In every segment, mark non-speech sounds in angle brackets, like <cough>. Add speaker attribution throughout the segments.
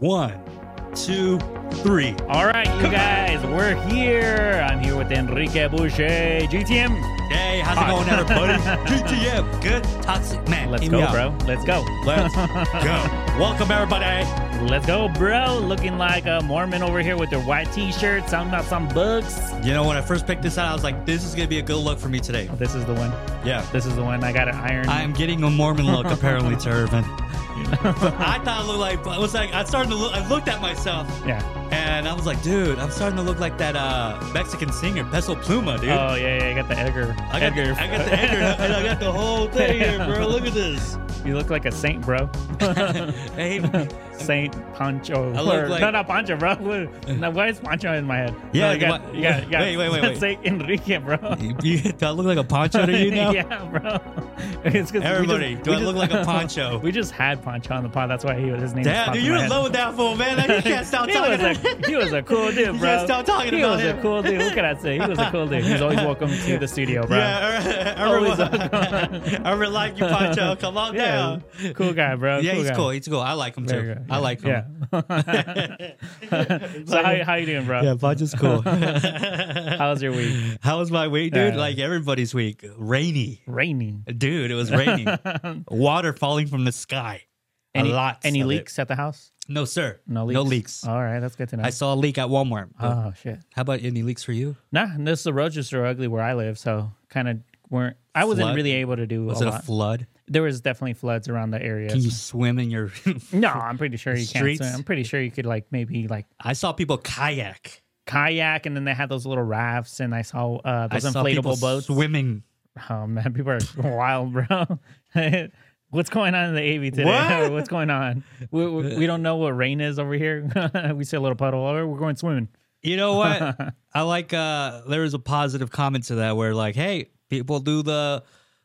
Speaker 1: One, two, three.
Speaker 2: All right, you guys, we're here. I'm here with Enrique Boucher,
Speaker 1: <laughs>
Speaker 2: GTM.
Speaker 1: Hey, how's it going, everybody?
Speaker 2: <laughs>
Speaker 1: GTM, good toxic man.
Speaker 2: Let's
Speaker 1: Here we
Speaker 2: go,
Speaker 1: are.
Speaker 2: bro. Let's go.
Speaker 1: Let's
Speaker 2: <laughs>
Speaker 1: go. Welcome, everybody.
Speaker 2: Let's go, bro. Looking like a Mormon over here with their white t-shirt. Sounding about some books.
Speaker 1: You know, when I first picked this out, I was like, this is going to be a good look for me today.
Speaker 2: This is the one.
Speaker 1: Yeah.
Speaker 2: This is the one. I got an iron.
Speaker 1: I am getting a Mormon
Speaker 2: <laughs>
Speaker 1: look, apparently, to Irvin. I thought it looked like, I was like, I started to look, I looked at myself
Speaker 2: yeah.
Speaker 1: and I was like, dude, I'm starting to look like that uh, Mexican singer, Peso Pluma, dude.
Speaker 2: Oh yeah, yeah. I got the Edgar.
Speaker 1: I got,
Speaker 2: Edgar.
Speaker 1: the, I got the Edgar,
Speaker 2: <laughs>
Speaker 1: and I got the whole thing here, bro. Look at this. <laughs>
Speaker 2: you look like a saint, bro.
Speaker 1: Hey,
Speaker 2: Saint Pancho.
Speaker 1: I look
Speaker 2: <laughs> Or-
Speaker 1: like-
Speaker 2: no, not Pancho, bro. No, why is Pancho in my head?
Speaker 1: Yeah,
Speaker 2: no, you got,
Speaker 1: why-
Speaker 2: you got, you
Speaker 1: <laughs>
Speaker 2: got
Speaker 1: wait, wait,
Speaker 2: <laughs>
Speaker 1: wait, wait.
Speaker 2: Saint Enrique, bro.
Speaker 1: <laughs> You- you- do I look like a poncho to
Speaker 2: <laughs>
Speaker 1: you now?
Speaker 2: yeah, bro. <laughs> It's 'cause we just-
Speaker 1: Everybody, do
Speaker 2: we
Speaker 1: I look
Speaker 2: just-
Speaker 1: like
Speaker 2: <laughs>
Speaker 1: a <laughs> poncho?
Speaker 2: we just had Poncho on the pod. That's why he, his name.
Speaker 1: Damn,
Speaker 2: is
Speaker 1: dude, you're in love with that fool, man. You can't
Speaker 2: <laughs>
Speaker 1: stop
Speaker 2: he
Speaker 1: talking.
Speaker 2: was a, he was a cool dude,
Speaker 1: <laughs> You
Speaker 2: bro.
Speaker 1: can't stop talking
Speaker 2: he
Speaker 1: about
Speaker 2: was
Speaker 1: him.
Speaker 2: a cool dude. What can I say? He was a cool dude. He's always welcome to the studio,
Speaker 1: <laughs>
Speaker 2: bro.
Speaker 1: yeah, er, I- I
Speaker 2: Always
Speaker 1: really- <laughs> I really er, like you, poncho.
Speaker 2: <laughs>
Speaker 1: Come on
Speaker 2: Yeah,
Speaker 1: down.
Speaker 2: cool guy, bro.
Speaker 1: Yeah,
Speaker 2: cool
Speaker 1: he's
Speaker 2: guy.
Speaker 1: cool. He's cool. I like him
Speaker 2: There you
Speaker 1: too.
Speaker 2: go.
Speaker 1: I like him.
Speaker 2: Yeah. <laughs> so how how you doing, bro?
Speaker 1: Yeah, poncho's cool.
Speaker 2: How was your week?
Speaker 1: <laughs> How was my week, dude?
Speaker 2: Yeah.
Speaker 1: Like everybody's week, rainy.
Speaker 2: Raining.
Speaker 1: Dude, it was
Speaker 2: <laughs>
Speaker 1: raining. Water falling from the sky.
Speaker 2: Any
Speaker 1: a lot.
Speaker 2: any
Speaker 1: of it.
Speaker 2: leaks at the house?
Speaker 1: No, sir.
Speaker 2: No leaks. Oh.
Speaker 1: No leaks.
Speaker 2: All right, that's good to know.
Speaker 1: I saw a leak at Walmart.
Speaker 2: oh shit.
Speaker 1: How about any leaks for you?
Speaker 2: Nah, and this the roads are ugly where I live, so kind of weren't. I wasn't
Speaker 1: Flood?
Speaker 2: really able to do
Speaker 1: Was
Speaker 2: a
Speaker 1: it a
Speaker 2: lot.
Speaker 1: flood?
Speaker 2: there was definitely floods around the area.
Speaker 1: Can you swim in your? <laughs>
Speaker 2: No, I'm pretty sure you can't.
Speaker 1: Streets?
Speaker 2: swim. I'm pretty sure you could like maybe like
Speaker 1: I saw people kayak.
Speaker 2: kayak, and then they had those little rafts, and I saw uh, those
Speaker 1: I saw people
Speaker 2: inflatable boats.
Speaker 1: swimming.
Speaker 2: Oh man, <laughs> people are wild, bro. <laughs> What's going on in the AV today?
Speaker 1: What?
Speaker 2: <laughs> What's going on? We, we, we don't know what rain is over here. <laughs> we see a little puddle. Oh, we're going swimming.
Speaker 1: You know
Speaker 2: <laughs>
Speaker 1: what? I like. uh There was a positive comment to that where like, hey, people do the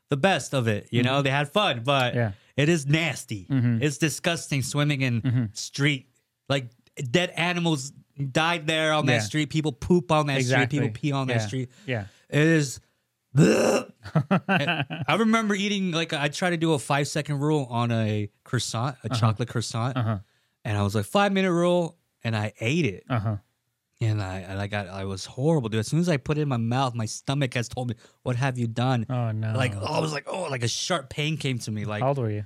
Speaker 1: the best of it. You know, they had fun, but
Speaker 2: Mm-hmm. Yeah. Mm-hmm.
Speaker 1: it is nasty. It's disgusting swimming in street. Like dead animals died there on
Speaker 2: Yeah.
Speaker 1: that street. People poop on that
Speaker 2: Exactly.
Speaker 1: street. People pee on that
Speaker 2: Yeah.
Speaker 1: street.
Speaker 2: Yeah. <laughs>
Speaker 1: It is. I remember eating like I tried to do a five second rule on a croissant, a
Speaker 2: Uh-huh.
Speaker 1: chocolate croissant, and I was like five minute rule, and I ate it,
Speaker 2: Uh huh.
Speaker 1: and I and I got I was horrible, dude. As soon as I put it in my mouth, my stomach has told me, "What have you done?"
Speaker 2: Oh no.
Speaker 1: Like oh, I was like oh, like a sharp pain came to me. Like
Speaker 2: how old were you?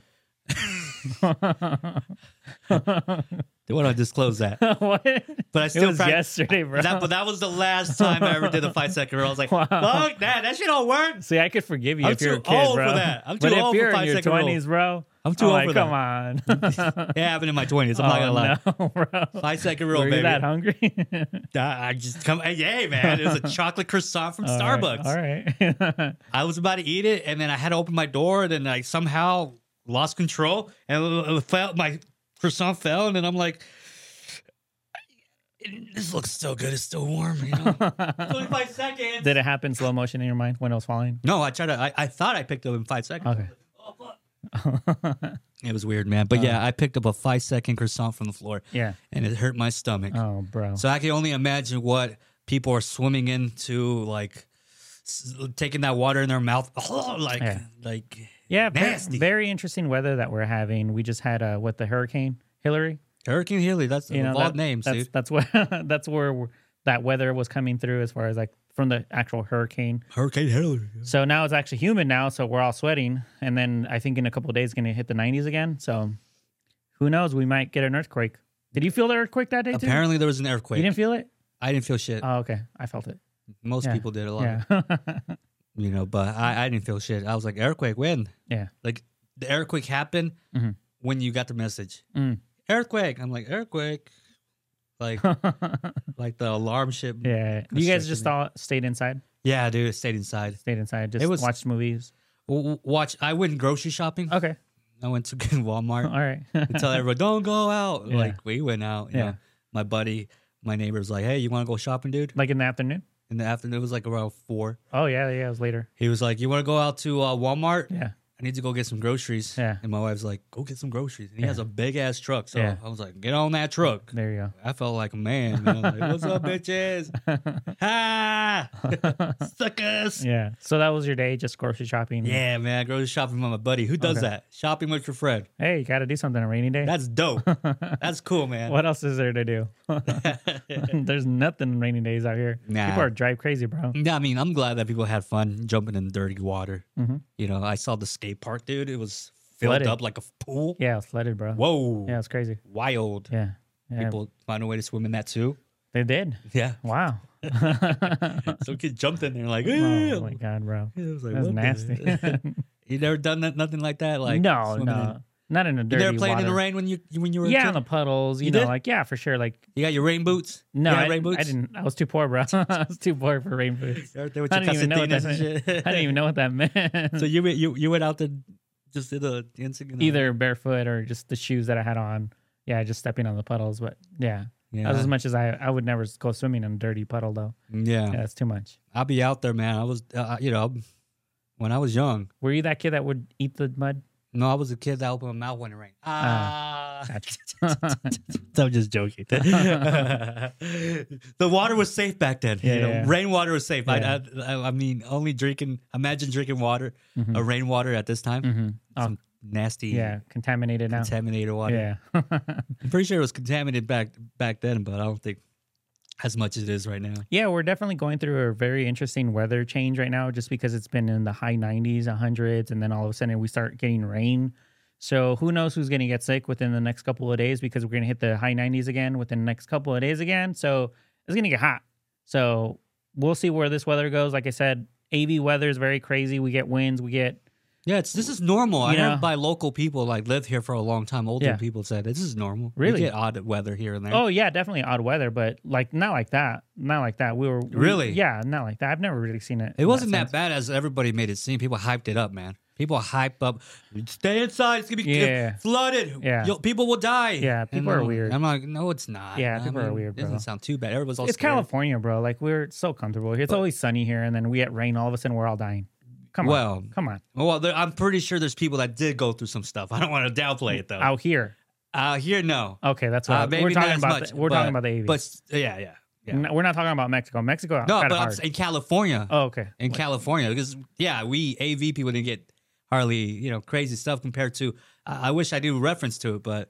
Speaker 1: <laughs>
Speaker 2: <laughs>
Speaker 1: they want to disclose that,
Speaker 2: what?
Speaker 1: but
Speaker 2: <laughs>
Speaker 1: I still
Speaker 2: was
Speaker 1: prac-
Speaker 2: yesterday, bro.
Speaker 1: That, but that was the last time I ever did the five second rule. I was like,
Speaker 2: <laughs> Wow.
Speaker 1: fuck that, that shit don't work.
Speaker 2: See, I could forgive you
Speaker 1: I'm
Speaker 2: if you're a
Speaker 1: too
Speaker 2: kid,
Speaker 1: old for
Speaker 2: bro.
Speaker 1: that. I'm
Speaker 2: but
Speaker 1: too
Speaker 2: if
Speaker 1: old for
Speaker 2: you're in
Speaker 1: five
Speaker 2: your
Speaker 1: second rule.
Speaker 2: twenties, bro,
Speaker 1: I'm too
Speaker 2: I'm
Speaker 1: old
Speaker 2: like,
Speaker 1: for <laughs>
Speaker 2: come on. I'm
Speaker 1: It happened in my twenties. I'm not gonna lie.
Speaker 2: Oh, No, <laughs> bro.
Speaker 1: Five second rule,
Speaker 2: Were
Speaker 1: baby.
Speaker 2: you that hungry? <laughs>
Speaker 1: Uh,
Speaker 2: All
Speaker 1: I just come, hey man, it was a chocolate croissant
Speaker 2: <laughs>
Speaker 1: from
Speaker 2: right,
Speaker 1: Starbucks.
Speaker 2: All right.
Speaker 1: I was about to eat it, and then I had to open my door, and then I somehow lost control, and it fell, my croissant fell, and then I'm like, this looks so good, it's still warm. You
Speaker 2: <laughs>
Speaker 1: know? 25 seconds.
Speaker 2: Did it happen slow motion in your mind when it was falling?
Speaker 1: no, I tried to. I, I thought I picked up in five seconds.
Speaker 2: Okay. Uh.
Speaker 1: It was weird, man. But yeah, I picked up a five second croissant from the floor,
Speaker 2: Yeah.
Speaker 1: and it hurt my stomach.
Speaker 2: Oh, bro.
Speaker 1: So I can only imagine what people are swimming into, like s- taking that water in their mouth, <laughs> like
Speaker 2: Yeah.
Speaker 1: like
Speaker 2: yeah. ve-
Speaker 1: nasty.
Speaker 2: Very interesting weather that we're having. We just had uh, what the hurricane Hillary.
Speaker 1: Hurricane Haley. That's
Speaker 2: You know,
Speaker 1: of all
Speaker 2: that-
Speaker 1: names,
Speaker 2: that's
Speaker 1: dude.
Speaker 2: that's <laughs> where that's where we're- that weather was coming through as far as like from the actual hurricane.
Speaker 1: Hurricane Hillary.
Speaker 2: So now it's actually humid now, so we're all sweating. And then I think in a couple of days, it's going to hit the 90s again. So who knows? We might get an earthquake. Did you feel the earthquake that day too?
Speaker 1: Apparently, there was an earthquake.
Speaker 2: You didn't feel it?
Speaker 1: I didn't feel shit.
Speaker 2: Oh, okay. I
Speaker 1: <laughs>
Speaker 2: felt it.
Speaker 1: Most
Speaker 2: yeah,
Speaker 1: people did a lot,
Speaker 2: Yeah. <laughs>
Speaker 1: you know, but I, I didn't feel shit. I was like, earthquake, when?
Speaker 2: yeah.
Speaker 1: Like the earthquake happened
Speaker 2: Mhm.
Speaker 1: when you got the message,
Speaker 2: Mm.
Speaker 1: earthquake. I'm like, earthquake,
Speaker 2: <laughs>
Speaker 1: like like the alarm shit.
Speaker 2: yeah. You guys
Speaker 1: Construction.
Speaker 2: just all stayed inside?
Speaker 1: yeah, dude, it stayed inside.
Speaker 2: Stayed inside, just
Speaker 1: It was-
Speaker 2: watched movies.
Speaker 1: W- w- Watch. I went grocery shopping.
Speaker 2: Okay.
Speaker 1: I went to <laughs> Walmart.
Speaker 2: All right. <laughs>
Speaker 1: and tell everyone, don't go out.
Speaker 2: Oh. Yeah.
Speaker 1: Like we went out. You
Speaker 2: Yeah.
Speaker 1: know, my buddy, my neighbor's like, hey, you want to go shopping, dude?
Speaker 2: like in the afternoon?
Speaker 1: In the afternoon, it was like around four.
Speaker 2: Oh, yeah. Yeah. It was later.
Speaker 1: He was like, you want to go out to uh, Walmart?
Speaker 2: Yeah.
Speaker 1: I I need to go get some groceries.
Speaker 2: Yeah.
Speaker 1: And my wife's like, go get some groceries. And he
Speaker 2: Yeah.
Speaker 1: has a big ass truck. So
Speaker 2: Yeah.
Speaker 1: I was like, get on that truck.
Speaker 2: There you
Speaker 1: I felt like a man. man. I was like, What's up,
Speaker 2: <laughs>
Speaker 1: bitches? ha! Suckers.
Speaker 2: go. Yeah. So that was your day, just grocery shopping.
Speaker 1: Yeah, man. Grocery shopping with my buddy. Who does
Speaker 2: Okay.
Speaker 1: that? Shopping with your friend.
Speaker 2: Hey, you got to do something on a rainy day.
Speaker 1: That's dope.
Speaker 2: <laughs>
Speaker 1: That's cool, man.
Speaker 2: what else is there to do? <laughs> There's nothing on rainy days out here.
Speaker 1: Nah.
Speaker 2: People are drive crazy, bro.
Speaker 1: <laughs> Yeah, I mean, I'm glad that people had fun jumping in dirty water.
Speaker 2: Mhm.
Speaker 1: You know, I saw the skate park, dude. It was filled
Speaker 2: Flooded.
Speaker 1: up like a pool.
Speaker 2: Yeah, it's flooded, bro.
Speaker 1: Whoa.
Speaker 2: Yeah, it's crazy.
Speaker 1: Wild.
Speaker 2: Yeah. yeah.
Speaker 1: People find a way to swim in that too.
Speaker 2: They did.
Speaker 1: Yeah. <laughs>
Speaker 2: Wow.
Speaker 1: Some kid jumped in there like,
Speaker 2: Oh
Speaker 1: "Ew."
Speaker 2: my god, bro.
Speaker 1: It was like,
Speaker 2: That's
Speaker 1: what the-
Speaker 2: nasty. <laughs>
Speaker 1: you never done that, nothing like that? <laughs> Like
Speaker 2: no,
Speaker 1: swimming
Speaker 2: no.
Speaker 1: in-
Speaker 2: Not in a
Speaker 1: You
Speaker 2: dirty
Speaker 1: never played
Speaker 2: water.
Speaker 1: in the rain when you when you were a
Speaker 2: Yeah,
Speaker 1: kid?
Speaker 2: on the puddles, you,
Speaker 1: You
Speaker 2: know,
Speaker 1: did?
Speaker 2: like yeah, for sure. Like
Speaker 1: You got your rain boots?
Speaker 2: no,
Speaker 1: you got
Speaker 2: I,
Speaker 1: rain boots.
Speaker 2: I didn't. I was too poor, bro. <laughs> I was too poor for rain boots.
Speaker 1: You out there with
Speaker 2: I
Speaker 1: your
Speaker 2: didn't even know what
Speaker 1: calcetines and
Speaker 2: that
Speaker 1: shit?
Speaker 2: I didn't even know what that <laughs>
Speaker 1: <laughs>
Speaker 2: meant.
Speaker 1: so you went- you you went out to just did a dancing. and all-
Speaker 2: Either barefoot or just the shoes that I had on. Yeah, just stepping on the puddles. But yeah,
Speaker 1: yeah,
Speaker 2: that's as much as I. I would never go swimming in a dirty puddle though.
Speaker 1: yeah.
Speaker 2: Yeah, that's too much.
Speaker 1: I'll be out there, man. I was, uh, you know, when I was young.
Speaker 2: Were you that kid that would eat the mud?
Speaker 1: No, I was a kid that opened my mouth when it rained. Ah, <laughs>
Speaker 2: Gotcha.
Speaker 1: I'm just
Speaker 2: <laughs>
Speaker 1: joking. the water was safe back then.
Speaker 2: Yeah,
Speaker 1: you know,
Speaker 2: yeah.
Speaker 1: rainwater was safe.
Speaker 2: Yeah.
Speaker 1: I, I, I mean, only drinking. Imagine drinking water,
Speaker 2: Mhm.
Speaker 1: uh, rainwater at this time.
Speaker 2: Mhm. Oh.
Speaker 1: Some nasty,
Speaker 2: Yeah, contaminated now.
Speaker 1: contaminated water.
Speaker 2: Yeah. <laughs>
Speaker 1: I'm pretty sure it was contaminated back back then, but I don't think as much as it is right now.
Speaker 2: yeah, we're definitely going through a very interesting weather change right now just because it's been in the high 90s, 100s, and then all of a sudden we start getting rain. So who knows who's going to get sick within the next couple of days because we're going to hit the high 90s again within the next couple of days again. So it's going to get hot. So we'll see where this weather goes. Like I said, AV weather is very crazy. We get winds, we get
Speaker 1: Yeah, it's this is normal. I
Speaker 2: You know?
Speaker 1: heard by local people like live here for a long time. Older
Speaker 2: Yeah.
Speaker 1: people said this is normal. We
Speaker 2: Really?
Speaker 1: get odd weather here and there.
Speaker 2: Oh yeah, definitely odd weather, but like not like that, not like that. We were we-
Speaker 1: Really?
Speaker 2: yeah, not like that. I've never really seen it.
Speaker 1: it wasn't that, bad as everybody made it seem. People hyped it up, man. People hype up. Stay inside. It's gonna <laughs> be
Speaker 2: Yeah.
Speaker 1: flooded.
Speaker 2: Yeah.
Speaker 1: Yo, people will die.
Speaker 2: Yeah,
Speaker 1: And
Speaker 2: people are
Speaker 1: I'm-
Speaker 2: weird.
Speaker 1: I'm like, no, it's not.
Speaker 2: Yeah,
Speaker 1: I
Speaker 2: people are weird,
Speaker 1: It doesn't
Speaker 2: bro.
Speaker 1: sound too bad. Everybody's all
Speaker 2: It's
Speaker 1: scared.
Speaker 2: California, bro. Like we're so comfortable here. It's always sunny here, and then we get rain. All of a sudden, we're all dying. Come on,
Speaker 1: Well-
Speaker 2: come on.
Speaker 1: Well, there, I'm pretty sure there's people that did go through some stuff. <laughs> I don't want to downplay it though.
Speaker 2: Out here,
Speaker 1: uh, here, no.
Speaker 2: okay, that's what
Speaker 1: Uh,
Speaker 2: I-
Speaker 1: maybe
Speaker 2: we're
Speaker 1: not
Speaker 2: talking
Speaker 1: as
Speaker 2: about.
Speaker 1: much,
Speaker 2: the, we're
Speaker 1: but-
Speaker 2: talking about the AV,
Speaker 1: But s- yeah, yeah, yeah.
Speaker 2: N- we're not talking about Mexico. Mexico,
Speaker 1: No,
Speaker 2: got
Speaker 1: but
Speaker 2: it
Speaker 1: I'm
Speaker 2: hard.
Speaker 1: s- in California.
Speaker 2: oh, okay.
Speaker 1: in California because yeah, we AV people didn't get hardly you know crazy stuff compared to. I, I wish I knew reference to it, but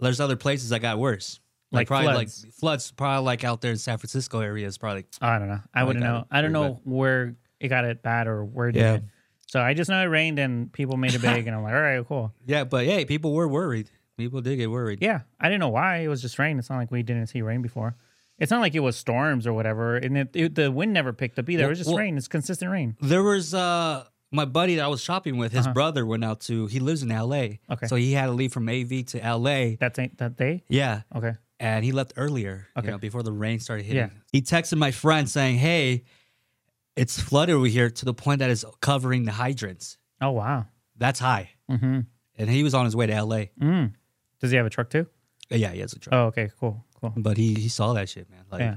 Speaker 1: there's other places that got worse.
Speaker 2: Like
Speaker 1: probably
Speaker 2: floods.
Speaker 1: like floods, probably like out there in San Francisco area is probably
Speaker 2: I don't know. I, wouldn't
Speaker 1: got
Speaker 2: know.
Speaker 1: it
Speaker 2: I don't
Speaker 1: pretty
Speaker 2: know where it got it bad or where it did
Speaker 1: Yeah.
Speaker 2: it. So I just know it rained and people made it
Speaker 1: <laughs>
Speaker 2: big, and I'm like, all right, cool.
Speaker 1: yeah. But hey, people were worried. People did get worried.
Speaker 2: Yeah, I didn't know why it was just rain. It's not like we didn't see rain before. It's not like it was storms or whatever, and it, it- the wind never picked up either. it was just
Speaker 1: Well-
Speaker 2: rain. It's consistent rain.
Speaker 1: There was uh my buddy that I was shopping with. His brother went out to. He lives in L.A.
Speaker 2: Uh-huh. Okay.
Speaker 1: so he had to leave from AV to L.A.
Speaker 2: That's ain't that day.
Speaker 1: Yeah,
Speaker 2: Okay.
Speaker 1: and he left earlier you
Speaker 2: Okay.
Speaker 1: know, before the rain started hitting.
Speaker 2: Yeah.
Speaker 1: He texted my friend saying, "Hey, it's flooded over here to the point that it's covering the hydrants.
Speaker 2: Oh wow.
Speaker 1: That's high."
Speaker 2: Mm-hmm.
Speaker 1: And he was on his way to L.A.
Speaker 2: Mm. Does he have a truck too?
Speaker 1: Yeah, he has a truck,
Speaker 2: Oh, okay. Cool. Cool.
Speaker 1: but he he saw that shit, man. Like
Speaker 2: Yeah.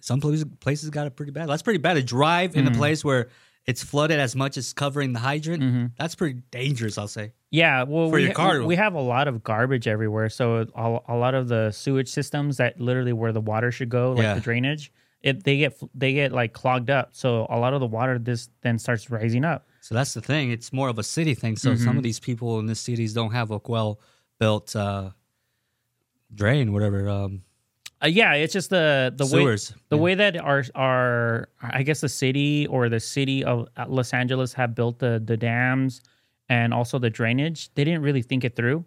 Speaker 1: some places places got it pretty bad. That's pretty bad to drive in a
Speaker 2: Mm.
Speaker 1: place where it's flooded as much as covering the hydrant. That's pretty dangerous, I'll say.
Speaker 2: Mm-hmm. Yeah. Well,
Speaker 1: For
Speaker 2: we,
Speaker 1: your car.
Speaker 2: we have a lot of garbage everywhere, so a, a lot of the sewage systems that literally where the water should go, like
Speaker 1: Yeah.
Speaker 2: the drainage, it they get they get like clogged up. So a lot of the water this then starts rising up.
Speaker 1: So that's the thing. It's more of a city thing. So some
Speaker 2: Mm-hmm.
Speaker 1: of these people in the cities don't have a well built uh, drain, whatever. Um,
Speaker 2: Uh, yeah, it's just the the
Speaker 1: Sewers,
Speaker 2: way the way that our our I guess the city or the city of uh, Los Angeles have built the the dams and also the drainage. They didn't really think it through.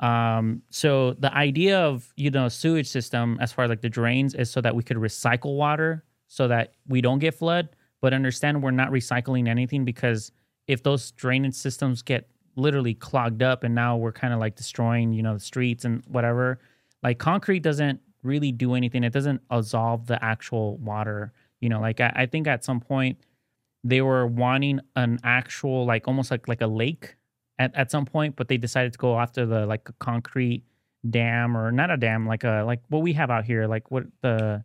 Speaker 2: Um, so the idea of you know sewage system as far as like the drains is so that we could recycle water so that we don't get flood. But understand we're not recycling anything because if those drainage systems get literally clogged up and now we're kind of like destroying you know the streets and whatever, like concrete doesn't really do anything. It doesn't absolve the actual water. You know, like I, I think at some point they were wanting an actual like almost like like a lake at, at some point but they decided to go after the like a concrete dam or not a dam like a like what we have out here like what the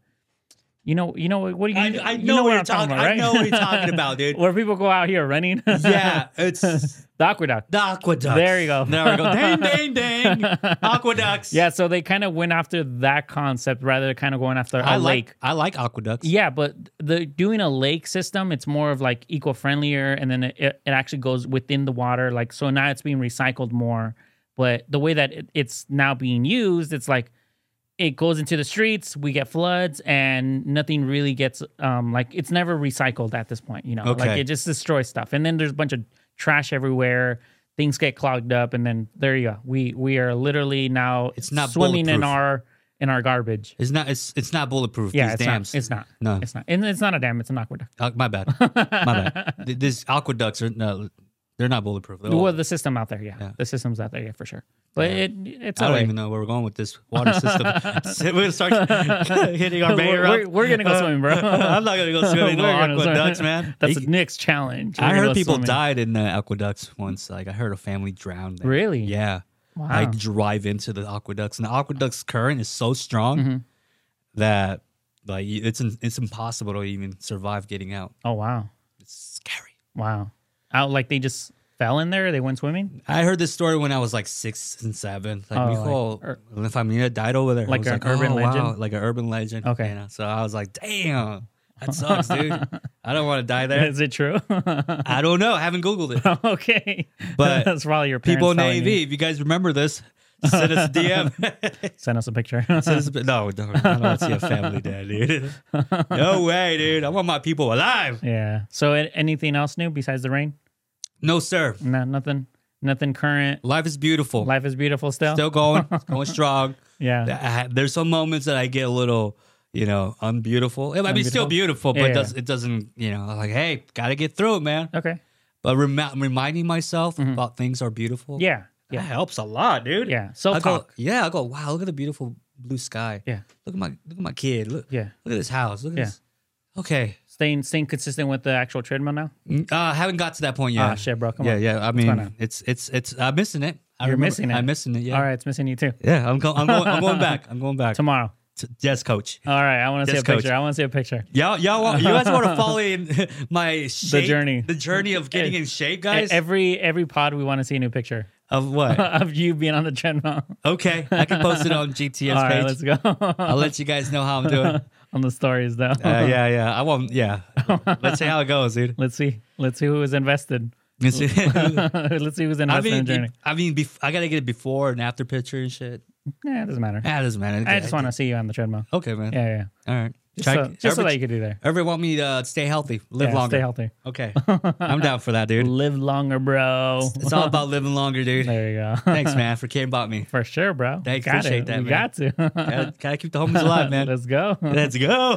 Speaker 2: You know, you know what? do you?
Speaker 1: I,
Speaker 2: you
Speaker 1: I know, what
Speaker 2: what
Speaker 1: you're
Speaker 2: I'm
Speaker 1: talking.
Speaker 2: talking about,
Speaker 1: I
Speaker 2: right?
Speaker 1: know what you're
Speaker 2: <laughs>
Speaker 1: talking about, dude.
Speaker 2: Where people go out here running. <laughs>
Speaker 1: yeah, it's the
Speaker 2: the aqueduct.
Speaker 1: aqueduct.
Speaker 2: There you go.
Speaker 1: There we go. Dang,
Speaker 2: <laughs>
Speaker 1: dang, dang. Aqueducts.
Speaker 2: Yeah, so they kind of went after that concept rather than kind of going after a
Speaker 1: I
Speaker 2: lake.
Speaker 1: like. I like aqueducts.
Speaker 2: Yeah, but the doing a lake system, it's more of like eco-friendlier, and then it, it actually goes within the water. Like so now it's being recycled more, but the way that it, it's now being used, it's like it goes into the streets, we get floods, and nothing really gets um like it's never recycled at this point. You know, like
Speaker 1: Okay.
Speaker 2: it just destroys stuff, and then there's a bunch of trash everywhere. Things get clogged up, and then there you go. We we are literally now
Speaker 1: It's not
Speaker 2: swimming in
Speaker 1: bulletproof.
Speaker 2: our in our garbage.
Speaker 1: It's not. It's it's not bulletproof.
Speaker 2: Yeah,
Speaker 1: these
Speaker 2: it's
Speaker 1: dams.
Speaker 2: not. It's not.
Speaker 1: no.
Speaker 2: <laughs> It's not. And it's not a dam. It's an aqueduct.
Speaker 1: Uh, my
Speaker 2: <laughs>
Speaker 1: bad. My bad. Th- These aqueducts are no. They're not bulletproof. They're all-
Speaker 2: Well, the system out there, yeah.
Speaker 1: Yeah.
Speaker 2: The system's out there, yeah, for sure. But
Speaker 1: Yeah.
Speaker 2: it it's
Speaker 1: I
Speaker 2: all
Speaker 1: don't
Speaker 2: right.
Speaker 1: even know where we're going with this water
Speaker 2: <laughs>
Speaker 1: system. <laughs> So we're gonna start hitting our mayor
Speaker 2: we're, we're,
Speaker 1: up.
Speaker 2: we're gonna go swimming, bro.
Speaker 1: <laughs> I'm not gonna
Speaker 2: <laughs>
Speaker 1: go swimming in no
Speaker 2: We're gonna swim.
Speaker 1: aqueducts, man.
Speaker 2: <laughs> That's
Speaker 1: You-
Speaker 2: Nick's challenge. We're
Speaker 1: I
Speaker 2: gonna
Speaker 1: heard
Speaker 2: go
Speaker 1: people
Speaker 2: swimming.
Speaker 1: died in the aqueducts once. Like I heard a family drowned. There.
Speaker 2: Really?
Speaker 1: Yeah.
Speaker 2: Wow.
Speaker 1: I drive into the aqueducts, and the aqueduct's current is so strong
Speaker 2: Mhm.
Speaker 1: that like you- it's in- it's impossible to even survive getting out.
Speaker 2: oh wow.
Speaker 1: It's scary.
Speaker 2: Wow. Out like they just fell in there, they went swimming?
Speaker 1: I heard this story when I was like six and seven. Like,
Speaker 2: Oh,
Speaker 1: we
Speaker 2: like
Speaker 1: call
Speaker 2: ur-
Speaker 1: La Familia died over there. I
Speaker 2: like
Speaker 1: was
Speaker 2: an urban
Speaker 1: oh, wow,
Speaker 2: legend?
Speaker 1: like an urban legend.
Speaker 2: Okay.
Speaker 1: you know? So I was like, damn, that sucks,
Speaker 2: <laughs>
Speaker 1: dude. I don't want to die there.
Speaker 2: Is it true? <laughs>
Speaker 1: I don't know. I haven't googled it.
Speaker 2: okay. <laughs>
Speaker 1: But
Speaker 2: that's probably your parents
Speaker 1: People in the
Speaker 2: telling
Speaker 1: AV,
Speaker 2: you.
Speaker 1: if you guys remember this, send us a DM.
Speaker 2: <laughs> Send us a picture.
Speaker 1: So this is- <laughs> no, no, I don't want to see a family there, dude. No way, dude. I want my people alive.
Speaker 2: <laughs> yeah. So a- anything else new besides the rain?
Speaker 1: No, sir.
Speaker 2: No, nothing. Nothing current.
Speaker 1: Life is beautiful.
Speaker 2: Life is beautiful
Speaker 1: Still
Speaker 2: <laughs>
Speaker 1: going, It's going strong.
Speaker 2: Yeah.
Speaker 1: I- I- There's some moments that I get a little, you know, unbeautiful. I mean, it's still beautiful, but
Speaker 2: Yeah,
Speaker 1: it,
Speaker 2: yeah.
Speaker 1: does, it doesn't, you know, I'm like, hey, got to get through it, man.
Speaker 2: Okay.
Speaker 1: But rem- reminding myself about things are beautiful.
Speaker 2: Mm-hmm. Yeah.
Speaker 1: That
Speaker 2: Yeah.
Speaker 1: helps a lot, dude.
Speaker 2: Yeah.
Speaker 1: I
Speaker 2: Self
Speaker 1: go,
Speaker 2: talk.
Speaker 1: yeah, I go, wow, look at the beautiful blue sky.
Speaker 2: Yeah.
Speaker 1: Look at my look at my kid. Look,
Speaker 2: Yeah.
Speaker 1: look at this house. Look at
Speaker 2: Yeah.
Speaker 1: this. Okay.
Speaker 2: Staying staying consistent with the actual treadmill now.
Speaker 1: Mm, Uh, I haven't got to that point yet.
Speaker 2: Ah, shit, bro. Come
Speaker 1: yeah,
Speaker 2: on.
Speaker 1: yeah. I
Speaker 2: going
Speaker 1: mean,
Speaker 2: on?
Speaker 1: it's it's it's. I'm missing it. I
Speaker 2: You're
Speaker 1: remember-
Speaker 2: missing it.
Speaker 1: I'm missing it. Yeah.
Speaker 2: All right, it's missing you too.
Speaker 1: Yeah. I'm going. I'm going. I'm
Speaker 2: <laughs>
Speaker 1: going back. I'm going back.
Speaker 2: Tomorrow.
Speaker 1: T- yes, coach.
Speaker 2: All right. I want to see
Speaker 1: Yes,
Speaker 2: a picture.
Speaker 1: coach.
Speaker 2: I want to see a picture. E,
Speaker 1: Y'all, y'all, want, you guys
Speaker 2: <laughs>
Speaker 1: want to follow in <laughs> my shape,
Speaker 2: journey.
Speaker 1: the journey of getting in shape,
Speaker 2: E-
Speaker 1: guys.
Speaker 2: Every every pod we want to see a new picture
Speaker 1: of
Speaker 2: <laughs>
Speaker 1: what?
Speaker 2: of you being on the treadmill.
Speaker 1: Okay, I can post it
Speaker 2: <laughs>
Speaker 1: on GTS
Speaker 2: All right,
Speaker 1: page.
Speaker 2: let's go. <laughs>
Speaker 1: I'll let you guys know how I'm doing. Uh,
Speaker 2: on the stories though.
Speaker 1: yeah, yeah. I won't. Yeah. Let's see how it goes, dude.
Speaker 2: <laughs> Let's see. Let's see who is invested.
Speaker 1: Let's see.
Speaker 2: <laughs> let's see who's
Speaker 1: <laughs>
Speaker 2: invested
Speaker 1: I
Speaker 2: in
Speaker 1: mean,
Speaker 2: the journey.
Speaker 1: I mean, bef- I gotta get it before and after picture and shit.
Speaker 2: Yeah, it doesn't matter.
Speaker 1: Ah, doesn't matter.
Speaker 2: I just want to see you on the treadmill.
Speaker 1: Okay, man.
Speaker 2: Yeah, yeah.
Speaker 1: All right.
Speaker 2: Just,
Speaker 1: Try-
Speaker 2: so, just so
Speaker 1: every-
Speaker 2: that you could do there.
Speaker 1: Everyone want me to uh, stay healthy, live
Speaker 2: Yeah,
Speaker 1: longer.
Speaker 2: stay healthy. <laughs>
Speaker 1: Okay, I'm down for that, dude.
Speaker 2: Live longer, bro.
Speaker 1: It's all about living longer,
Speaker 2: <laughs>
Speaker 1: dude.
Speaker 2: There you go.
Speaker 1: Thanks, man, for caring about me.
Speaker 2: <laughs> For sure, bro.
Speaker 1: Thanks,
Speaker 2: Got
Speaker 1: appreciate
Speaker 2: it.
Speaker 1: that,
Speaker 2: We
Speaker 1: man.
Speaker 2: got <laughs> to.
Speaker 1: Gotta, gotta keep the homies alive, man. <laughs>
Speaker 2: Let's go.
Speaker 1: Let's
Speaker 2: <laughs>
Speaker 1: go.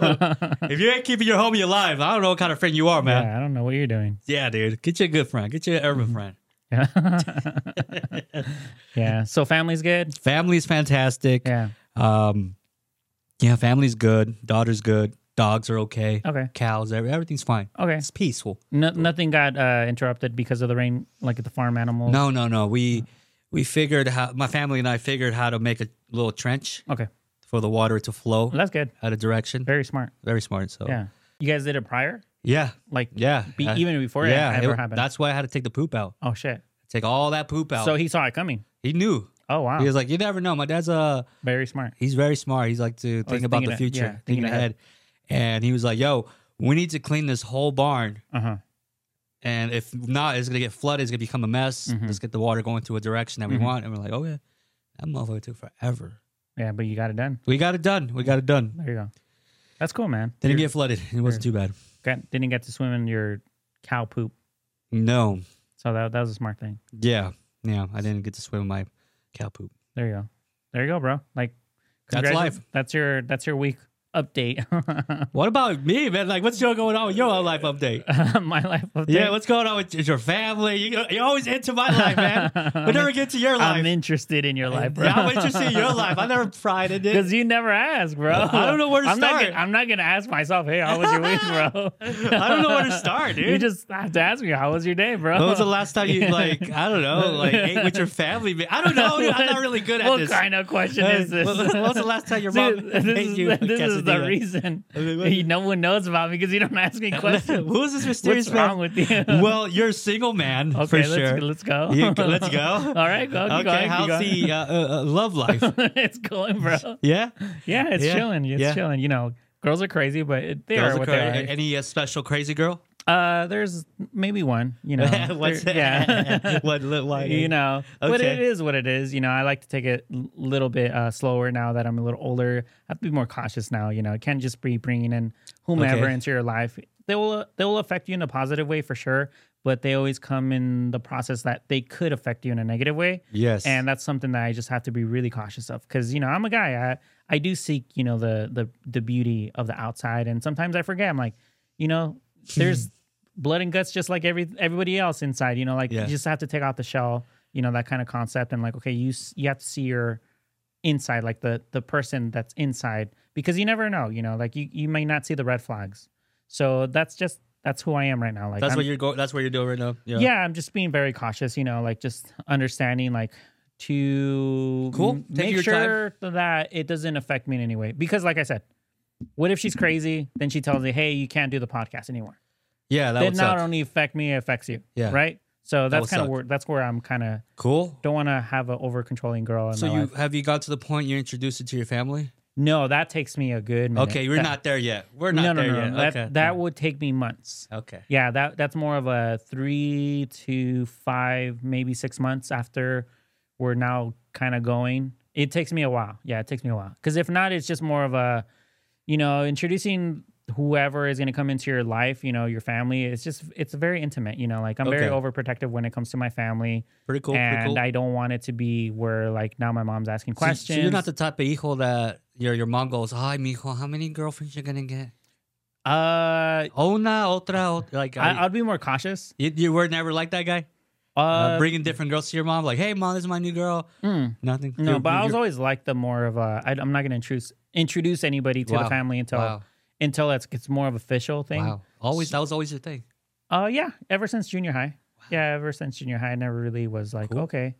Speaker 1: If you ain't keeping your homie alive, I don't know what kind of friend you are, man.
Speaker 2: Yeah, Mm-hmm. I don't know what you're doing. <laughs>
Speaker 1: Yeah, dude. Get you a good friend. Get you an urban friend.
Speaker 2: Yeah. yeah. So family's good.
Speaker 1: Family's fantastic.
Speaker 2: Yeah.
Speaker 1: Um, yeah, family's good. Daughter's good. Dogs are okay.
Speaker 2: Okay.
Speaker 1: Cows, every- everything's fine.
Speaker 2: Okay.
Speaker 1: It's peaceful.
Speaker 2: No, nothing got uh, interrupted because of the rain, like at the farm animals.
Speaker 1: No, no, no. We we figured how my family and I figured how to make a little trench
Speaker 2: Okay.
Speaker 1: for the water to flow
Speaker 2: Well, that's good.
Speaker 1: out of direction.
Speaker 2: Very smart.
Speaker 1: Very smart. So
Speaker 2: Yeah. You guys did it prior,
Speaker 1: yeah,
Speaker 2: like
Speaker 1: Oh. yeah.
Speaker 2: be,
Speaker 1: I-
Speaker 2: even before
Speaker 1: yeah,
Speaker 2: it ever
Speaker 1: it-
Speaker 2: happened.
Speaker 1: That's why I had to take the poop out.
Speaker 2: oh shit.
Speaker 1: Take all that poop out.
Speaker 2: So
Speaker 1: So
Speaker 2: he saw it coming.
Speaker 1: he knew.
Speaker 2: Oh wow.
Speaker 1: He was like, you never know. My dad's a
Speaker 2: Very smart.
Speaker 1: he's very smart. He's like to think
Speaker 2: Oh, he's
Speaker 1: about
Speaker 2: thinking
Speaker 1: the
Speaker 2: a-
Speaker 1: future,
Speaker 2: yeah,
Speaker 1: thinking,
Speaker 2: thinking
Speaker 1: ahead.
Speaker 2: ahead.
Speaker 1: And he was like, yo, we need to clean this whole barn.
Speaker 2: Uh huh.
Speaker 1: And if not, it's gonna get flooded. It's gonna become a mess.
Speaker 2: Mhm.
Speaker 1: Let's get the water going to a direction that we
Speaker 2: Mhm.
Speaker 1: want. And we're like, oh yeah, that motherfucker took forever.
Speaker 2: Yeah, but you got it done.
Speaker 1: We got it done. We got it done.
Speaker 2: There you go. That's cool, man.
Speaker 1: Didn't
Speaker 2: You're-
Speaker 1: get flooded. It wasn't too bad.
Speaker 2: got, didn't get to swim in your cow poop.
Speaker 1: No.
Speaker 2: So that, that was a smart thing.
Speaker 1: Yeah. Yeah. I didn't get to swim in my cow poop.
Speaker 2: There you go. There you go, bro. Like
Speaker 1: That's
Speaker 2: congratu-
Speaker 1: life.
Speaker 2: That's your that's your week update. <laughs>
Speaker 1: What about me, man? Like, what's your going on with your life
Speaker 2: <laughs>
Speaker 1: update?
Speaker 2: my life update.
Speaker 1: Yeah, what's going on with your family? You, you're always into my life,
Speaker 2: <laughs>
Speaker 1: man. But never get to your
Speaker 2: I'm
Speaker 1: life.
Speaker 2: interested in your life, bro.
Speaker 1: Yeah, I'm interested in your
Speaker 2: <laughs>
Speaker 1: life. I never pried in it.
Speaker 2: Because you never ask, bro.
Speaker 1: I don't know where to
Speaker 2: I'm Not
Speaker 1: start.
Speaker 2: gonna, I'm not gonna ask myself, hey, how was your week, bro?
Speaker 1: <laughs> I don't know where to
Speaker 2: <laughs>
Speaker 1: start, dude.
Speaker 2: you just have to ask me, how was your day, bro?
Speaker 1: When was the last time
Speaker 2: <laughs>
Speaker 1: you like I don't know like ate with your family? man? I don't know. dude. I'm not really good at
Speaker 2: what
Speaker 1: this.
Speaker 2: kind of question
Speaker 1: Uh,
Speaker 2: is this?
Speaker 1: When when was the last time your
Speaker 2: See,
Speaker 1: mom
Speaker 2: <laughs> this
Speaker 1: ate
Speaker 2: is,
Speaker 1: you?
Speaker 2: this is the
Speaker 1: like-
Speaker 2: reason.
Speaker 1: I was like, what-
Speaker 2: You- no one knows about me because you
Speaker 1: <laughs>
Speaker 2: don't ask me questions.
Speaker 1: Who is this mysterious
Speaker 2: What's
Speaker 1: man?
Speaker 2: wrong with you?
Speaker 1: <laughs> well, you're a single man
Speaker 2: <laughs> okay,
Speaker 1: for
Speaker 2: let's,
Speaker 1: sure.
Speaker 2: let's go.
Speaker 1: You-
Speaker 2: <laughs>
Speaker 1: let's go.
Speaker 2: All right, go. keep
Speaker 1: okay,
Speaker 2: going, keep
Speaker 1: how's
Speaker 2: going.
Speaker 1: the uh, uh, uh, love
Speaker 2: <laughs>
Speaker 1: life?
Speaker 2: it's going,
Speaker 1: <laughs>
Speaker 2: bro.
Speaker 1: Yeah,
Speaker 2: Yeah, it's
Speaker 1: Yeah,
Speaker 2: chilling. It's
Speaker 1: yeah.
Speaker 2: chilling. You know, girls are crazy, but it- they
Speaker 1: Girls
Speaker 2: are
Speaker 1: are
Speaker 2: what
Speaker 1: cra-
Speaker 2: they are.
Speaker 1: Any uh, special crazy girl?
Speaker 2: Uh, there's maybe one. You know,
Speaker 1: <laughs> What's
Speaker 2: There- yeah.
Speaker 1: <laughs>
Speaker 2: <laughs>
Speaker 1: what? Why?
Speaker 2: you know but it
Speaker 1: Okay.
Speaker 2: is what it is you know i like to take it a little bit uh, slower now that i'm a little older i have to be more cautious now you know it can't just be bringing in whomever
Speaker 1: Okay.
Speaker 2: into your life they will they will affect you in a positive way for sure but they always come in the process that they could affect you in a negative way
Speaker 1: Yes.
Speaker 2: and that's something that i just have to be really cautious of because you know i'm a guy i i do seek you know the the the beauty of the outside and sometimes i forget i'm like you know
Speaker 1: <laughs>
Speaker 2: there's blood and guts just like every everybody else inside you know like
Speaker 1: Yeah.
Speaker 2: you just have to take out the shell you know that kind of concept and like okay you s- you have to see your inside like the the person that's inside because you never know you know like you you may not see the red flags so that's just that's who i am right now like
Speaker 1: that's
Speaker 2: I'm-
Speaker 1: what you're going. That's what you're doing right now. Yeah.
Speaker 2: yeah i'm just being very cautious you know like just understanding like to
Speaker 1: Cool.
Speaker 2: m-
Speaker 1: Take
Speaker 2: make
Speaker 1: your time.
Speaker 2: sure that it doesn't affect me in any way because like i said what if she's crazy then she tells me hey you can't do the podcast anymore
Speaker 1: Yeah, that
Speaker 2: that
Speaker 1: would
Speaker 2: not
Speaker 1: suck.
Speaker 2: only affect me it affects you
Speaker 1: Yeah.
Speaker 2: right so that's
Speaker 1: would
Speaker 2: kind of
Speaker 1: suck.
Speaker 2: where that's where i'm kind of
Speaker 1: Cool.
Speaker 2: don't want to have an over controlling girl in
Speaker 1: So
Speaker 2: my
Speaker 1: you
Speaker 2: life.
Speaker 1: have you got to the point you introduced it to your family?
Speaker 2: no that takes me a good minute.
Speaker 1: Okay, we're
Speaker 2: That-
Speaker 1: not there yet. We're
Speaker 2: no
Speaker 1: not
Speaker 2: no
Speaker 1: there
Speaker 2: no,
Speaker 1: yet.
Speaker 2: no. that
Speaker 1: okay.
Speaker 2: that would take me months
Speaker 1: okay.
Speaker 2: Yeah, that that's more of a three to five, maybe six months after we're now kind of going. It takes me a while. Yeah, it takes me a while. Because if not, it's just more of a, you know, introducing whoever is going to come into your life, you know, your family. It's just it's very intimate. You know, like I'm very
Speaker 1: Okay.
Speaker 2: overprotective when it comes to my family,
Speaker 1: Pretty cool.
Speaker 2: and
Speaker 1: pretty cool.
Speaker 2: I don't want it to be where like now my mom's asking
Speaker 1: So-
Speaker 2: questions.
Speaker 1: So you're not the type of hijo that your your mom goes, "Hi, mijo, how many girlfriends you gonna get?
Speaker 2: uh,
Speaker 1: Una, otra, otra. like
Speaker 2: I,
Speaker 1: I,
Speaker 2: I'd be more cautious.
Speaker 1: you, you were never like that guy,
Speaker 2: Uh,
Speaker 1: uh, bringing different girls to your mom. Like, hey, mom, this is my new girl.
Speaker 2: mm.
Speaker 1: Nothing.
Speaker 2: No,
Speaker 1: You're-
Speaker 2: but I was
Speaker 1: you're-
Speaker 2: always like the more of a. I, I'm not going to introduce introduce anybody to
Speaker 1: Wow.
Speaker 2: the family until
Speaker 1: wow,
Speaker 2: until it's it's more of official thing.
Speaker 1: wow. Always that was always your thing.
Speaker 2: Uh, yeah, ever since junior high. Yeah, ever since junior high, I never really was like,
Speaker 1: Cool.
Speaker 2: okay,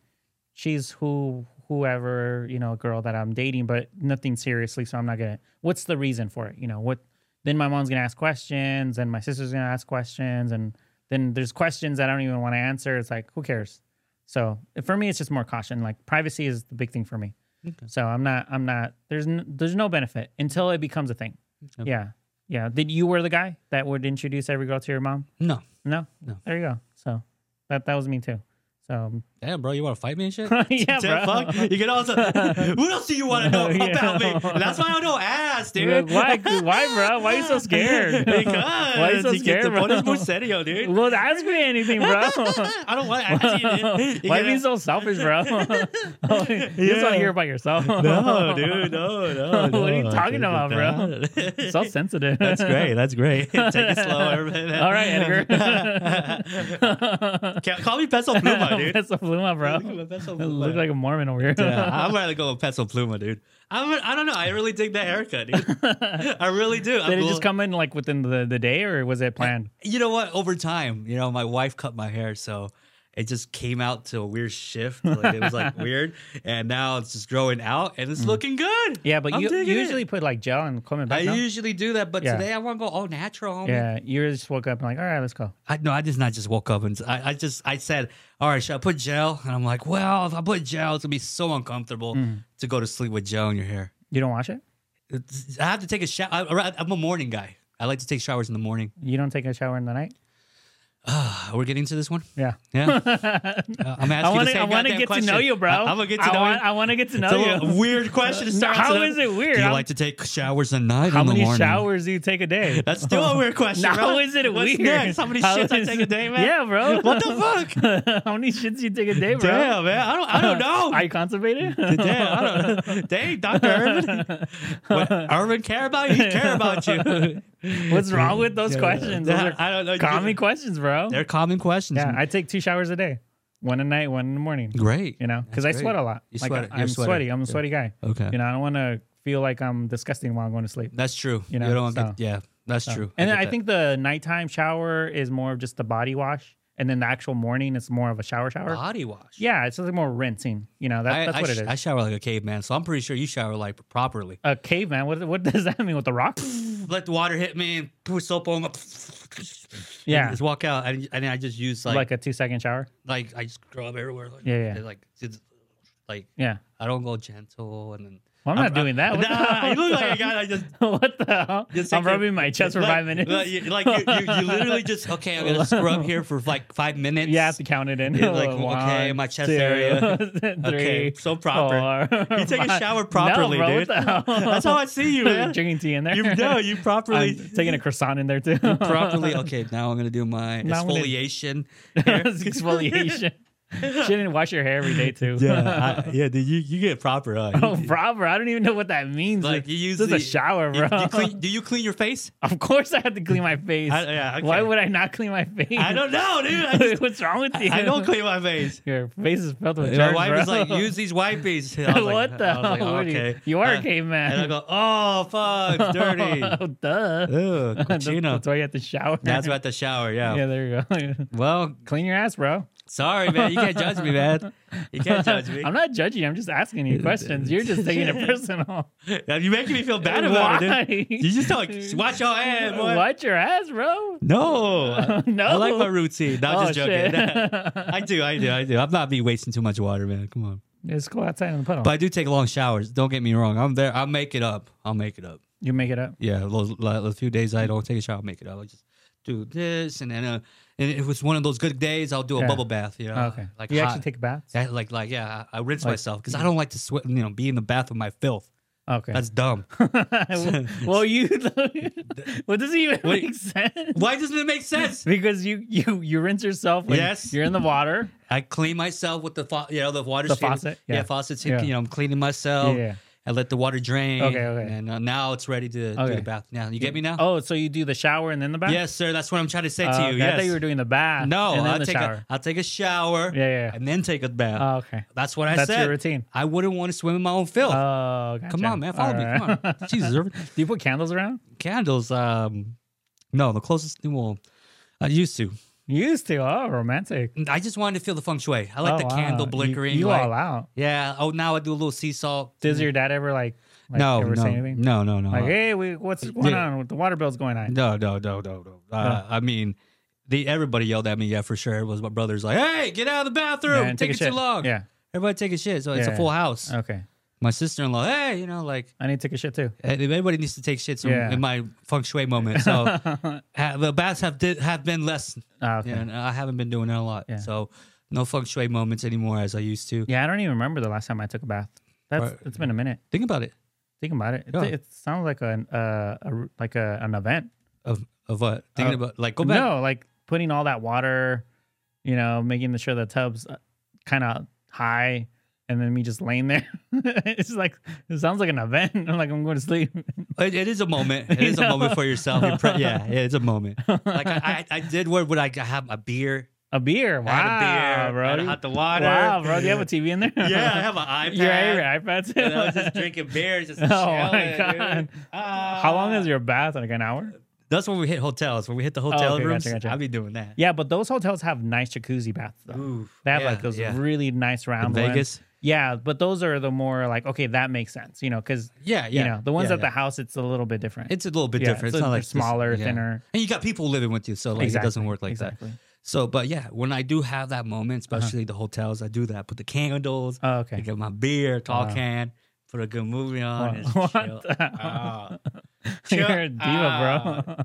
Speaker 2: she's who whoever you know girl that I'm dating, but nothing seriously. So I'm not gonna. What's the reason for it? You know what? Then my mom's gonna ask questions, and my sister's gonna ask questions, and then there's questions that I don't even want to answer. It's like, who cares? So for me, it's just more caution. Like privacy is the big thing for me.
Speaker 1: Okay.
Speaker 2: So I'm not. I'm not. There's n- there's no benefit until it becomes a thing.
Speaker 1: Okay.
Speaker 2: Yeah, yeah. Did you were the guy that would introduce every girl to your mom?
Speaker 1: No,
Speaker 2: No,
Speaker 1: No.
Speaker 2: There you go. So that that was me too.
Speaker 1: <laughs>
Speaker 2: So <laughs>
Speaker 1: damn, bro, you want to fight me and shit? Damn,
Speaker 2: yeah, bro.
Speaker 1: fuck. You can also.
Speaker 2: <laughs>
Speaker 1: what else do you want to know
Speaker 2: Yeah.
Speaker 1: about me? That's why I don't ask, dude.
Speaker 2: <laughs> Why, why, bro? Why you
Speaker 1: <laughs>
Speaker 2: so scared?
Speaker 1: because
Speaker 2: <laughs> why you so
Speaker 1: you get
Speaker 2: scared,
Speaker 1: the
Speaker 2: bro?
Speaker 1: bonus muy serio, dude.
Speaker 2: <laughs> Well, ask me anything,
Speaker 1: <laughs>
Speaker 2: bro.
Speaker 1: I don't
Speaker 2: <laughs>
Speaker 1: want to ask you. dude. You
Speaker 2: Why
Speaker 1: gotta-
Speaker 2: be so selfish,
Speaker 1: <laughs>
Speaker 2: bro? <laughs> you just want
Speaker 1: Yeah.
Speaker 2: to hear about yourself.
Speaker 1: No,
Speaker 2: <laughs>
Speaker 1: dude, no, <laughs> no.
Speaker 2: What are you
Speaker 1: no,
Speaker 2: talking
Speaker 1: dude,
Speaker 2: about, bro?
Speaker 1: no.
Speaker 2: so sensitive.
Speaker 1: That's
Speaker 2: <laughs>
Speaker 1: great. That's great. <laughs> Take it slow, everybody.
Speaker 2: All
Speaker 1: <laughs>
Speaker 2: right,
Speaker 1: Edgar.
Speaker 2: Edgar.
Speaker 1: Call me Peso <laughs> Pluma, dude.
Speaker 2: That's a Pluma, bro.
Speaker 1: Peso
Speaker 2: Look
Speaker 1: Pluma.
Speaker 2: like a Mormon over here.
Speaker 1: Yeah, I'm gonna go with Peso Pluma, dude. I'm, I don't know. I really dig that haircut, dude. <laughs> I really do. I'm
Speaker 2: <laughs> Did
Speaker 1: a
Speaker 2: it
Speaker 1: little-
Speaker 2: just come in like within the, the day, or was it planned?
Speaker 1: you know what? Over time, you know, my wife cut my hair, so it just came out to a weird shift. Like it was <laughs> like weird, and now it's just growing out, and it's looking good.
Speaker 2: Yeah, but
Speaker 1: I'm
Speaker 2: you
Speaker 1: digging it.
Speaker 2: usually put like gel and coming back.
Speaker 1: I
Speaker 2: no?
Speaker 1: usually do that, but
Speaker 2: Yeah.
Speaker 1: today I want to go all natural, homie.
Speaker 2: yeah, you just woke up and like, all right, let's go.
Speaker 1: I, no, I just not just woke up and I, I just I said, all right, should I put gel? And I'm like, well, if I put gel, it's gonna be so uncomfortable
Speaker 2: Mm.
Speaker 1: to go to sleep with gel in your hair.
Speaker 2: You don't wash it.
Speaker 1: It's- I have to take a shower. I, I'm a morning guy. I like to take showers in the morning.
Speaker 2: You don't take a shower in the night.
Speaker 1: We're getting to this one.
Speaker 2: Yeah. <laughs>
Speaker 1: Yeah, Uh, I'm asking you
Speaker 2: I want
Speaker 1: the
Speaker 2: to.
Speaker 1: same
Speaker 2: I want to
Speaker 1: goddamn
Speaker 2: get
Speaker 1: question.
Speaker 2: to know you, bro.
Speaker 1: I, am gonna get to
Speaker 2: I
Speaker 1: know
Speaker 2: want,
Speaker 1: you.
Speaker 2: I want to get to know
Speaker 1: it's a
Speaker 2: you. <laughs>
Speaker 1: little weird question to
Speaker 2: No,
Speaker 1: start.
Speaker 2: how
Speaker 1: with.
Speaker 2: is it weird?
Speaker 1: Do you
Speaker 2: I'm-
Speaker 1: like to take showers at night?
Speaker 2: How
Speaker 1: in the
Speaker 2: many
Speaker 1: morning?
Speaker 2: showers do you take a day?
Speaker 1: <laughs> That's still a weird question.
Speaker 2: No,
Speaker 1: bro.
Speaker 2: how is it
Speaker 1: What's
Speaker 2: weird?
Speaker 1: Next? How many
Speaker 2: How
Speaker 1: shits I
Speaker 2: is-
Speaker 1: take a day, man?
Speaker 2: Yeah, bro.
Speaker 1: What the fuck?
Speaker 2: fuck? how many shits you take a day, <laughs> bro?
Speaker 1: Damn, man. I don't. I don't know.
Speaker 2: Are you
Speaker 1: <laughs>
Speaker 2: constipated?
Speaker 1: Damn, I don't know. Dang, Dr. Urban. What Urban care about you? He care about
Speaker 2: <laughs>
Speaker 1: you.
Speaker 2: <laughs> What's wrong with those questions? Those
Speaker 1: <laughs> Yeah,
Speaker 2: are
Speaker 1: I don't know.
Speaker 2: common questions, bro.
Speaker 1: They're common questions.
Speaker 2: Yeah, I take two showers a day, one at night, one in the morning.
Speaker 1: Great.
Speaker 2: You know, because I
Speaker 1: That's
Speaker 2: sweat
Speaker 1: great.
Speaker 2: a lot.
Speaker 1: You
Speaker 2: like
Speaker 1: sweat- you're
Speaker 2: I, am
Speaker 1: a sweater.
Speaker 2: sweaty. I'm a
Speaker 1: Yeah.
Speaker 2: sweaty guy.
Speaker 1: Okay.
Speaker 2: You know, I don't want to feel like I'm disgusting while I'm going to sleep.
Speaker 1: That's true.
Speaker 2: You
Speaker 1: You,
Speaker 2: know,
Speaker 1: don't
Speaker 2: so-
Speaker 1: get, yeah, that's true.
Speaker 2: And then
Speaker 1: get
Speaker 2: I
Speaker 1: that.
Speaker 2: think the nighttime shower is more of just the body wash and then the actual morning it's more of a shower shower.
Speaker 1: Body wash.
Speaker 2: Yeah, it's just like more rinsing. You know, that,
Speaker 1: I,
Speaker 2: that's
Speaker 1: I
Speaker 2: what
Speaker 1: sh-
Speaker 2: it
Speaker 1: I
Speaker 2: is.
Speaker 1: shower like a caveman, so I'm pretty sure you shower like properly.
Speaker 2: A caveman. What <laughs> what does that mean with the rock?
Speaker 1: Let the water hit me and put soap on. My, <laughs>
Speaker 2: Yeah.
Speaker 1: just walk out, and, and I just use
Speaker 2: Like,
Speaker 1: like like,
Speaker 2: a two second shower.
Speaker 1: I just scrub everywhere. Like,
Speaker 2: Yeah, yeah.
Speaker 1: Like it's- like
Speaker 2: Yeah.
Speaker 1: I don't go gentle, and then
Speaker 2: Well, I'm not
Speaker 1: I'm-
Speaker 2: doing that. What
Speaker 1: <laughs>
Speaker 2: the-
Speaker 1: nah, you
Speaker 2: what
Speaker 1: look like
Speaker 2: <laughs>
Speaker 1: a
Speaker 2: the-
Speaker 1: guy that just
Speaker 2: what the hell?
Speaker 1: Just
Speaker 2: I'm
Speaker 1: take your-
Speaker 2: rubbing my chest for
Speaker 1: like-
Speaker 2: five minutes. <laughs>
Speaker 1: Like, you, like you, you, you literally just okay. I'm gonna scrub here for like five minutes.
Speaker 2: you have to count it in.
Speaker 1: Yeah,
Speaker 2: <laughs>
Speaker 1: like, okay, my chest area. Okay,
Speaker 2: Three,
Speaker 1: so proper.
Speaker 2: four,
Speaker 1: You take a
Speaker 2: five.
Speaker 1: shower properly,
Speaker 2: no, bro,
Speaker 1: dude.
Speaker 2: What the hell?
Speaker 1: <laughs> That's how I see you, man.
Speaker 2: Drinking tea in
Speaker 1: <laughs>
Speaker 2: there.
Speaker 1: You no, you properly,
Speaker 2: <laughs> I'm taking a croissant in there too.
Speaker 1: <laughs> properly.
Speaker 2: <laughs>
Speaker 1: Okay, now I'm gonna do my
Speaker 2: Now I'm gonna-
Speaker 1: exfoliation.
Speaker 2: <laughs> exfoliation. Shouldn't wash your hair every day too. <laughs>
Speaker 1: yeah, I, yeah, dude, you, you get proper. Huh? You-
Speaker 2: oh, proper. I don't even know what that means.
Speaker 1: Like,
Speaker 2: Like,
Speaker 1: you use
Speaker 2: this is a
Speaker 1: the-
Speaker 2: shower,
Speaker 1: you-
Speaker 2: bro.
Speaker 1: you clean- do you clean your face?
Speaker 2: <laughs> of course, I have to clean my face.
Speaker 1: I- yeah, okay.
Speaker 2: Why would I not clean my face?
Speaker 1: I don't know, dude. I,
Speaker 2: <laughs>
Speaker 1: just,
Speaker 2: What's wrong with you?
Speaker 1: I don't clean my face.
Speaker 2: <laughs> Your face is filled with
Speaker 1: And
Speaker 2: germs,
Speaker 1: my wife
Speaker 2: bro.
Speaker 1: was
Speaker 2: <laughs>
Speaker 1: like, use these wipes. I was like-
Speaker 2: what the
Speaker 1: I was
Speaker 2: hell?
Speaker 1: like,
Speaker 2: What are you-
Speaker 1: okay.
Speaker 2: You are
Speaker 1: Uh,
Speaker 2: a caveman.
Speaker 1: And I go, oh fuck,
Speaker 2: <laughs>
Speaker 1: it's dirty.
Speaker 2: oh, duh.
Speaker 1: Ew,
Speaker 2: That's-
Speaker 1: cochino.
Speaker 2: That's why you have to shower.
Speaker 1: That's about the shower, yeah.
Speaker 2: <laughs> Yeah, there you go.
Speaker 1: Well,
Speaker 2: Clean your ass, bro.
Speaker 1: sorry, man. You can't judge me, man. You can't
Speaker 2: <laughs>
Speaker 1: judge me. <laughs>
Speaker 2: I'm not judging. you. I'm just asking you questions. You're just taking it personal.
Speaker 1: You're making me feel <laughs> bad about
Speaker 2: Why?
Speaker 1: it,
Speaker 2: <laughs>
Speaker 1: dude. You just like watch your hand, boy.
Speaker 2: Watch your ass, bro. <laughs>
Speaker 1: No,
Speaker 2: No.
Speaker 1: I like my routine. No, I'm
Speaker 2: Oh,
Speaker 1: just joking. <laughs>
Speaker 2: shit. <laughs>
Speaker 1: I do, I do, I do. I'm not be wasting too much water, man. Come on.
Speaker 2: it's cool outside in the puddle.
Speaker 1: But I do take long showers. Don't get me wrong. I'm there. I'll make it up. I'll make it up.
Speaker 2: you make it up.
Speaker 1: Yeah, those, like, the few days I don't take a shower, I'll make it up. I just do this, and then uh, and if it's one of those good days, I'll do a
Speaker 2: Yeah.
Speaker 1: bubble bath. You know,
Speaker 2: okay.
Speaker 1: Uh, like
Speaker 2: you
Speaker 1: hot.
Speaker 2: actually take a bath.
Speaker 1: Yeah, like like yeah, I, I rinse
Speaker 2: Like-
Speaker 1: myself because I don't like to sweat. You know, be in the bath with my filth.
Speaker 2: Okay.
Speaker 1: That's dumb. <laughs>
Speaker 2: <laughs> well, you. well, does it even
Speaker 1: Wait.
Speaker 2: make sense?
Speaker 1: Why doesn't it make sense?
Speaker 2: Because you you you rinse yourself. When
Speaker 1: Yes.
Speaker 2: You're in the water.
Speaker 1: I clean myself with the faucet. You know, the water.
Speaker 2: The
Speaker 1: stream-
Speaker 2: faucet?
Speaker 1: Yeah,
Speaker 2: Yeah.
Speaker 1: faucets.
Speaker 2: Yeah.
Speaker 1: You know, I'm cleaning myself.
Speaker 2: Yeah, yeah.
Speaker 1: I let the water drain.
Speaker 2: Okay, okay.
Speaker 1: And uh, now it's ready to do
Speaker 2: Okay.
Speaker 1: the bath. Now you get me now.
Speaker 2: Oh, so you do the shower and then the bath.
Speaker 1: yes, sir. That's what I'm trying to say
Speaker 2: Oh,
Speaker 1: to
Speaker 2: okay.
Speaker 1: you.
Speaker 2: I thought
Speaker 1: yes.
Speaker 2: you were doing the bath.
Speaker 1: no,
Speaker 2: and then
Speaker 1: I'll
Speaker 2: the
Speaker 1: take
Speaker 2: shower.
Speaker 1: a I'll take a shower.
Speaker 2: Yeah, yeah, yeah.
Speaker 1: And then take a bath.
Speaker 2: Oh, okay.
Speaker 1: That's what I
Speaker 2: That's
Speaker 1: said.
Speaker 2: your routine.
Speaker 1: I wouldn't want to swim in my own filth.
Speaker 2: Oh, gotcha.
Speaker 1: Come on, man. Follow me.
Speaker 2: Alright.
Speaker 1: Come on. Jesus. every-
Speaker 2: <laughs> Do you put candles around?
Speaker 1: Candles. Um, no, the closest thing will. I used to.
Speaker 2: You used to. Oh, romantic.
Speaker 1: I just wanted to feel the feng shui. I like
Speaker 2: Oh,
Speaker 1: the
Speaker 2: wow.
Speaker 1: candle
Speaker 2: You-
Speaker 1: blinkering.
Speaker 2: You,
Speaker 1: like-
Speaker 2: all out.
Speaker 1: Yeah. Oh, now I do a little sea salt.
Speaker 2: Does your dad ever like, like
Speaker 1: no,
Speaker 2: ever
Speaker 1: no,
Speaker 2: say anything?
Speaker 1: no, no, no,
Speaker 2: Like, hey, we, what's going on? The water bill's going on.
Speaker 1: no, no, no, no, no. Uh, I mean, the everybody yelled at me. Yeah, for sure. It was my brother's like, "Hey, get out of the bathroom!
Speaker 2: Man,
Speaker 1: Take,
Speaker 2: a
Speaker 1: it
Speaker 2: shit.
Speaker 1: too long.
Speaker 2: Yeah.
Speaker 1: Everybody take a shit. So it's
Speaker 2: Yeah. Uh.
Speaker 1: a full house.
Speaker 2: Okay.
Speaker 1: my sister-in-law, hey, you know, like
Speaker 2: I need to take a shit too.
Speaker 1: everybody needs to take shits in-
Speaker 2: Yeah.
Speaker 1: in my feng shui moment.
Speaker 2: <laughs>
Speaker 1: So ha- the baths have did, have been less,
Speaker 2: Ah, okay.
Speaker 1: yeah, and I haven't been doing that a lot.
Speaker 2: Yeah.
Speaker 1: So no feng shui moments anymore as I used to.
Speaker 2: Yeah, I don't even remember the last time I took a bath. That's
Speaker 1: Right.
Speaker 2: it's been a minute.
Speaker 1: Think about it.
Speaker 2: Think about it. It,
Speaker 1: Yeah.
Speaker 2: it sounds like an uh, a r like a, an event.
Speaker 1: Of of what? Thinking
Speaker 2: Uh,
Speaker 1: about like go back.
Speaker 2: No, like putting all that water, you know, making sure the tub's kind of high, and then me just laying there. <laughs> it's like it sounds like an event. <laughs> I'm like I'm going to sleep.
Speaker 1: It, it is a
Speaker 2: <laughs>
Speaker 1: moment. It is a
Speaker 2: know?
Speaker 1: moment for yourself. You're pre- yeah, yeah, it's a moment. Like I, I, I did what would I have a beer?
Speaker 2: <laughs> A beer. Wow,
Speaker 1: I had a beer,
Speaker 2: bro.
Speaker 1: I had hot the water.
Speaker 2: Wow, bro. Do you have a TV in there?
Speaker 1: <laughs> Yeah,
Speaker 2: <laughs>
Speaker 1: I have an iPad.
Speaker 2: Your, your iPad too.
Speaker 1: and I was
Speaker 2: <laughs>
Speaker 1: just drinking beers. Just
Speaker 2: Oh, my
Speaker 1: chilling, dude.
Speaker 2: God.
Speaker 1: Ah.
Speaker 2: How long is your bath? Like an hour?
Speaker 1: That's when we hit hotels. When we hit the hotel
Speaker 2: okay,
Speaker 1: rooms,
Speaker 2: gotcha, gotcha.
Speaker 1: I'll be doing that.
Speaker 2: Yeah, but those hotels have nice jacuzzi baths though.
Speaker 1: Ooh,
Speaker 2: They have
Speaker 1: yeah,
Speaker 2: like those
Speaker 1: yeah.
Speaker 2: really nice round
Speaker 1: In
Speaker 2: ones.
Speaker 1: Vegas.
Speaker 2: Yeah, but those are the more like okay, that makes sense, you know, because
Speaker 1: Yeah, yeah.
Speaker 2: you know the ones
Speaker 1: yeah,
Speaker 2: at
Speaker 1: yeah.
Speaker 2: the house, it's a little bit different.
Speaker 1: It's a little bit
Speaker 2: Yeah,
Speaker 1: different.
Speaker 2: so
Speaker 1: It's not
Speaker 2: they're
Speaker 1: like this-
Speaker 2: smaller,
Speaker 1: yeah.
Speaker 2: thinner.
Speaker 1: and you got people living with you, so like it doesn't work like
Speaker 2: exactly.
Speaker 1: that. So, but yeah, when I do have that moment, especially the hotels, I do that. Put the candles.
Speaker 2: Oh,
Speaker 1: I
Speaker 2: okay.
Speaker 1: get my beer, tall
Speaker 2: Wow.
Speaker 1: can, put a good movie on. and
Speaker 2: <laughs>
Speaker 1: just
Speaker 2: What
Speaker 1: chill.
Speaker 2: the hell? <laughs>
Speaker 1: Ah.
Speaker 2: You're a diva,
Speaker 1: Ah.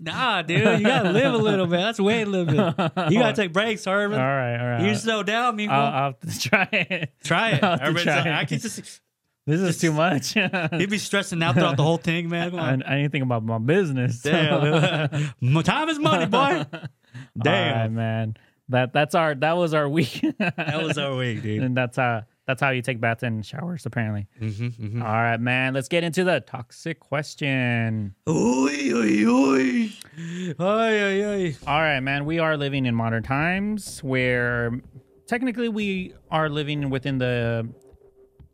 Speaker 1: Nah, dude, you gotta live a little bit. That's way living. You
Speaker 2: <laughs>
Speaker 1: gotta take breaks,
Speaker 2: bro.
Speaker 1: Herman.
Speaker 2: <laughs> all right, all right.
Speaker 1: You're so down, me.
Speaker 2: I'll, I'll <laughs> have to try it.
Speaker 1: try it.
Speaker 2: <laughs> I'll have to
Speaker 1: Herman's
Speaker 2: try
Speaker 1: like, I
Speaker 2: it.
Speaker 1: can just.
Speaker 2: This is too much. <laughs> I,
Speaker 1: He'd be stressing out throughout the whole thing, man. Come
Speaker 2: <laughs> I
Speaker 1: on.
Speaker 2: need to think about my business. <laughs>
Speaker 1: Damn. My <laughs> time is money, boy. Damn.
Speaker 2: All right, man. That that's our that was our week. <laughs>
Speaker 1: That was our week, dude.
Speaker 2: and that's uh that's how you take baths and showers apparently.
Speaker 1: Mm-hmm, mm-hmm.
Speaker 2: All right, man. Let's get into the toxic question.
Speaker 1: Oy, oy, oy. Ay, ay, ay.
Speaker 2: All right, man. We are living in modern times where technically we are living within the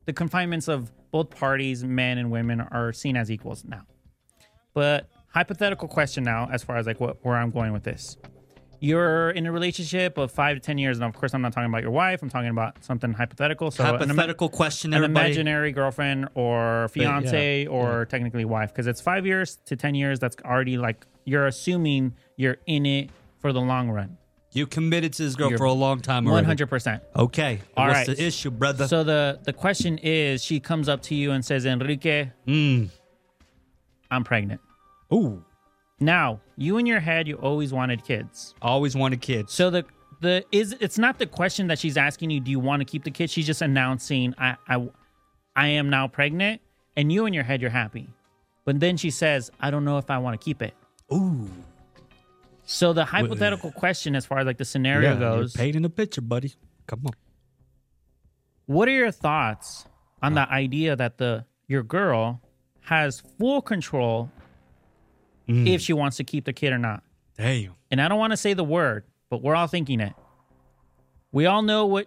Speaker 2: the confinements of both parties, men and women, are seen as equals now. But hypothetical question now, as far as like what, where I'm going with this, you're in a relationship of five to ten years, and of course, I'm not talking about your wife. I'm talking about something hypothetical. So, an ima-
Speaker 1: Hypothetical question,
Speaker 2: an
Speaker 1: everybody.
Speaker 2: imaginary girlfriend or fiance or technically wife because it's five years to 10 years. That's already like you're assuming you're in it for the long run.
Speaker 1: you committed to this girl
Speaker 2: You're
Speaker 1: for a long time already.
Speaker 2: 100%.
Speaker 1: Okay.
Speaker 2: All
Speaker 1: What's
Speaker 2: right.
Speaker 1: the issue, brother?
Speaker 2: So the, the question is she comes up to you and says, Enrique, I'm pregnant.
Speaker 1: Ooh.
Speaker 2: Now, you in your head, you always wanted kids.
Speaker 1: Always wanted kids.
Speaker 2: So the the is it's not the question that she's asking you. Do you want to keep the kid? She's just announcing I I I am now pregnant, and you in your head you're happy, but then she says I don't know if I want to keep it.
Speaker 1: Ooh.
Speaker 2: So the hypothetical question, as far as like the scenario
Speaker 1: Yeah, you're
Speaker 2: goes,
Speaker 1: Painting a picture, buddy. Come on.
Speaker 2: what are your thoughts on the idea that the your girl has full control if she wants to keep the kid or not?
Speaker 1: Damn.
Speaker 2: and I don't want to say the word, but we're all thinking it. We all know what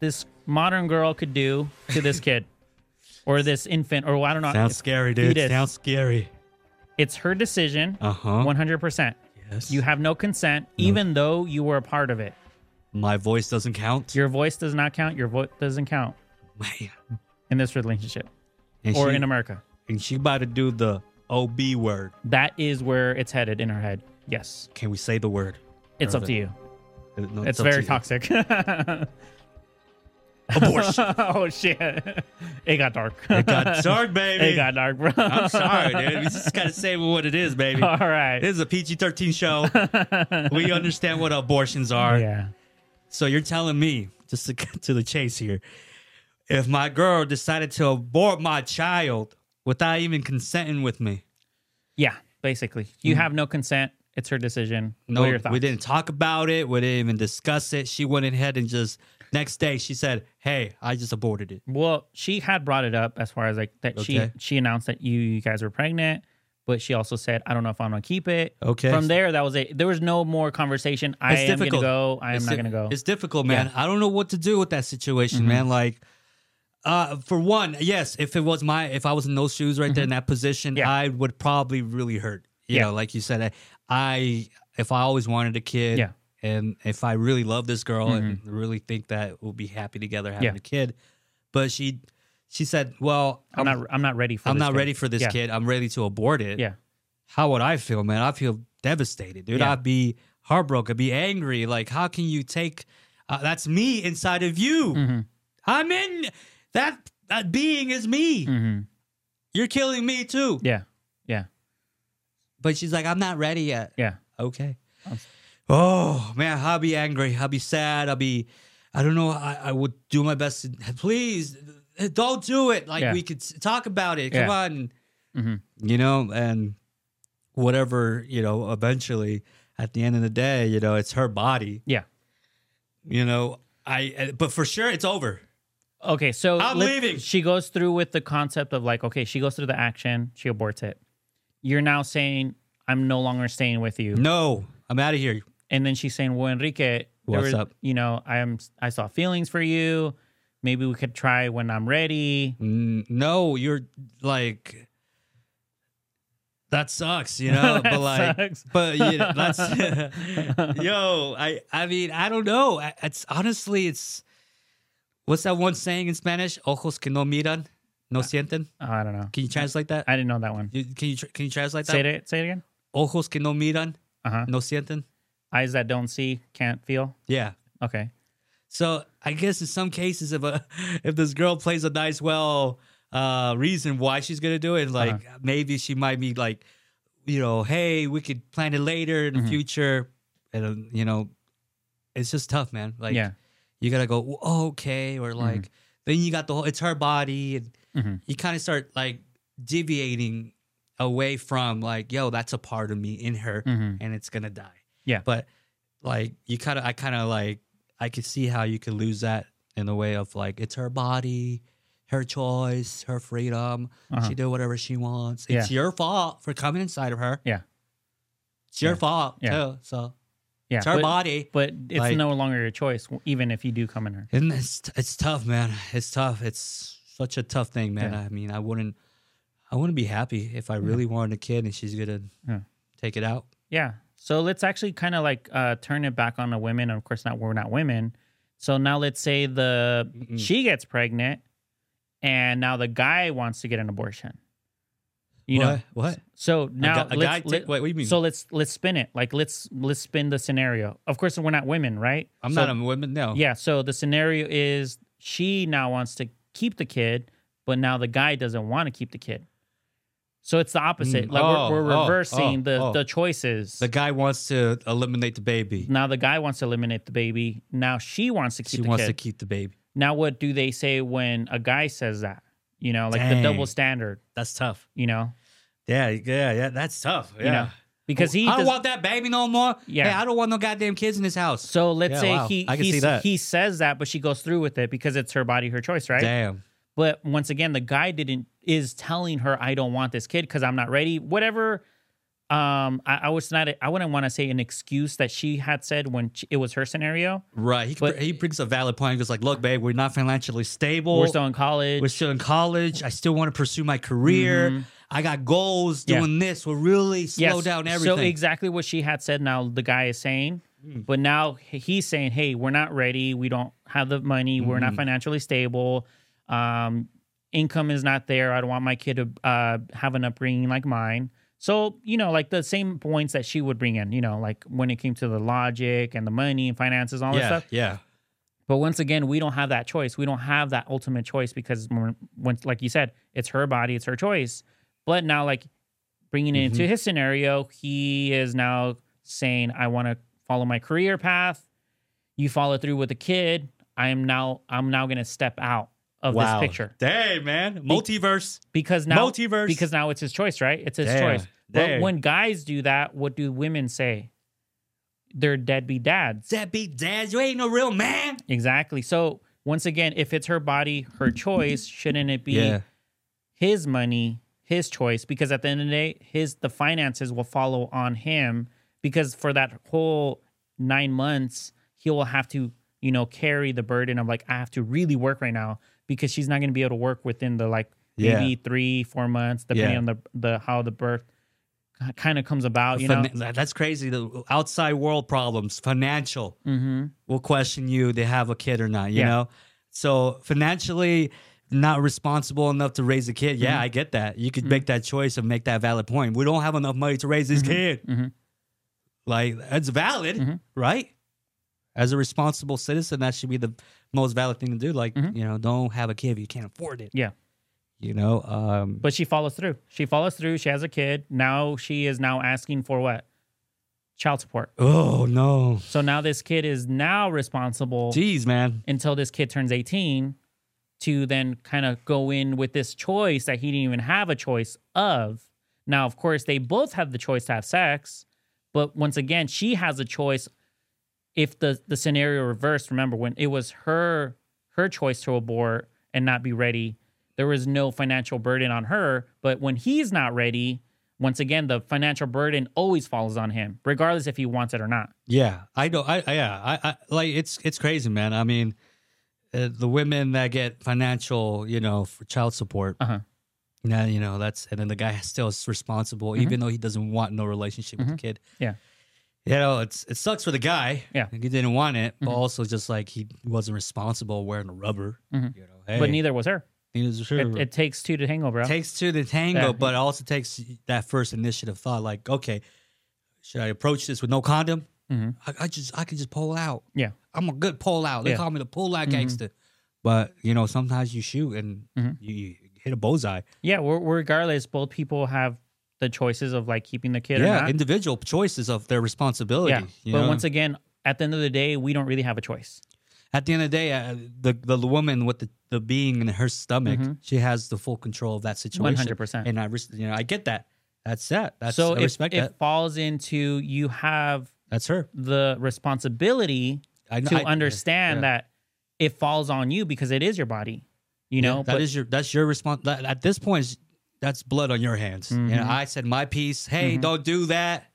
Speaker 2: this modern girl could do
Speaker 1: <laughs>
Speaker 2: to this kid or this infant, or I don't know.
Speaker 1: Sounds
Speaker 2: Uh, It's-
Speaker 1: scary, dude.
Speaker 2: fetus.
Speaker 1: Sounds scary.
Speaker 2: It's her decision,
Speaker 1: Uh huh.
Speaker 2: 100%.
Speaker 1: Yes.
Speaker 2: You have no consent, even though you were a part of it.
Speaker 1: My voice doesn't count.
Speaker 2: Your voice does not count. Your vote doesn't count
Speaker 1: Man.
Speaker 2: in this relationship
Speaker 1: And
Speaker 2: or
Speaker 1: she,
Speaker 2: in America.
Speaker 1: and she about to do the OB word.
Speaker 2: That is where it's headed in her head. Yes.
Speaker 1: Can we say the word?
Speaker 2: It's up
Speaker 1: Perfect.
Speaker 2: to you.
Speaker 1: No,
Speaker 2: It's
Speaker 1: up to
Speaker 2: very
Speaker 1: you.
Speaker 2: toxic. <laughs>
Speaker 1: Abortion.
Speaker 2: oh, shit. <laughs> It got dark.
Speaker 1: it got dark, baby.
Speaker 2: <laughs> It got dark, bro.
Speaker 1: I'm sorry, dude. We just gotta say what it is, baby.
Speaker 2: <laughs> All right.
Speaker 1: This is a PG-13
Speaker 2: <laughs>
Speaker 1: show. we understand what abortions are.
Speaker 2: yeah.
Speaker 1: So you're telling me, just to <laughs> cut to the chase here, if my girl decided to abort my child without even consenting with me,
Speaker 2: Yeah, basically. You have no consent. It's her decision.
Speaker 1: no,
Speaker 2: what are your thoughts?
Speaker 1: Hmm. we didn't talk about it, we didn't even discuss it. She went ahead and just next day she said, "Hey, I just aborted it."
Speaker 2: Well, she had brought it up as far as like that she
Speaker 1: Okay.
Speaker 2: she announced that you, you guys were pregnant, but she also said, I don't know if I'm gonna keep it.
Speaker 1: Okay.
Speaker 2: From there, that was it. There was no more conversation. I
Speaker 1: It's
Speaker 2: am
Speaker 1: difficult.
Speaker 2: gonna go, I am
Speaker 1: It's
Speaker 2: not
Speaker 1: di-
Speaker 2: gonna go. Mm-hmm.
Speaker 1: It's difficult, man. I don't know what to do with that situation, man. Like, uh, for one, yes, if it was my, if I was in those shoes right there in that position,
Speaker 2: Mm-hmm. Yeah.
Speaker 1: I would probably really hurt. You
Speaker 2: Yeah.
Speaker 1: know, like you said, I, I, if I always wanted a kid,
Speaker 2: Yeah. Mm-hmm.
Speaker 1: and if I really love this girl and really think that we'll be happy together having
Speaker 2: Yeah.
Speaker 1: a kid, but she, she said, well,
Speaker 2: I'm, not I'm not ready for
Speaker 1: I'm
Speaker 2: this
Speaker 1: not
Speaker 2: kid.
Speaker 1: ready for this
Speaker 2: Yeah.
Speaker 1: kid. I'm ready to abort it.
Speaker 2: Yeah.
Speaker 1: How would I feel, man? I feel devastated, dude.
Speaker 2: Yeah.
Speaker 1: I'd be heartbroken, be angry. Like, how can you take uh, that's me inside of you?
Speaker 2: Mm-hmm.
Speaker 1: I'm in that that being is me.
Speaker 2: hmm
Speaker 1: You're killing me too.
Speaker 2: Yeah. Yeah.
Speaker 1: But she's like, I'm not ready yet.
Speaker 2: Yeah.
Speaker 1: Okay.
Speaker 2: I'm-
Speaker 1: Oh man, I'll be angry. I'll be sad. I'll be. I don't know. I, I would do my best. To, please, don't do it. Like
Speaker 2: Yeah.
Speaker 1: we could s- talk about it. Come
Speaker 2: Yeah.
Speaker 1: on.
Speaker 2: Mhm.
Speaker 1: You know, and whatever you know. Eventually, at the end of the day, you know, it's her body.
Speaker 2: Yeah.
Speaker 1: You know, I. uh, But for sure, it's over.
Speaker 2: Okay, so
Speaker 1: I'm
Speaker 2: let-
Speaker 1: leaving.
Speaker 2: She goes through with the concept of like, okay, she goes through the action, she aborts it. You're now saying, I'm no longer staying with you.
Speaker 1: No, I'm out of here.
Speaker 2: and then she's saying, "Well, Enrique, there
Speaker 1: What's
Speaker 2: was-
Speaker 1: up?
Speaker 2: You know, I'm I saw feelings for you. Maybe we could try when I'm ready."
Speaker 1: N- No, you're like. That sucks, you
Speaker 2: <laughs>
Speaker 1: know. but
Speaker 2: That
Speaker 1: like,
Speaker 2: sucks.
Speaker 1: but you know, that's
Speaker 2: <laughs>
Speaker 1: yo i i mean i don't know I- it's honestly it's what's that one saying in spanish ojos que no miran no sienten
Speaker 2: Oh, I don't know.
Speaker 1: can you translate that
Speaker 2: I didn't know that one.
Speaker 1: You- can you tr- can you translate
Speaker 2: Say
Speaker 1: that
Speaker 2: it. Say it again.
Speaker 1: ojos que no miran
Speaker 2: Uh huh.
Speaker 1: no sienten
Speaker 2: Eyes that don't see can't feel.
Speaker 1: yeah
Speaker 2: Okay.
Speaker 1: so i guess in some cases if a <laughs> if this girl plays a nice well uh reason why she's gonna do it like maybe she might be like you know hey we could plan it later in the future and uh, you know it's just tough man like
Speaker 2: yeah.
Speaker 1: you gotta go "Oh, okay or like then you got the whole it's her body and
Speaker 2: Mhm.
Speaker 1: you kind of start like deviating away from like yo that's a part of me in her
Speaker 2: Mhm.
Speaker 1: and it's gonna die
Speaker 2: Yeah.
Speaker 1: but like you kind of i kind of like i could see how you could lose that in the way of like it's her body her choice her freedom
Speaker 2: Uh-huh.
Speaker 1: she do whatever she wants
Speaker 2: Yeah.
Speaker 1: it's your fault for coming inside of her
Speaker 2: Yeah.
Speaker 1: it's your
Speaker 2: Yeah.
Speaker 1: fault
Speaker 2: Yeah.
Speaker 1: too so
Speaker 2: Yeah.
Speaker 1: it's her
Speaker 2: but,
Speaker 1: body
Speaker 2: but it's
Speaker 1: Like-
Speaker 2: no longer your choice, even if you do come in her.
Speaker 1: and it's it's tough, man. It's tough. It's such a tough thing, man.
Speaker 2: Yeah.
Speaker 1: I mean, I wouldn't, I wouldn't be happy if I really wanted a kid and she's gonna
Speaker 2: Yeah.
Speaker 1: take it out.
Speaker 2: Yeah. So let's actually kind of like uh, turn it back on the women. Of course, not we're not women. So now let's say the
Speaker 1: Mm-mm.
Speaker 2: she gets pregnant, and now the guy wants to get an abortion. You
Speaker 1: what?
Speaker 2: know,
Speaker 1: what?
Speaker 2: so now
Speaker 1: a gu- a
Speaker 2: let's-
Speaker 1: guy take-
Speaker 2: let-
Speaker 1: wait, what do you mean?
Speaker 2: so let's let's spin it. Like let's let's spin the scenario. Of course, we're not women, right?
Speaker 1: I'm
Speaker 2: So-
Speaker 1: not a woman. No.
Speaker 2: Yeah. So the scenario is she now wants to keep the kid, but now the guy doesn't want to keep the kid. So it's the opposite.
Speaker 1: Mm,
Speaker 2: like
Speaker 1: oh,
Speaker 2: we're, we're
Speaker 1: oh,
Speaker 2: reversing
Speaker 1: oh,
Speaker 2: the
Speaker 1: oh.
Speaker 2: the choices.
Speaker 1: The guy wants to eliminate the baby.
Speaker 2: now the guy wants to eliminate the baby. Now she wants to keep
Speaker 1: She
Speaker 2: the
Speaker 1: wants
Speaker 2: kid.
Speaker 1: to keep the baby.
Speaker 2: now what do they say when a guy says that? You know, like
Speaker 1: Dang.
Speaker 2: the double standard.
Speaker 1: That's tough.
Speaker 2: You know,
Speaker 1: Yeah, yeah, yeah. That's tough. Yeah.
Speaker 2: You know, because he
Speaker 1: Oh, I don't
Speaker 2: does-
Speaker 1: want that baby no more.
Speaker 2: Yeah.
Speaker 1: Hey, I don't want no goddamn kids in this house.
Speaker 2: So let's
Speaker 1: Yeah,
Speaker 2: say
Speaker 1: wow.
Speaker 2: he
Speaker 1: I can
Speaker 2: he,
Speaker 1: see that.
Speaker 2: he says that, but she goes through with it because it's her body, her choice, right?
Speaker 1: Damn.
Speaker 2: But once again, the guy didn't is telling her, "I don't want this kid because I'm not ready." Whatever. Um, I, I was not. I wouldn't want to say an excuse that she had said when she, it was her scenario.
Speaker 1: Right. He,
Speaker 2: But-
Speaker 1: he brings a valid point. He goes like, look, babe, we're not financially stable.
Speaker 2: We're still in college.
Speaker 1: We're still in college. I still want to pursue my career. I got goals.
Speaker 2: Yeah.
Speaker 1: Doing this will really slow down everything.
Speaker 2: So exactly what she had said. Now the guy is saying, but now h- he's saying, "Hey, we're not ready. We don't have the money. We're not financially stable. Um, income is not there. I don't want my kid to uh, have an upbringing like mine." So you know, like the same points that she would bring in. You know, like when it came to the logic and the money and finances, and all that
Speaker 1: yeah,
Speaker 2: stuff.
Speaker 1: yeah.
Speaker 2: But once again, we don't have that choice. We don't have that ultimate choice because when, when like you said, it's her body, it's her choice. But now, like bringing it
Speaker 1: Mm-hmm.
Speaker 2: into his scenario, he is now saying, "I want to follow my career path." You follow through with the kid. I am now. I'm now going to step out of
Speaker 1: wow.
Speaker 2: this picture
Speaker 1: Dang, man. Multiverse.
Speaker 2: because now,
Speaker 1: Multiverse.
Speaker 2: because now it's his choice, right? It's his
Speaker 1: Damn.
Speaker 2: choice.
Speaker 1: Damn.
Speaker 2: But when guys do that, what do women say? They're deadbeat dads.
Speaker 1: that beat dads. You ain't no real man.
Speaker 2: Exactly. So once again, if it's her body, her choice, shouldn't it be
Speaker 1: Yeah.
Speaker 2: his money, his choice? Because at the end of the day, his the finances will follow on him. Because for that whole nine months, he will have to, you know, carry the burden of like I have to really work right now because she's not going to be able to work within the like
Speaker 1: Yeah.
Speaker 2: maybe three four months depending
Speaker 1: Yeah.
Speaker 2: on the the how the birth kind of comes about. uh, You know.
Speaker 1: Fin- That's crazy. The outside world problems, financial.
Speaker 2: Mm-hmm.
Speaker 1: will question you they have a kid or not you
Speaker 2: Yeah.
Speaker 1: know so financially not responsible enough to raise a kid yeah
Speaker 2: Mm-hmm.
Speaker 1: i get that you could make that choice and make that valid point we don't have enough money to raise this kid
Speaker 2: mhm.
Speaker 1: like that's valid
Speaker 2: Mhm.
Speaker 1: right as a responsible citizen that should be the most valid thing to do like
Speaker 2: Mhm.
Speaker 1: you know don't have a kid if you can't afford it
Speaker 2: Yeah.
Speaker 1: you know um
Speaker 2: But she follows through. She follows through. She has a kid. Now she is now asking for what? Child support.
Speaker 1: oh no
Speaker 2: So now this kid is now responsible
Speaker 1: jeez man
Speaker 2: until this kid turns 18 to then kind of go in with this choice that he didn't even have a choice of. Now, of course, they both have the choice to have sex, but once again, she has a choice if the the scenario reversed, remember when it was her her choice to abort and not be ready, there was no financial burden on her, but when he's not ready, once again, the financial burden always falls on him, regardless if he wants it or not.
Speaker 1: Yeah, I don't. I I- yeah, I, I like it's it's crazy, man. I mean, uh, the women that get financial, you know, for child support.
Speaker 2: Uh-huh.
Speaker 1: Now you know that's, and then the guy still is responsible, even though he doesn't want no relationship with the kid.
Speaker 2: Mm-hmm. Yeah.
Speaker 1: you know, it's it sucks for the guy.
Speaker 2: Yeah. Mm-hmm.
Speaker 1: he didn't want it, but also just like he wasn't responsible wearing the rubber.
Speaker 2: Mhm.
Speaker 1: You know, hey,
Speaker 2: But neither was her.
Speaker 1: neither sure.
Speaker 2: It, it takes two to tango, bro.
Speaker 1: takes two to tango,
Speaker 2: Yeah.
Speaker 1: but it also takes that first initiative thought. Like, okay, should I approach this with no condom?
Speaker 2: Mhm.
Speaker 1: I, I just I can just pull out.
Speaker 2: Yeah.
Speaker 1: I'm a good pull out. They
Speaker 2: Yeah.
Speaker 1: call me the pull out
Speaker 2: Mhm.
Speaker 1: gangster. But you know, sometimes you shoot and
Speaker 2: Mhm.
Speaker 1: you, you hit a bullseye.
Speaker 2: Yeah, we're, we're regardless, both people have the choices of like keeping the kid or
Speaker 1: yeah,
Speaker 2: not.
Speaker 1: individual choices of their responsibility.
Speaker 2: yeah,
Speaker 1: you
Speaker 2: but
Speaker 1: know?
Speaker 2: once again, at the end of the day, we don't really have a choice.
Speaker 1: at the end of the day, uh, the the woman with the, the being in her stomach,
Speaker 2: Mhm.
Speaker 1: she has the full control of that situation.
Speaker 2: 100%.
Speaker 1: And I, res- you know, I get that. That's that. That's
Speaker 2: so
Speaker 1: I
Speaker 2: if
Speaker 1: respect
Speaker 2: it
Speaker 1: that.
Speaker 2: falls into you have
Speaker 1: That's her.
Speaker 2: the responsibility
Speaker 1: I
Speaker 2: to
Speaker 1: I-
Speaker 2: understand
Speaker 1: yeah.
Speaker 2: that it falls on you because it is your body. You know,
Speaker 1: that is your that's your response. That, at this point, that's blood on your hands. You know,
Speaker 2: Mhm.
Speaker 1: I said my piece. Hey,
Speaker 2: Mhm.
Speaker 1: don't do that.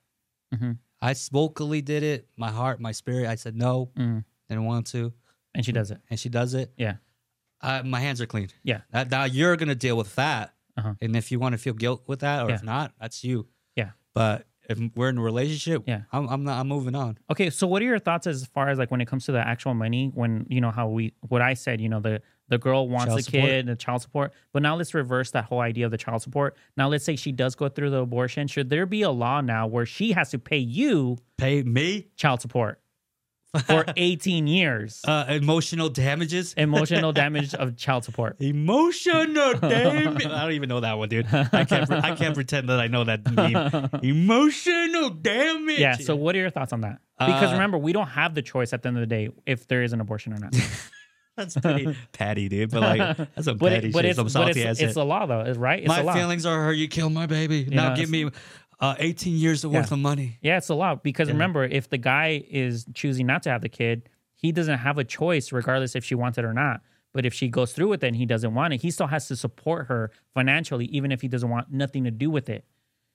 Speaker 2: Mhm.
Speaker 1: I vocally did it. My heart, my spirit. I said no.
Speaker 2: Mm,
Speaker 1: Didn't want to,
Speaker 2: and she does it.
Speaker 1: and she does it.
Speaker 2: Yeah.
Speaker 1: I, my hands are clean.
Speaker 2: Yeah.
Speaker 1: That, now you're gonna deal with that,
Speaker 2: Uh-huh.
Speaker 1: and if you want to feel guilt with that, or if not, that's you.
Speaker 2: Yeah.
Speaker 1: But If we're in a relationship,
Speaker 2: Yeah.
Speaker 1: I'm, I'm not. I'm moving on.
Speaker 2: Okay, so what are your thoughts as far as like when it comes to the actual money? When you know how we, what I said, you know the the girl wants
Speaker 1: Child
Speaker 2: a
Speaker 1: support.
Speaker 2: kid, the child support. But now let's reverse that whole idea of the child support. Now let's say she does go through the abortion. Should there be a law now where she has to pay you
Speaker 1: Pay me
Speaker 2: child support
Speaker 1: <laughs>
Speaker 2: for eighteen years?
Speaker 1: uh, emotional damages.
Speaker 2: Emotional damage of child
Speaker 1: <laughs>
Speaker 2: support.
Speaker 1: Emotional damage. <laughs> I don't even know that one, dude. I
Speaker 2: <laughs>
Speaker 1: can't. I can't pretend that I know that meme. Emotional damage.
Speaker 2: Yeah. So what are your thoughts on that? Because
Speaker 1: Uh,
Speaker 2: remember, we don't have the choice at the end of the day if there is an abortion
Speaker 1: <laughs>
Speaker 2: or not.
Speaker 1: <laughs> that's pretty patty, dude. But like, that's some
Speaker 2: <laughs> But,
Speaker 1: patty
Speaker 2: it, but
Speaker 1: shit.
Speaker 2: it's
Speaker 1: Some
Speaker 2: but
Speaker 1: salty
Speaker 2: it's,
Speaker 1: ass
Speaker 2: it's
Speaker 1: shit.
Speaker 2: a law though, is- right? It's a
Speaker 1: My
Speaker 2: law.
Speaker 1: feelings are hurt. You killed my baby. now
Speaker 2: know,
Speaker 1: give me uh, 18 years of worth
Speaker 2: Yeah.
Speaker 1: of money.
Speaker 2: Yeah, it's a lot because remember, if the guy is choosing not to have the kid, he doesn't have a choice, regardless if she wants it or not. But if she goes through with it and he doesn't want it, he still has to support her financially, even if he doesn't want nothing to do with it.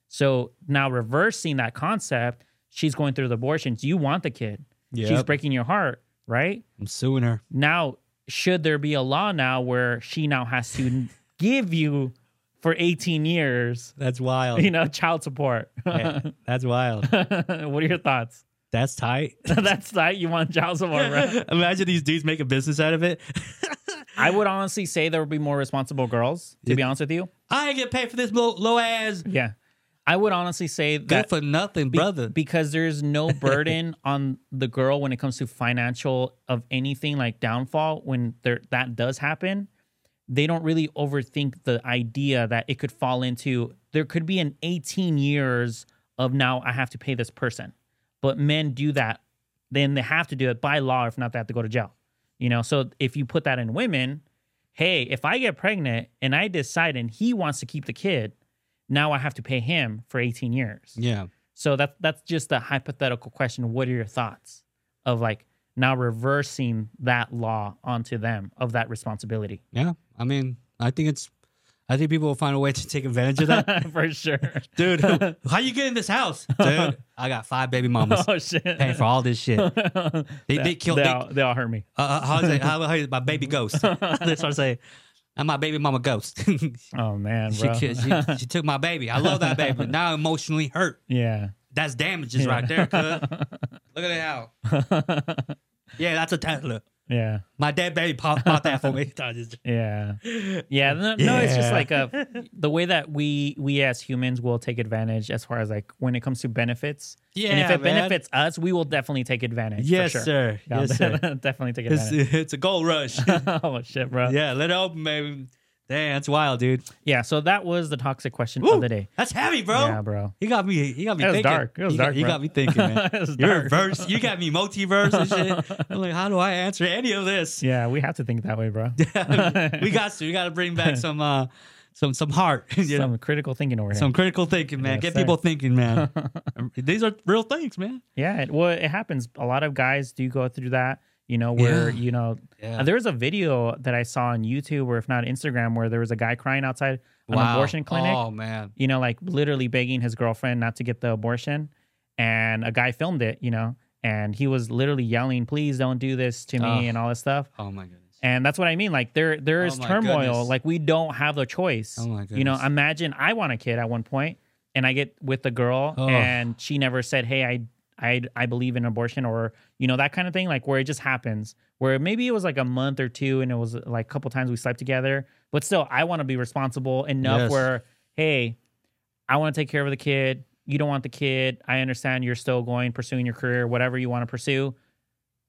Speaker 2: So now reversing that concept, she's going through the abortions. You want the kid. She's
Speaker 1: Yep.
Speaker 2: breaking your heart, right?
Speaker 1: I'm suing her.
Speaker 2: Now, should there be a law now where she now has to give you for 18 years,
Speaker 1: That's wild.
Speaker 2: you know, child support?
Speaker 1: <laughs> Yeah, that's wild.
Speaker 2: <laughs> what are your thoughts?
Speaker 1: That's
Speaker 2: <laughs>
Speaker 1: tight.
Speaker 2: That's that you want child support, bro.
Speaker 1: Imagine these dudes make a business out of it.
Speaker 2: <laughs>
Speaker 1: <laughs>
Speaker 2: I would honestly say there would be more responsible girls. To be honest with you,
Speaker 1: I ain't get paid for this low, low ass.
Speaker 2: yeah, I would honestly say
Speaker 1: Good
Speaker 2: that
Speaker 1: for nothing,
Speaker 2: be-
Speaker 1: brother.
Speaker 2: because there's no burden on the girl when it comes to financial of anything like downfall. When there that does happen, they don't really overthink the idea that it could fall into. There could be an 18 years of now I have to pay this person, but men do that. Then they have to do it by law. If not, they have to go to jail. You know, so if you put that in women, hey, if I get pregnant and I decide and he wants to keep the kid, now I have to pay him for 18 years.
Speaker 1: yeah.
Speaker 2: So that that's just a hypothetical question. What are your thoughts of like now reversing that law onto them of that responsibility?
Speaker 1: <laughs> Yeah. I mean, I think it's, I think people will find a way to take advantage of that.
Speaker 2: <laughs> For
Speaker 1: <laughs>
Speaker 2: sure.
Speaker 1: Dude, how you get in this house? Dude, I got five baby
Speaker 2: <laughs>
Speaker 1: mamas <laughs>
Speaker 2: Oh shit.
Speaker 1: paying for all this shit. They, they killed,
Speaker 2: they,
Speaker 1: they,
Speaker 2: all, they all hurt me.
Speaker 1: Uh, uh, how's it? How, how is it? My baby
Speaker 2: <laughs>
Speaker 1: ghost. That's what I'm saying. I'm my baby mama ghost. <laughs> she,
Speaker 2: Oh man, bro.
Speaker 1: ki- she, she took my baby. I love that baby. but Now I'm emotionally hurt.
Speaker 2: <laughs> yeah.
Speaker 1: That's damages right there. Cuz. Look at that
Speaker 2: <laughs>
Speaker 1: how. Yeah, that's a Tesla.
Speaker 2: yeah.
Speaker 1: My dead baby bought, bought that for me. <laughs> I just-
Speaker 2: Yeah. Yeah. No, no, it's just
Speaker 1: Yeah.
Speaker 2: like a, the way that we we as humans will take advantage as far as like when it comes to benefits. and if
Speaker 1: Yeah,
Speaker 2: it
Speaker 1: man.
Speaker 2: benefits us, we will definitely take advantage.
Speaker 1: Yes,
Speaker 2: for sure.
Speaker 1: sir.
Speaker 2: Yeah, <laughs>
Speaker 1: Yes, sir.
Speaker 2: definitely take
Speaker 1: It's,
Speaker 2: advantage.
Speaker 1: it's a gold rush.
Speaker 2: <laughs> oh shit, bro. Yeah.
Speaker 1: yeah, let it open, baby. Damn, that's wild, dude.
Speaker 2: So that was the toxic question
Speaker 1: Woo,
Speaker 2: of the day.
Speaker 1: That's heavy, bro. <laughs>
Speaker 2: Yeah, bro. <laughs>
Speaker 1: You got me. You got me
Speaker 2: It was
Speaker 1: thinking.
Speaker 2: dark. It was
Speaker 1: you got-
Speaker 2: dark,
Speaker 1: you
Speaker 2: bro.
Speaker 1: got me
Speaker 2: <laughs>
Speaker 1: thinking, man.
Speaker 2: It was
Speaker 1: You're
Speaker 2: dark.
Speaker 1: verse. You got me multiverse and
Speaker 2: <laughs>
Speaker 1: shit. I'm like, how do I answer any of <laughs> this?
Speaker 2: Yeah, we have to think that
Speaker 1: <laughs>
Speaker 2: way, bro.
Speaker 1: we got to. We got to bring
Speaker 2: <laughs>
Speaker 1: back some, uh, some, some heart. <laughs> You know,
Speaker 2: Some critical thinking over here.
Speaker 1: some critical thinking, man.
Speaker 2: Yes,
Speaker 1: Get
Speaker 2: sir.
Speaker 1: people thinking,
Speaker 2: <laughs>
Speaker 1: man. These are real things, man.
Speaker 2: yeah, it, well, it happens. A lot of guys do go through that. You know, where
Speaker 1: Yeah.
Speaker 2: you know
Speaker 1: Yeah.
Speaker 2: Uh, There was a video that I saw on YouTube, or if not Instagram, where there was a guy crying outside an abortion clinic.
Speaker 1: Oh man.
Speaker 2: You know, like literally begging his girlfriend not to get the abortion, and a guy filmed it. You know, and he was literally yelling, "Please don't do this to me,"
Speaker 1: Ugh.
Speaker 2: and all this stuff.
Speaker 1: Oh my goodness.
Speaker 2: And that's what I mean. Like there, there
Speaker 1: Oh
Speaker 2: is
Speaker 1: my
Speaker 2: turmoil.
Speaker 1: goodness.
Speaker 2: Like we don't have the choice.
Speaker 1: Oh my
Speaker 2: You know,
Speaker 1: goodness.
Speaker 2: imagine I want a kid at one point, and I get with the girl,
Speaker 1: Oh.
Speaker 2: and she never said, "Hey, I, I, I believe in abortion," or you know that kind of thing. Like where it just happens. Where maybe it was like a month or two, and it was like a couple times we slept together. But still, I want to be responsible enough
Speaker 1: Yes.
Speaker 2: where, hey, I want to take care of the kid. You don't want the kid. I understand you're still going pursuing your career, whatever you want to pursue.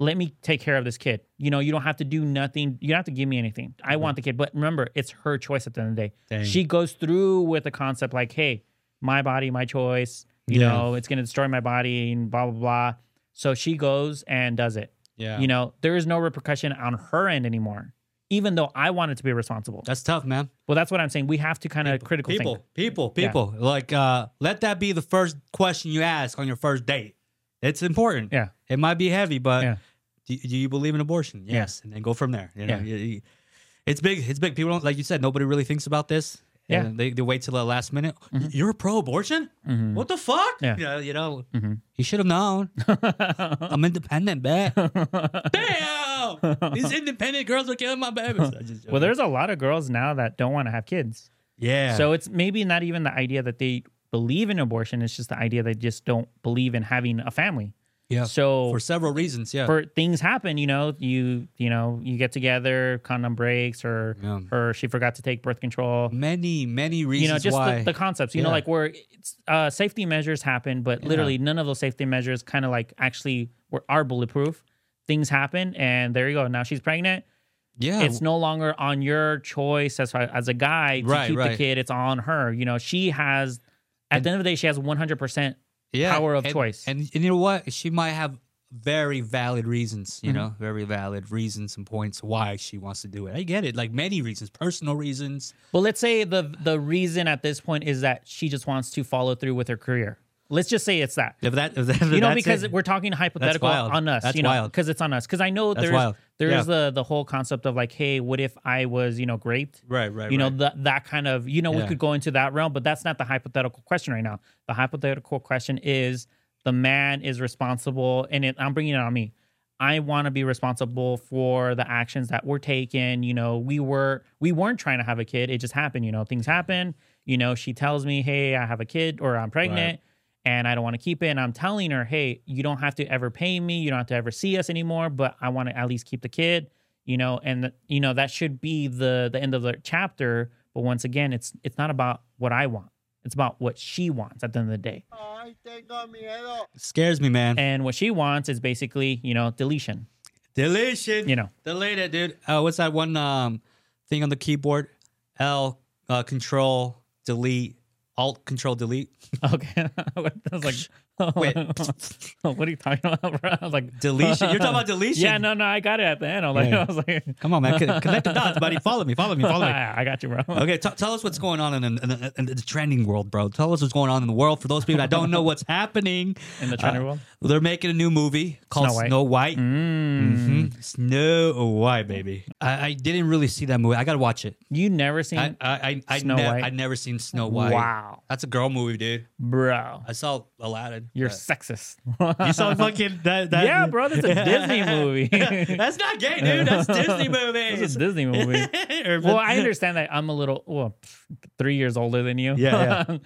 Speaker 2: Let me take care of this kid. You know, you don't have to do nothing. You don't have to give me anything. I want the kid. But remember, it's her choice at the end of the day.
Speaker 1: Dang.
Speaker 2: She goes through with the concept like, hey, my body, my choice. You
Speaker 1: Yeah.
Speaker 2: know, it's going to destroy my body and blah, blah, blah. So she goes and does it.
Speaker 1: yeah.
Speaker 2: You know, there is no repercussion on her end anymore, even though I wanted to be responsible.
Speaker 1: that's tough, man.
Speaker 2: well, that's what I'm saying. We have to kind of critical think.
Speaker 1: people, people, people. Like, uh, let that be the first question you ask on your first date. It's important.
Speaker 2: Yeah.
Speaker 1: It might be heavy, but
Speaker 2: Yeah.
Speaker 1: do, do you believe in abortion?
Speaker 2: Yeah.
Speaker 1: Yes, and then go from there. You know,
Speaker 2: Yeah.
Speaker 1: You- you- it's big. It's big. People don't like you said. Nobody really thinks about this.
Speaker 2: Yeah.
Speaker 1: And they, they wait till the last minute. You're pro-abortion?
Speaker 2: Mhm.
Speaker 1: What the fuck?
Speaker 2: Yeah.
Speaker 1: You know. You, know,
Speaker 2: Mhm.
Speaker 1: you should have
Speaker 2: <laughs>
Speaker 1: known. I'm independent, bet. Damn. These independent girls are killing my
Speaker 2: <laughs>
Speaker 1: babies. I just-
Speaker 2: Well, there's a lot of girls now that don't want to have kids.
Speaker 1: yeah.
Speaker 2: So it's maybe not even the idea that they believe in abortion. It's just the idea they just don't believe in having a family.
Speaker 1: Yeah.
Speaker 2: So
Speaker 1: for several reasons. Yeah.
Speaker 2: for things happen, you know, you you know, you get together, condom breaks, or
Speaker 1: Yeah.
Speaker 2: or she forgot to take birth control.
Speaker 1: many, many reasons
Speaker 2: You know, just
Speaker 1: why.
Speaker 2: the, the concepts. You know,
Speaker 1: Yeah.
Speaker 2: like where it's, uh, safety measures happen, but
Speaker 1: Yeah.
Speaker 2: literally none of those safety measures kind of like actually were are bulletproof. Things happen, and there you go. Now she's pregnant.
Speaker 1: yeah.
Speaker 2: It's no longer on your choice as as a guy to
Speaker 1: Right,
Speaker 2: keep the
Speaker 1: right.
Speaker 2: kid. It's on her. You know, she has. At the end of the day, she has 100 percent
Speaker 1: yeah.
Speaker 2: power of
Speaker 1: and,
Speaker 2: choice.
Speaker 1: And, and you know what? She might have very valid reasons,
Speaker 2: Mm-hmm.
Speaker 1: you know, very valid reasons and points why she wants to do it. I get it. Like many reasons, personal reasons.
Speaker 2: Well, let's say the the reason at this point is that she just wants to follow through with her career. Let's just say it's that.
Speaker 1: If that, if that,
Speaker 2: You know, because we're talking hypothetical
Speaker 1: wild.
Speaker 2: on us,
Speaker 1: That's
Speaker 2: you know,
Speaker 1: wild.
Speaker 2: because it's on us. Because I know
Speaker 1: That's
Speaker 2: there's
Speaker 1: wild.
Speaker 2: there's the the whole concept of like, hey, what if I was you know raped?
Speaker 1: right, right,
Speaker 2: you know
Speaker 1: right.
Speaker 2: that that kind of you know we
Speaker 1: Yeah.
Speaker 2: could go into that realm, but that's not the hypothetical question right now. The hypothetical question is the man is responsible, and it, I'm bringing it on me. I want to be responsible for the actions that were taken. You know, we were we weren't trying to have a kid. It just happened. You know, things happen. You know, she tells me, "Hey, I have a kid, or I'm pregnant." And I don't want to keep it. And I'm telling her, hey, you don't have to ever pay me. You don't have to ever see us anymore. But I want to at least keep the kid you know and th- you know that should be the the end of the chapter but once again it's it's not about what i want it's about what she wants at the end of the day
Speaker 3: Ay, tengo miedo.
Speaker 1: scares me, man.
Speaker 2: and what she wants is basically you know deletion
Speaker 1: Deletion.
Speaker 2: you know
Speaker 1: Delete it, dude. Uh, what's that one um thing on the keyboard? L uh, control delete alt control delete
Speaker 2: okay <laughs> i was like oh.
Speaker 1: Wait.
Speaker 2: <laughs> what are you talking about bro? i was like
Speaker 1: deletion. You're talking about deletion.
Speaker 2: <laughs> yeah no no i got it at the end i was like, <laughs>
Speaker 1: Yeah.
Speaker 2: I, was like
Speaker 1: Come on, man. Con- Connect the dots, buddy. Follow me. Follow me. Follow me.
Speaker 2: <laughs> I got you bro
Speaker 1: Okay, t- tell us what's going on in, in, in, in the trending world, bro. Tell us what's going on in the world. For those people that don't know what's happening
Speaker 2: in the training
Speaker 1: uh,
Speaker 2: world
Speaker 1: they're making a new movie called
Speaker 2: Snow White.
Speaker 1: Snow White.
Speaker 2: Mm.
Speaker 1: Mhm. Snow White, baby. I, I didn't really see that movie. I gotta watch it.
Speaker 2: you never seen
Speaker 1: I I I, I,
Speaker 2: Snow
Speaker 1: ne-
Speaker 2: White?
Speaker 1: I never seen Snow White.
Speaker 2: wow
Speaker 1: That's a girl movie, dude.
Speaker 2: bro
Speaker 1: I saw Aladdin.
Speaker 2: you're
Speaker 1: but-
Speaker 2: sexist
Speaker 1: Uh,
Speaker 2: <laughs>
Speaker 1: you saw fucking that, that
Speaker 2: yeah bro
Speaker 1: <laughs>
Speaker 2: that's a disney <laughs> movie
Speaker 1: That's not gay, dude. That's
Speaker 2: <laughs>
Speaker 1: Disney movies.
Speaker 2: It's
Speaker 1: <laughs>
Speaker 2: a Disney movie. well, I understand that I'm a little well, pff, three years older than you.
Speaker 1: Yeah,
Speaker 2: <laughs> but,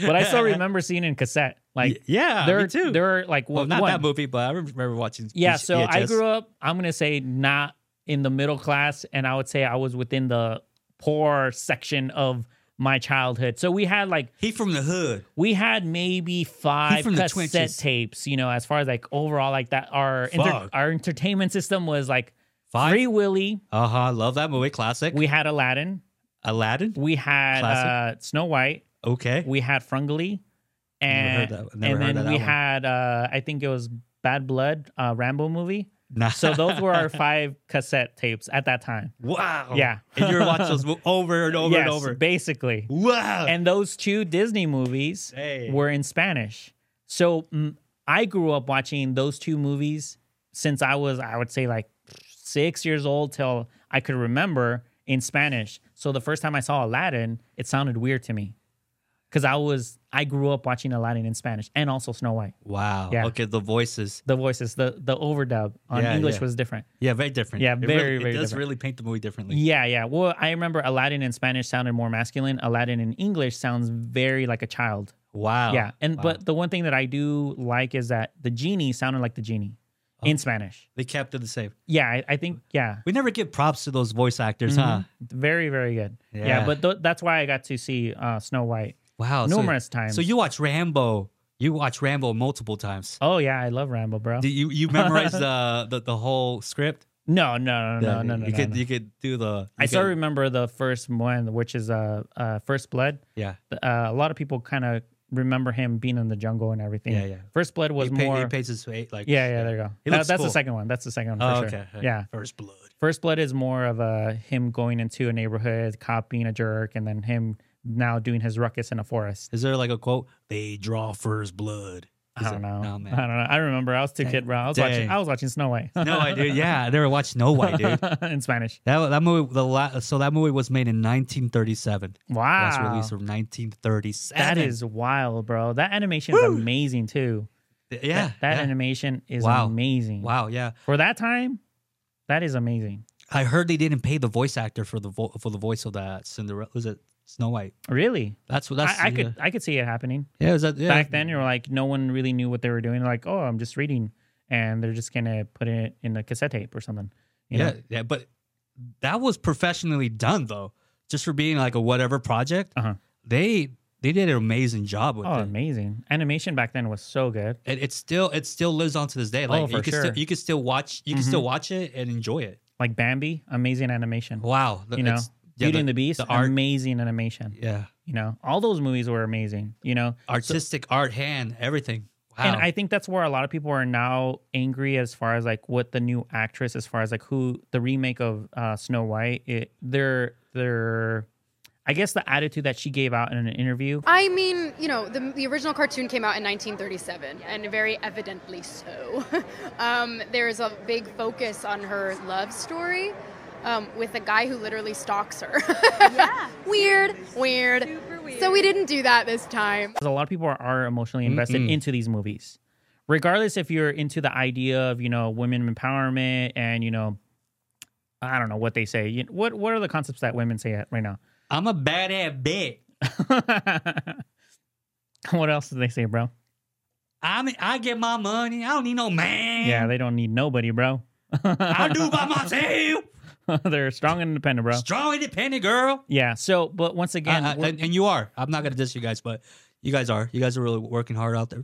Speaker 2: but
Speaker 1: <laughs>
Speaker 2: I still remember seeing it in cassette. Like
Speaker 1: yeah, Uh,
Speaker 2: there,
Speaker 1: me too.
Speaker 2: there are like
Speaker 1: well,
Speaker 2: one-
Speaker 1: not
Speaker 2: one-
Speaker 1: that movie, but I remember watching.
Speaker 2: Yeah,
Speaker 1: VH-
Speaker 2: so I
Speaker 1: VHS.
Speaker 2: grew up. I'm gonna say not in the middle class, and I would say I was within the poor section of my childhood. So we had like
Speaker 1: He from the hood.
Speaker 2: we had maybe five
Speaker 1: from the
Speaker 2: cassette
Speaker 1: Twinches.
Speaker 2: tapes. You know, as far as like overall, like that our inter-
Speaker 1: Fuck.
Speaker 2: our entertainment system was like
Speaker 1: Five?
Speaker 2: Free Willy.
Speaker 1: Uh huh. Love that movie. Classic.
Speaker 2: We had Aladdin.
Speaker 1: Aladdin.
Speaker 2: We had uh,
Speaker 1: Classic.
Speaker 2: Snow White.
Speaker 1: Okay.
Speaker 2: We had Frungly,
Speaker 1: Never heard
Speaker 2: and
Speaker 1: that- never
Speaker 2: and
Speaker 1: heard
Speaker 2: then
Speaker 1: of that
Speaker 2: we
Speaker 1: one.
Speaker 2: had uh, I think it was Bad Blood, uh, Rambo movie.
Speaker 1: Nah.
Speaker 2: So those were our five cassette tapes at that time.
Speaker 1: <laughs> wow.
Speaker 2: Yeah,
Speaker 1: And you were watching those mo- over and over
Speaker 2: yes,
Speaker 1: and over.
Speaker 2: basically.
Speaker 1: Wow.
Speaker 2: And those two Disney movies
Speaker 1: Hey.
Speaker 2: were in Spanish. So mm, I grew up watching those two movies since I was, I would say, like six years old till I could remember in Spanish. So the first time I saw Aladdin, it sounded weird to me because I was, I grew up watching Aladdin in Spanish and also Snow White.
Speaker 1: wow.
Speaker 2: Yeah.
Speaker 1: Okay. The voices.
Speaker 2: The voices, the the overdub on
Speaker 1: Yeah,
Speaker 2: English
Speaker 1: yeah.
Speaker 2: was different.
Speaker 1: Yeah. Very different.
Speaker 2: Yeah,
Speaker 1: It
Speaker 2: very,
Speaker 1: really-
Speaker 2: very
Speaker 1: It does
Speaker 2: different.
Speaker 1: really paint the movie differently.
Speaker 2: Yeah, yeah. Well, I remember Aladdin in Spanish sounded more masculine. Aladdin in English sounds very like a child.
Speaker 1: Wow.
Speaker 2: yeah and
Speaker 1: Oh, wow.
Speaker 2: but the one thing that i do like is that the genie sounded like the genie
Speaker 1: Oh.
Speaker 2: in spanish
Speaker 1: they kept it the same.
Speaker 2: yeah i, I think yeah
Speaker 1: We never give props to those voice actors, huh?
Speaker 2: very very good Mm-hmm. yeah,
Speaker 1: Yeah.
Speaker 2: but th- that's why i got to see uh, snow white
Speaker 1: Wow. so-
Speaker 2: numerous times
Speaker 1: So you watch Rambo. You watch Rambo multiple times.
Speaker 2: oh yeah i love rambo bro
Speaker 1: Did you you memorize the, the the whole script?
Speaker 2: no no no no no no,
Speaker 1: You
Speaker 2: no,
Speaker 1: could
Speaker 2: no.
Speaker 1: you could do the.
Speaker 2: i
Speaker 1: you
Speaker 2: still
Speaker 1: could-
Speaker 2: remember the first one which is uh, uh first blood
Speaker 1: Yeah.
Speaker 2: uh, a lot of people kind of remember him being in the jungle and everything
Speaker 1: Yeah, yeah.
Speaker 2: first blood was
Speaker 1: he, pay-
Speaker 2: more
Speaker 1: he pays his way like.
Speaker 2: yeah, yeah, there you go.
Speaker 1: He
Speaker 2: That-
Speaker 1: looks
Speaker 2: that's the
Speaker 1: cool.
Speaker 2: second one. That's the second one for
Speaker 1: Oh,
Speaker 2: sure.
Speaker 1: okay. okay.
Speaker 2: Yeah.
Speaker 1: First blood.
Speaker 2: First Blood is more of a him going into a neighborhood, cop being a jerk, and then him now doing his ruckus in a forest.
Speaker 1: Is there like a quote? They draw first blood. Is
Speaker 2: I don't
Speaker 1: it-
Speaker 2: know.
Speaker 1: No,
Speaker 2: I
Speaker 1: oh, man.
Speaker 2: don't know. I remember I was too kid, bro. I was watching.
Speaker 1: Dang.
Speaker 2: I was watching Snow White.
Speaker 1: No, I do. Yeah, I never watched Snow White,
Speaker 2: <laughs>
Speaker 1: dude.
Speaker 2: in Spanish.
Speaker 1: That that movie, the la- so that movie was made in 1937. Last
Speaker 2: Wow,
Speaker 1: release of 1937.
Speaker 2: that is wild, bro. That animation is amazing too.
Speaker 1: yeah.
Speaker 2: that, that
Speaker 1: yeah.
Speaker 2: animation is
Speaker 1: Wow.
Speaker 2: amazing.
Speaker 1: wow, yeah.
Speaker 2: for that time, that is amazing.
Speaker 1: I heard they didn't pay the voice actor for the vo- for the voice of that Cinderella. Was it Snow White.
Speaker 2: Really?
Speaker 1: That's what that's. uh,
Speaker 2: I, I could I could see it happening.
Speaker 1: Yeah, is that, yeah.
Speaker 2: Back then, you were like no one really knew what they were doing. like, oh, I'm just reading, and they're just gonna put it in a cassette tape or something. You
Speaker 1: yeah,
Speaker 2: Know?
Speaker 1: yeah, but that was professionally done though. Just for being like a whatever project,
Speaker 2: Uh-huh.
Speaker 1: they they did an amazing job with
Speaker 2: Oh,
Speaker 1: it.
Speaker 2: amazing! Animation back then was so good.
Speaker 1: And it still it still lives on to this day. Like
Speaker 2: Oh, for
Speaker 1: you can
Speaker 2: sure. Mm-hmm.
Speaker 1: still you can still watch you can still watch it and enjoy it.
Speaker 2: Like Bambi, amazing animation.
Speaker 1: Wow,
Speaker 2: you know,
Speaker 1: it's- yeah,
Speaker 2: Beauty and the Beast,
Speaker 1: the art-
Speaker 2: amazing animation.
Speaker 1: yeah,
Speaker 2: You know, all those movies were amazing. You know,
Speaker 1: artistic art, hand, everything. Wow,
Speaker 2: And I think that's where a lot of people are now angry as far as like what the new actress, as far as like who the remake of uh, Snow White, it, their their, I guess the attitude that she gave out in an interview.
Speaker 3: I mean, you know, the, the original cartoon came out in 1937, and very evidently so. <laughs> um, there's a big focus on her love story um, with a guy who literally stalks her. <laughs> yeah. Weird, weird. So we didn't do that this time.
Speaker 2: 'Cause a lot of people are, are emotionally invested
Speaker 1: Mm-mm.
Speaker 2: into these movies, regardless if you're into the idea of you know women empowerment and you know, I don't know what they say. You- What what are the concepts that women say right now? <laughs>
Speaker 1: I'm a badass bitch.
Speaker 2: what else do they say, bro?
Speaker 1: I mean, I get my money. I don't need no man.
Speaker 2: Yeah, they don't need nobody, bro.
Speaker 1: I do by myself.
Speaker 2: <laughs> They're strong and independent, bro.
Speaker 1: Strong, independent girl.
Speaker 2: Yeah. So, but once again,
Speaker 1: Uh, uh,
Speaker 2: we're-
Speaker 1: and, and you are. I'm not gonna diss you guys, but you guys are. You guys are really working hard out there.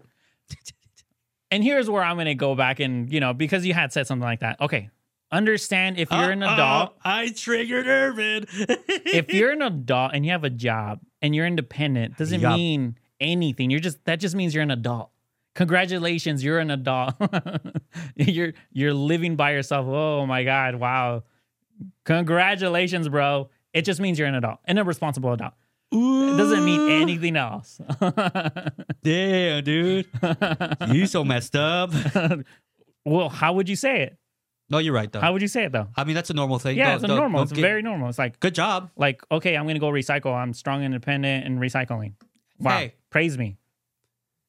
Speaker 2: and here's where I'm going to go back and, you know, because you had said something like that. Okay. Understand if you're an
Speaker 1: Uh-oh,
Speaker 2: adult,
Speaker 1: I triggered Irvin. <laughs>
Speaker 2: if you're an adult and you have a job and you're independent, doesn't
Speaker 1: Yup.
Speaker 2: mean anything. You're just, that just means you're an adult. Congratulations, you're an adult. <laughs> you're you're living by yourself. Oh my god, wow. Congratulations, bro. It just means you're an adult and a responsible adult. It doesn't
Speaker 1: <laughs>
Speaker 2: mean
Speaker 1: Ooh,
Speaker 2: anything else. <laughs>
Speaker 1: Damn, <laughs> dude, you so messed up.
Speaker 2: well, how would you say it?
Speaker 1: No, you're right though.
Speaker 2: How would you say it though?
Speaker 1: I mean, that's a normal thing.
Speaker 2: yeah,
Speaker 1: Don't-
Speaker 2: it's a
Speaker 1: Uh, don't-
Speaker 2: normal.
Speaker 1: don't
Speaker 2: It's
Speaker 1: get-
Speaker 2: very normal. It's like
Speaker 1: good job.
Speaker 2: like okay, I'm gonna go recycle. I'm strong, independent, and recycling. Wow,
Speaker 1: Hey.
Speaker 2: praise me,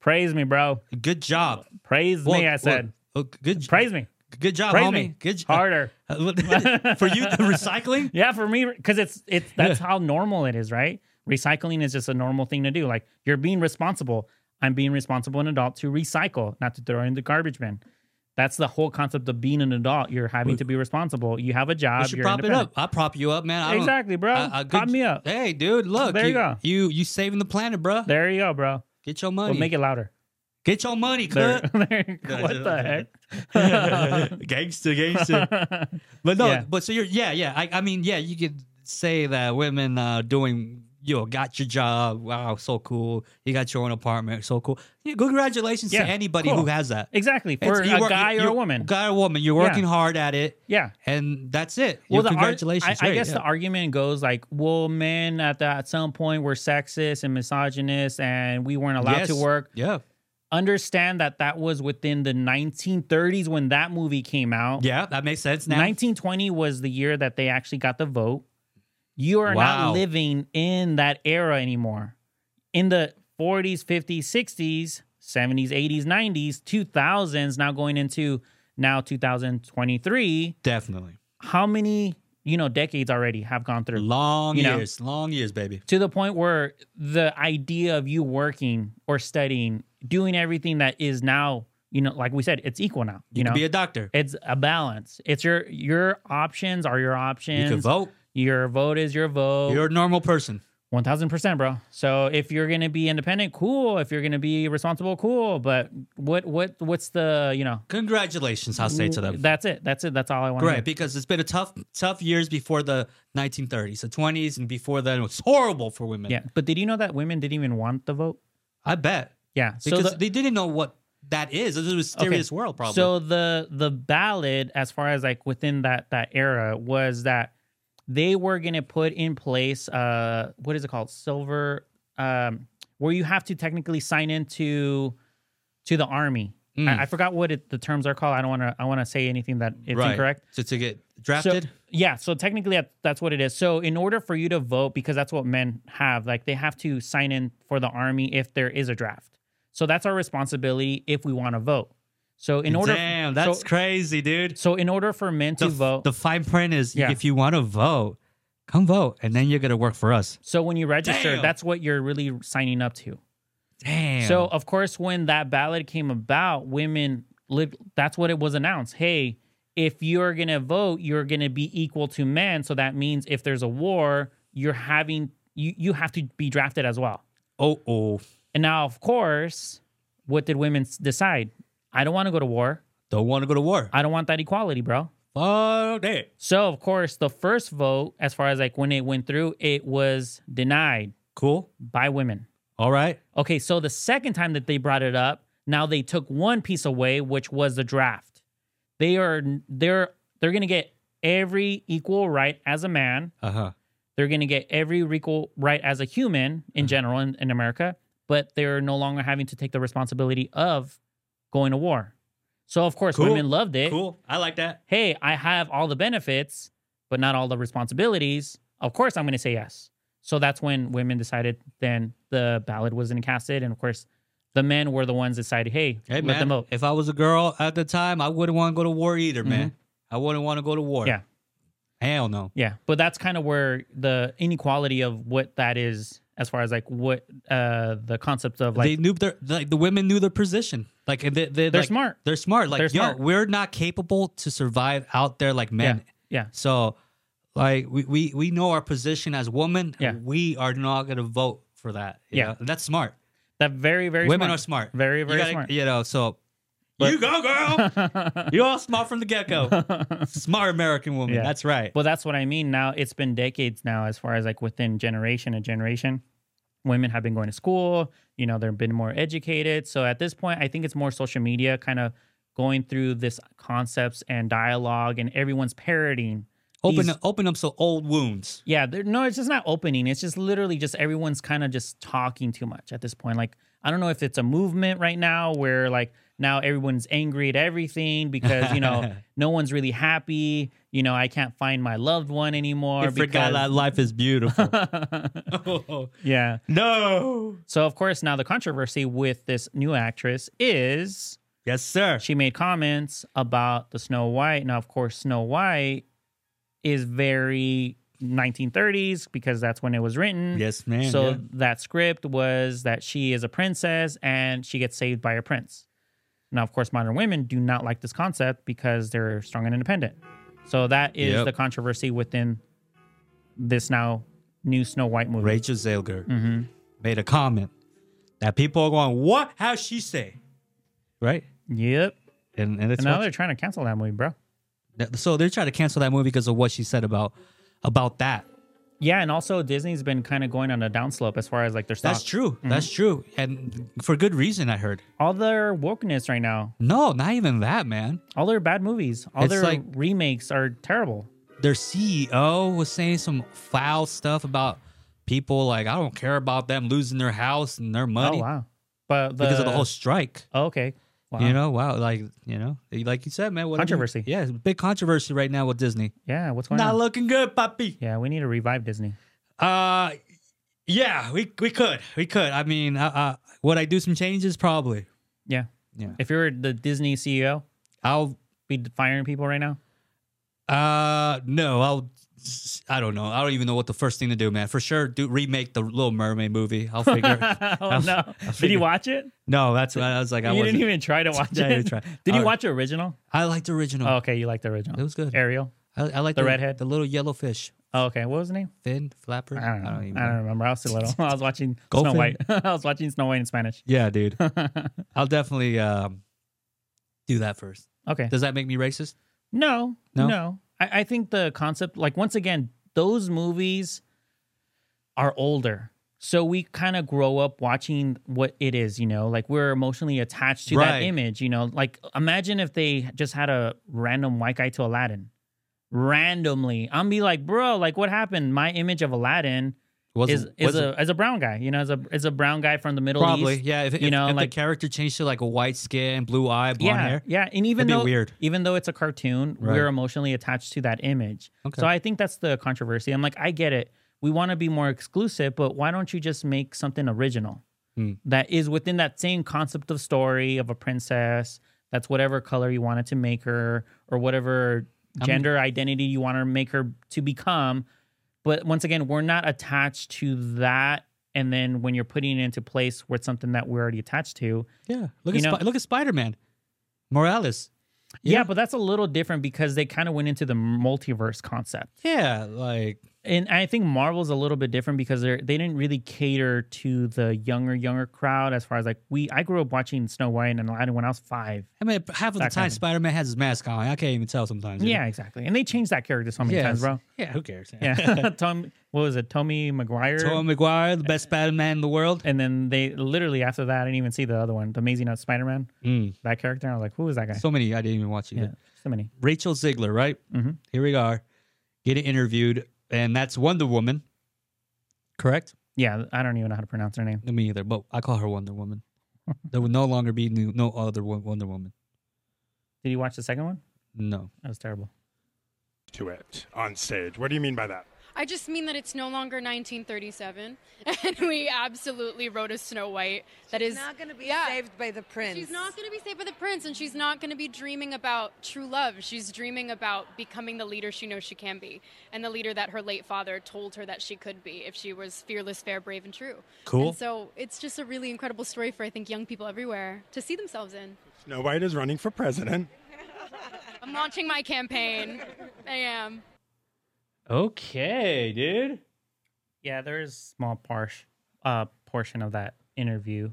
Speaker 2: praise me, bro,
Speaker 1: Good job.
Speaker 2: praise
Speaker 1: Well,
Speaker 2: me. I
Speaker 1: well,
Speaker 2: said,
Speaker 1: oh, good.
Speaker 2: praise me,
Speaker 1: Good job,
Speaker 2: praise
Speaker 1: homie.
Speaker 2: me.
Speaker 1: Good <laughs> job.
Speaker 2: harder.
Speaker 1: for you, recycling.
Speaker 2: <laughs> Yeah, for me, because it's it's that's how normal it is, right? Recycling is just a normal thing to do. Like you're being responsible. I'm being responsible an adult to recycle, not to throw in the garbage bin. That's the whole concept of being an adult. You're having to be responsible. You have a
Speaker 1: You
Speaker 2: job.
Speaker 1: should
Speaker 2: You're
Speaker 1: prop it
Speaker 2: independent.
Speaker 1: up. I prop you up, man. I don't-
Speaker 2: Exactly, bro.
Speaker 1: I- I- good-
Speaker 2: Pop me up.
Speaker 1: Hey, dude, look.
Speaker 2: There you go.
Speaker 1: You you saving the planet, bro.
Speaker 2: There you go, bro.
Speaker 1: Get your
Speaker 2: Well,
Speaker 1: money.
Speaker 2: make it louder.
Speaker 1: Get your money, <laughs>
Speaker 2: There,
Speaker 1: cut.
Speaker 2: <laughs> there-
Speaker 1: No,
Speaker 2: what
Speaker 1: just-
Speaker 2: the heck?
Speaker 1: <laughs> gangster, gangster. <laughs> But no,
Speaker 2: Yeah.
Speaker 1: but so you're, yeah, yeah. I, I mean, yeah, you could say that women uh, doing, you know, got your job. Wow, so cool. You got your own apartment. So cool. Yeah, congratulations
Speaker 2: Yeah,
Speaker 1: to anybody
Speaker 2: cool.
Speaker 1: who has that.
Speaker 2: <laughs> Exactly.
Speaker 1: It's-
Speaker 2: For
Speaker 1: you
Speaker 2: a
Speaker 1: work-
Speaker 2: guy or
Speaker 1: you-
Speaker 2: a woman.
Speaker 1: Guy or woman. You're
Speaker 2: Yeah.
Speaker 1: working hard at it,
Speaker 2: Yeah.
Speaker 1: and that's it.
Speaker 2: Well,
Speaker 1: Well,
Speaker 2: the ar-
Speaker 1: congratulations.
Speaker 2: I, I
Speaker 1: Right,
Speaker 2: guess
Speaker 1: yeah.
Speaker 2: the argument goes like, well, men at, the, at some point were sexist and misogynist, and we weren't allowed to
Speaker 1: Yes.
Speaker 2: work.
Speaker 1: Yeah.
Speaker 2: Understand that that was within the 1930s when that movie came out.
Speaker 1: Yeah, that makes sense now.
Speaker 2: 1920 was the year that they actually got the vote. You are
Speaker 1: Wow.
Speaker 2: not living in that era anymore. In the 40s, 50s, 60s, 70s, 80s, 90s, 2000s, now going into now 2023,
Speaker 1: Definitely.
Speaker 2: how many, you know, decades already have gone through?
Speaker 1: Long
Speaker 2: You know?
Speaker 1: years. Long years, baby.
Speaker 2: to the point where the idea of you working or studying, doing everything that is now, you know, like we said, it's equal now. You,
Speaker 1: You,
Speaker 2: know,
Speaker 1: could be a doctor.
Speaker 2: it's a balance. It's your your options are your
Speaker 1: You
Speaker 2: options.
Speaker 1: could vote.
Speaker 2: Your vote is your vote.
Speaker 1: You're a normal person.
Speaker 2: One thousand percent, bro. So if you're gonna be independent, cool. If you're gonna be responsible, cool. But what what what's the you know?
Speaker 1: Congratulations, I'll say to them.
Speaker 2: That's it. That's it. That's all I want.
Speaker 1: Right, because it's been a tough, tough years before the 1930s, the 20s, and before then it was horrible for women.
Speaker 2: Yeah. But did you know that women didn't even want the vote?
Speaker 1: I bet
Speaker 2: Yeah.
Speaker 1: because
Speaker 2: so the,
Speaker 1: they didn't know what that is. It was a
Speaker 2: okay.
Speaker 1: mysterious world, probably.
Speaker 2: So the the ballot, as far as like within that that era, was that they were gonna put in place uh what is it called silver um where you have to technically sign into to the army.
Speaker 1: Mm.
Speaker 2: I, I forgot what it, the terms are called. I don't want to. I want to say anything that it's
Speaker 1: right.
Speaker 2: incorrect.
Speaker 1: So to get
Speaker 2: So,
Speaker 1: drafted,
Speaker 2: yeah, so technically that, that's what it is. So in order for you to vote, because that's what men have, like they have to sign in for the army if there is a draft. So that's our responsibility if we want to vote. So in order,
Speaker 1: damn, that's
Speaker 2: so,
Speaker 1: crazy, dude.
Speaker 2: so in order for men to
Speaker 1: The,
Speaker 2: vote,
Speaker 1: the fine print is
Speaker 2: Yeah.
Speaker 1: if you want to vote, Come vote, and then you're gonna work for us.
Speaker 2: So when you register,
Speaker 1: Damn.
Speaker 2: that's what you're really signing up to.
Speaker 1: Damn.
Speaker 2: So of course, when that ballot came about, women lived. That's what it was announced. Hey, if you're gonna vote, you're gonna be equal to men. So that means if there's a war, you're having you you have to be drafted as well.
Speaker 1: oh oh,
Speaker 2: And now, of course, what did women s- decide? I don't want to go to war.
Speaker 1: don't want to go to war.
Speaker 2: I don't want that equality, bro.
Speaker 1: Fuck it.
Speaker 2: So of course, the first vote, as far as like when it went through, it was denied
Speaker 1: Cool.
Speaker 2: by women.
Speaker 1: All right.
Speaker 2: Okay, so the second time that they brought it up, now they took one piece away, which was the draft. They are they're they're gonna get every equal right as a man.
Speaker 1: Uh huh.
Speaker 2: They're gonna get every equal right as a human
Speaker 1: Mm-hmm.
Speaker 2: in general in, in America, but they're no longer having to take the responsibility of going to war. So of course,
Speaker 1: Cool.
Speaker 2: women loved it.
Speaker 1: Cool. I like that.
Speaker 2: Hey, I have all the benefits, but not all the responsibilities. Of course, I'm gonna say yes. So that's when women decided. Then the ballot wasn't casted, and of course, the men were the ones that decided. Hey,
Speaker 1: Hey
Speaker 2: let
Speaker 1: man,
Speaker 2: them vote.
Speaker 1: if I was a girl at the time, I wouldn't want to go to war either, man. I wouldn't want to go to war.
Speaker 2: Mm-hmm. Yeah.
Speaker 1: Hell no.
Speaker 2: Yeah, but that's kind of where the inequality of what that is, as far as like what uh the concept of
Speaker 1: they
Speaker 2: like
Speaker 1: knew their like the women knew their position. Like and they, they,
Speaker 2: They're
Speaker 1: like,
Speaker 2: smart.
Speaker 1: They're smart. Like
Speaker 2: They're
Speaker 1: yo,
Speaker 2: smart.
Speaker 1: we're not capable to survive out there like
Speaker 2: yeah,
Speaker 1: men.
Speaker 2: yeah,
Speaker 1: So like we, we we know our position as women.
Speaker 2: Yeah.
Speaker 1: We are not gonna vote for that. you
Speaker 2: Yeah.
Speaker 1: know? And that's smart.
Speaker 2: that very very
Speaker 1: women are smart.
Speaker 2: very
Speaker 1: You
Speaker 2: very
Speaker 1: gotta-
Speaker 2: smart.
Speaker 1: You know, so you go, girl.
Speaker 2: <laughs>
Speaker 1: you all smart from the get go. smart American woman.
Speaker 2: Yeah.
Speaker 1: That's right.
Speaker 2: Well, that's what I mean. Now it's been decades now, as far as like within generation and generation, women have been going to school. You know, they've been more educated. So at this point, I think it's more social media kind of going through this concepts and dialogue, and everyone's parroting.
Speaker 1: open
Speaker 2: these-
Speaker 1: up, open up some old wounds.
Speaker 2: Yeah, they're- no, it's just not opening. It's just literally just everyone's kind of just talking too much at this point. Like I don't know if it's a movement right now where like now everyone's angry at everything because you know no one's really happy. You know, I can't find my loved one anymore.
Speaker 1: I forgot <laughs>
Speaker 2: because-
Speaker 1: that life is beautiful. Oh,
Speaker 2: <laughs> yeah.
Speaker 1: no.
Speaker 2: So of course now the controversy with this new actress is
Speaker 1: Yes, sir.
Speaker 2: she made comments about the Snow White. Now of course Snow White is very 1930s because that's when it was written.
Speaker 1: Yes, man.
Speaker 2: so
Speaker 1: yeah.
Speaker 2: that script was that she is a princess and she gets saved by a prince. Now of course modern women do not like this concept because they're strong and independent. So that is
Speaker 1: Yep.
Speaker 2: the controversy within this now new Snow White movie.
Speaker 1: Rachel Zegler made a comment that people are going, "What? How she say?" Right?
Speaker 2: Yep.
Speaker 1: And and it's
Speaker 2: And now
Speaker 1: what-
Speaker 2: they're trying to cancel that movie, bro.
Speaker 1: that- so they're trying to cancel that movie because of what she said about about that.
Speaker 2: Yeah, and also Disney's been kind of going on a downslope as far as like their stock.
Speaker 1: That's true. That's true, and for good reason. I heard.
Speaker 2: All their wokeness right now,
Speaker 1: No, not even that, man.
Speaker 2: all their bad movies, all
Speaker 1: It's
Speaker 2: their
Speaker 1: like-
Speaker 2: remakes are terrible.
Speaker 1: Their CEO was saying some foul stuff about people. Like I don't care about them losing their house and their money
Speaker 2: Oh wow! But the,
Speaker 1: because of the whole strike.
Speaker 2: oh, okay, wow.
Speaker 1: You know, wow, like you know, like you said, man, whatever.
Speaker 2: Controversy.
Speaker 1: Yeah, it's a big controversy right now with Disney.
Speaker 2: yeah, what's going
Speaker 1: Not
Speaker 2: on?
Speaker 1: looking good, puppy.
Speaker 2: yeah, we need to revive Disney.
Speaker 1: Uh, yeah, we we could, we could. I mean, uh, uh, would I do some changes? Probably.
Speaker 2: Yeah,
Speaker 1: Yeah.
Speaker 2: If you're the Disney CEO,
Speaker 1: I'll.
Speaker 2: be firing people right now.
Speaker 1: Uh, no, I'll. I don't know. I don't even know what the first thing to do, man. For sure, do remake the Little Mermaid movie. I'll figure.
Speaker 2: <laughs>
Speaker 1: <laughs>
Speaker 2: oh no! Did
Speaker 1: figure-
Speaker 2: you watch it?
Speaker 1: no, that's what I was like. I
Speaker 2: you
Speaker 1: wasn't.
Speaker 2: didn't even
Speaker 1: <laughs>
Speaker 2: try to watch
Speaker 1: I didn't
Speaker 2: it.
Speaker 1: try.
Speaker 2: Did you
Speaker 1: All right.
Speaker 2: watch the original?
Speaker 1: I liked the original.
Speaker 2: Oh, okay, you liked the original.
Speaker 1: It was good.
Speaker 2: Ariel.
Speaker 1: I, I like
Speaker 2: The redhead?
Speaker 1: the little yellow fish,
Speaker 2: Oh, okay, what was his name?
Speaker 1: fin flapper.
Speaker 2: I don't know. I don't,
Speaker 1: even. know.
Speaker 2: remember. I was still little. <laughs> I was watching
Speaker 1: Go
Speaker 2: Snow
Speaker 1: for
Speaker 2: White.
Speaker 1: it.
Speaker 2: <laughs> I was watching Snow White in Spanish.
Speaker 1: Yeah,
Speaker 2: <laughs>
Speaker 1: dude. I'll definitely um, do that first.
Speaker 2: Okay.
Speaker 1: Does that make me racist?
Speaker 2: No, no.
Speaker 1: No?
Speaker 2: I, I think the concept, like once again, those movies are older. So we kind of grow up watching what it is, you know, like we're emotionally attached to that
Speaker 1: Right.
Speaker 2: image, you know. Like imagine if they just had a random white guy to Aladdin. Randomly. I'm be like, bro, like what happened? My image of Aladdin
Speaker 1: Was
Speaker 2: is
Speaker 1: it-
Speaker 2: is
Speaker 1: was it-
Speaker 2: a is a brown guy, you know, is a is a brown guy from the Middle
Speaker 1: probably
Speaker 2: East.
Speaker 1: yeah. If,
Speaker 2: you
Speaker 1: if-
Speaker 2: know,
Speaker 1: if
Speaker 2: like-
Speaker 1: the character changed to like a white skin, blue eye, blonde
Speaker 2: yeah,
Speaker 1: hair.
Speaker 2: Yeah, and even
Speaker 1: That'd be
Speaker 2: though
Speaker 1: weird.
Speaker 2: even though it's a cartoon,
Speaker 1: Right.
Speaker 2: we're emotionally attached to that image.
Speaker 1: Okay.
Speaker 2: So I think that's the controversy. I'm like, I get it. We want to be more exclusive, but why don't you just make something original
Speaker 1: Hmm.
Speaker 2: that is within that same concept of story of a princess? That's whatever color you wanted to make her, or whatever
Speaker 1: I'm-
Speaker 2: gender identity you want to make her to become. But once again, we're not attached to that. And then when you're putting it into place where it's something that we're already attached to,
Speaker 1: Yeah. Look
Speaker 2: You
Speaker 1: at
Speaker 2: know-
Speaker 1: Spi- look at Spider Man, Morales.
Speaker 2: yeah.
Speaker 1: Yeah.
Speaker 2: but that's a little different because they kind of went into the multiverse concept.
Speaker 1: Yeah, like
Speaker 2: And I think Marvel's a little bit different because they're they didn't really cater to the younger younger crowd as far as like we I grew up watching Snow White and Aladdin when I was five.
Speaker 1: I mean, half of the
Speaker 2: That
Speaker 1: time
Speaker 2: kind of-
Speaker 1: Spider Man has his mask on. I can't even tell sometimes. you know?
Speaker 2: Yeah, exactly. And they changed that character so many
Speaker 1: Yeah,
Speaker 2: times,
Speaker 1: it's-
Speaker 2: bro.
Speaker 1: Yeah, who cares?
Speaker 2: <laughs> Yeah, Tom. What was it? Tommy McGuire.
Speaker 1: Tobey Maguire, the best Spider Man in the world.
Speaker 2: and then they literally after that, I didn't even see the other one, the Amazing Spider Man.
Speaker 1: Mm,
Speaker 2: That character, I was like, who is that guy?
Speaker 1: so many I didn't even watch it.
Speaker 2: yeah, so many.
Speaker 1: Rachel Ziegler, right?
Speaker 2: Mhm.
Speaker 1: Here we are, getting interviewed, and that's Wonder Woman. Correct?
Speaker 2: Yeah, I don't even know how to pronounce her name.
Speaker 1: No, me either, but I call her Wonder
Speaker 2: <laughs>
Speaker 1: Woman. there would no longer be new, no other wo- Wonder Woman.
Speaker 2: Did you watch the second one?
Speaker 1: No.
Speaker 2: That was terrible.
Speaker 4: to it on stage. What do you mean by that?
Speaker 3: I just mean that it's no longer 1937, <laughs> and we absolutely wrote a Snow White that is
Speaker 5: She's not going to be
Speaker 3: yeah.
Speaker 5: saved by the prince.
Speaker 3: She's not going to be saved by the prince, and she's not going to be dreaming about true love. She's dreaming about becoming the leader she knows she can be, and the leader that her late father told her that she could be if she was fearless, fair, brave, and true.
Speaker 1: Cool.
Speaker 3: And so it's just a really incredible story for I think young people everywhere to see themselves in.
Speaker 4: Snow White is running for president.
Speaker 3: I'm launching my campaign. I am.
Speaker 1: Okay, dude.
Speaker 2: Yeah, there is a small parsh, uh, portion of that interview.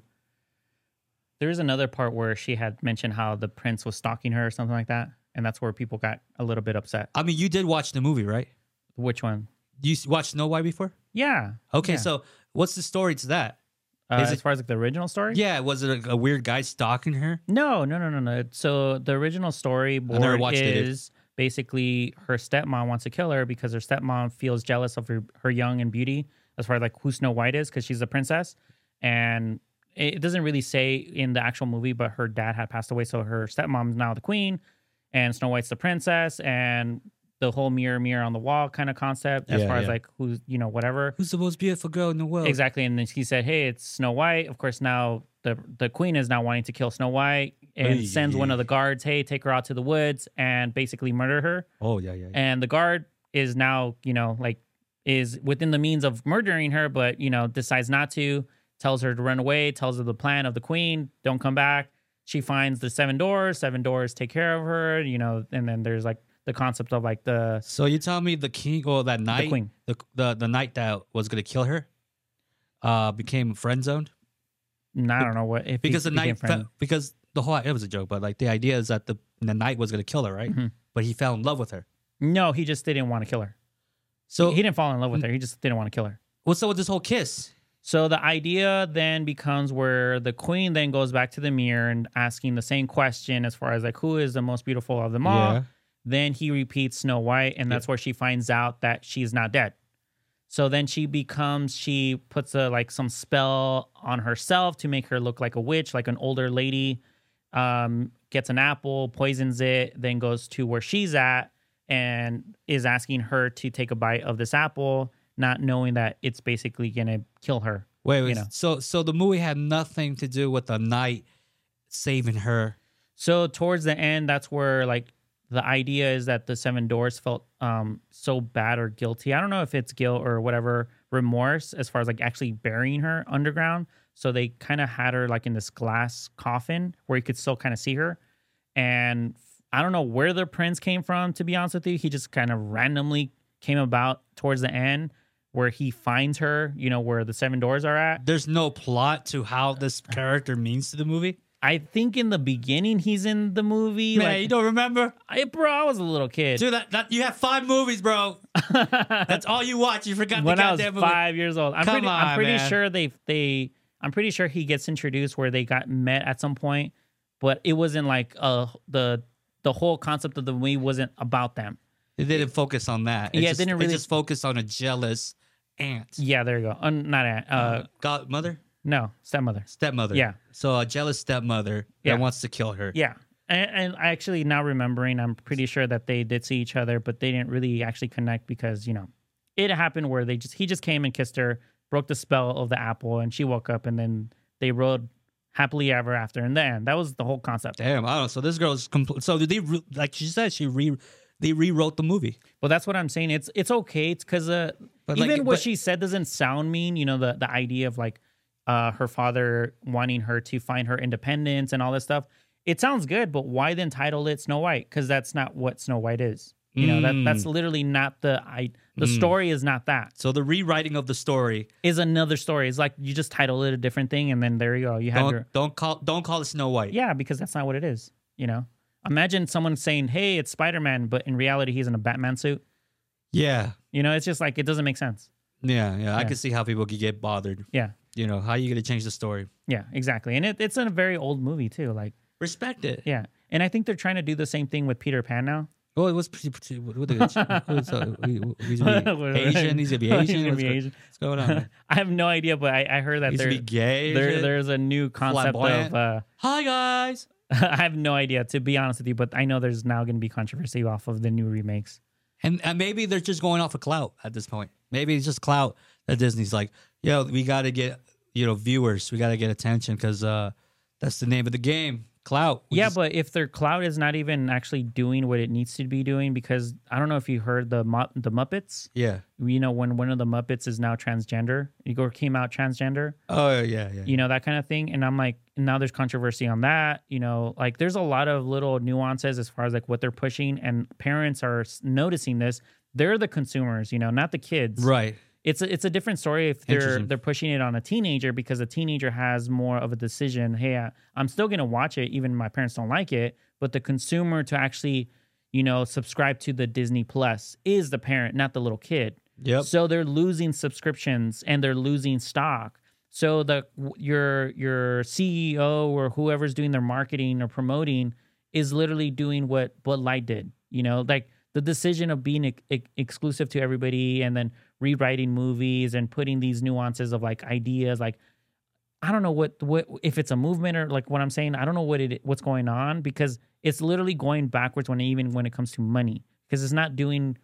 Speaker 2: There is another part where she had mentioned how the prince was stalking her or something like that, and that's where people got a little bit upset.
Speaker 1: I mean, you did watch the movie, right?
Speaker 2: Which one?
Speaker 1: You s- watched Snow White before?
Speaker 2: Yeah.
Speaker 1: Okay,
Speaker 2: Yeah.
Speaker 1: so what's the story to that?
Speaker 2: uh,
Speaker 1: is
Speaker 2: as
Speaker 1: it-
Speaker 2: far as like the original story.
Speaker 1: Yeah, was it a, a weird guy stalking her?
Speaker 2: No, no, no, no, no. So the original storyboard
Speaker 1: watched it, dude.
Speaker 2: is basically her stepmom wants to kill her because her stepmom feels jealous of her, her young and beauty as far as like who Snow White is because she's a princess, and it it doesn't really say in the actual movie, but her dad had passed away, so her stepmom's now the queen, and Snow White's the princess, and the whole mirror, mirror on the wall kind of concept as
Speaker 1: Yeah,
Speaker 2: far as
Speaker 1: yeah.
Speaker 2: like who's you know whatever.
Speaker 1: Who's the most beautiful girl in the world?
Speaker 2: Exactly. And then she said, "Hey, it's Snow White." Of course, now the the queen is now wanting to kill Snow White and
Speaker 1: Oy.
Speaker 2: sends one of the guards, "Hey, take her out to the woods and basically murder her."
Speaker 1: Oh yeah, yeah. yeah.
Speaker 2: And the guard is now, you know, like is within the means of murdering her, but you know, decides not to, tells her to run away, tells her the plan of the queen, don't come back. She finds the seven doors, seven doors take care of her, you know, and then there's like the concept of like the
Speaker 1: So you tell me the king or that knight,
Speaker 2: queen.
Speaker 1: the the, the knight that was gonna kill her, uh, became friend zoned
Speaker 2: I don't know what if he
Speaker 1: because the
Speaker 2: became
Speaker 1: knight
Speaker 2: friend-
Speaker 1: fe- because the whole it was a joke, but like the idea is that the the knight was gonna kill her,
Speaker 2: Mm-hmm.
Speaker 1: right? But he fell in love with her.
Speaker 2: No, he just didn't want to kill her.
Speaker 1: So Mm.
Speaker 2: he didn't fall in love with her. He just didn't want to kill her.
Speaker 1: what's up with this whole kiss?
Speaker 2: So the idea then becomes where the queen then goes back to the mirror and asking the same question as far as like who is the most beautiful of them all.
Speaker 1: Yeah.
Speaker 2: Then he repeats Snow White, and that's where she finds out that she's not dead. So then she becomes she puts a like some spell on herself to make her look like a witch, like an older lady. Um, gets an apple, poisons it, then goes to where she's at and is asking her to take a bite of this apple, not knowing that it's basically gonna kill her.
Speaker 1: Wait, wait
Speaker 2: know.
Speaker 1: so so the movie had nothing to do with the knight saving her.
Speaker 2: So towards the end, that's where like the idea is that the seven doors felt um so bad or guilty. I don't know if it's guilt or whatever remorse as far as like actually burying her underground. So they kind of had her like in this glass coffin where you could still kind of see her. And I don't know where the prince came from, to be honest with you. He just kind of randomly came about towards the end where he finds her, you know, where the seven doors are at.
Speaker 1: There's no plot to how this character means to the movie.
Speaker 2: I think in the beginning he's in the movie.
Speaker 1: Man,
Speaker 2: like,
Speaker 1: you don't remember?
Speaker 2: I, bro, I was a little kid.
Speaker 1: Dude, that, that you have five movies,
Speaker 2: <laughs>
Speaker 1: bro. That's all you watch. You forgot
Speaker 2: when
Speaker 1: the
Speaker 2: I was
Speaker 1: goddamn movie.
Speaker 2: five years old, I'm
Speaker 1: Come
Speaker 2: pretty,
Speaker 1: on,
Speaker 2: I'm pretty
Speaker 1: man.
Speaker 2: sure they they I'm pretty sure he gets introduced where they got met at some point, but it wasn't like uh the the whole concept of the movie wasn't about them.
Speaker 1: It didn't focus on that.
Speaker 2: Yeah, it
Speaker 1: just,
Speaker 2: didn't really-
Speaker 1: just focused on a jealous aunt,
Speaker 2: Yeah, there you go. Uh, not aunt, uh,
Speaker 1: godmother,
Speaker 2: no stepmother.
Speaker 1: stepmother.
Speaker 2: Yeah.
Speaker 1: So a jealous stepmother
Speaker 2: Yeah.
Speaker 1: that wants to kill her.
Speaker 2: Yeah. And, and I actually, now remembering, I'm pretty sure that they did see each other, but they didn't really actually connect because you know it happened where they just he just came and kissed her, broke the spell of the apple, and she woke up, and then they rode happily ever after. And then that was the whole concept.
Speaker 1: Damn. I don't. know. So this girl's complete. So did they re- like she said she re they rewrote the movie.
Speaker 2: Well, that's what I'm saying. It's it's okay. It's because uh,
Speaker 1: But,
Speaker 2: even
Speaker 1: like,
Speaker 2: what
Speaker 1: but-
Speaker 2: she said doesn't sound mean. You know, the the idea of like uh, her father wanting her to find her independence and all this stuff. It sounds good, but why then title it Snow White? Because that's not what Snow White is. You know, that
Speaker 1: Mm.
Speaker 2: that's literally not the I. The
Speaker 1: Mm.
Speaker 2: story is not that.
Speaker 1: So the rewriting of the story.
Speaker 2: Is another story. It's like you just title it a different thing, and then there you go. You have
Speaker 1: Don't
Speaker 2: your
Speaker 1: don't call don't call it Snow White.
Speaker 2: yeah, because that's not what it is. You know, imagine someone saying, "Hey, it's Spider Man," but in reality, he's in a Batman suit.
Speaker 1: yeah,
Speaker 2: You know, it's just like it doesn't make sense.
Speaker 1: yeah. yeah. I
Speaker 2: Yeah.
Speaker 1: can see how people could get bothered.
Speaker 2: Yeah.
Speaker 1: You know, how you gonna change the story?
Speaker 2: Yeah, exactly. And it, it's in a very old movie too. Like,
Speaker 1: Respect it.
Speaker 2: yeah. And I think they're trying to do the same thing with Peter Pan now. <laughs>
Speaker 1: Oh, it was pretty. pretty what, what, the- who's, uh, we- we- we used
Speaker 2: <laughs>
Speaker 1: to
Speaker 2: We're
Speaker 1: be
Speaker 2: like-
Speaker 1: Asian. He's gonna be
Speaker 2: <laughs>
Speaker 1: Asian.
Speaker 2: He's gonna
Speaker 1: What's,
Speaker 2: be
Speaker 1: go-
Speaker 2: Asian.
Speaker 1: what's
Speaker 2: <laughs>
Speaker 1: going on?
Speaker 2: I
Speaker 1: man?
Speaker 2: have no idea, but I, I heard that
Speaker 1: Used to
Speaker 2: there,
Speaker 1: be gay.
Speaker 2: there
Speaker 1: Asian?
Speaker 2: there's a new concept of.
Speaker 1: Flamboyant.
Speaker 2: Uh, <laughs>
Speaker 1: Hi guys.
Speaker 2: I have no idea, to be honest with you, but I know there's now going to be controversy off of the new remakes.
Speaker 1: And, and maybe they're just going off a of clout at this point. Maybe it's just clout that Disney's like, yo, we got to get, you know, viewers. We got to get attention because uh, that's the name of the game, clout. We
Speaker 2: yeah,
Speaker 1: just-
Speaker 2: but if their cloud is not even actually doing what it needs to be doing, because I don't know if you heard the Mu- the Muppets.
Speaker 1: yeah.
Speaker 2: You know, when one of the Muppets is now transgender, Igor came out transgender.
Speaker 1: Oh yeah, yeah.
Speaker 2: you know that kind of thing and i'm like now there's controversy on that you know like there's a lot of little nuances as far as like what they're pushing and parents are s- noticing this they're the consumers you know not the kids
Speaker 1: Right.
Speaker 2: it's a, it's a different story if they're
Speaker 1: Interesting.
Speaker 2: they're pushing it on a teenager because a teenager has more of a decision hey I, i'm still going to watch it even if my parents don't like it but the consumer to actually you know subscribe to the disney plus is the parent not the little kid
Speaker 1: Yep.
Speaker 2: so they're losing subscriptions and they're losing stock. So the your your CEO or whoever's doing their marketing or promoting is literally doing what Bud Light did. You know, like the decision of being ex- ex- exclusive to everybody and then rewriting movies and putting these nuances of like ideas like I don't know what what if it's a movement or like what I'm saying. I don't know what it what's going on because it's literally going backwards when even when it comes to money because it's not doing,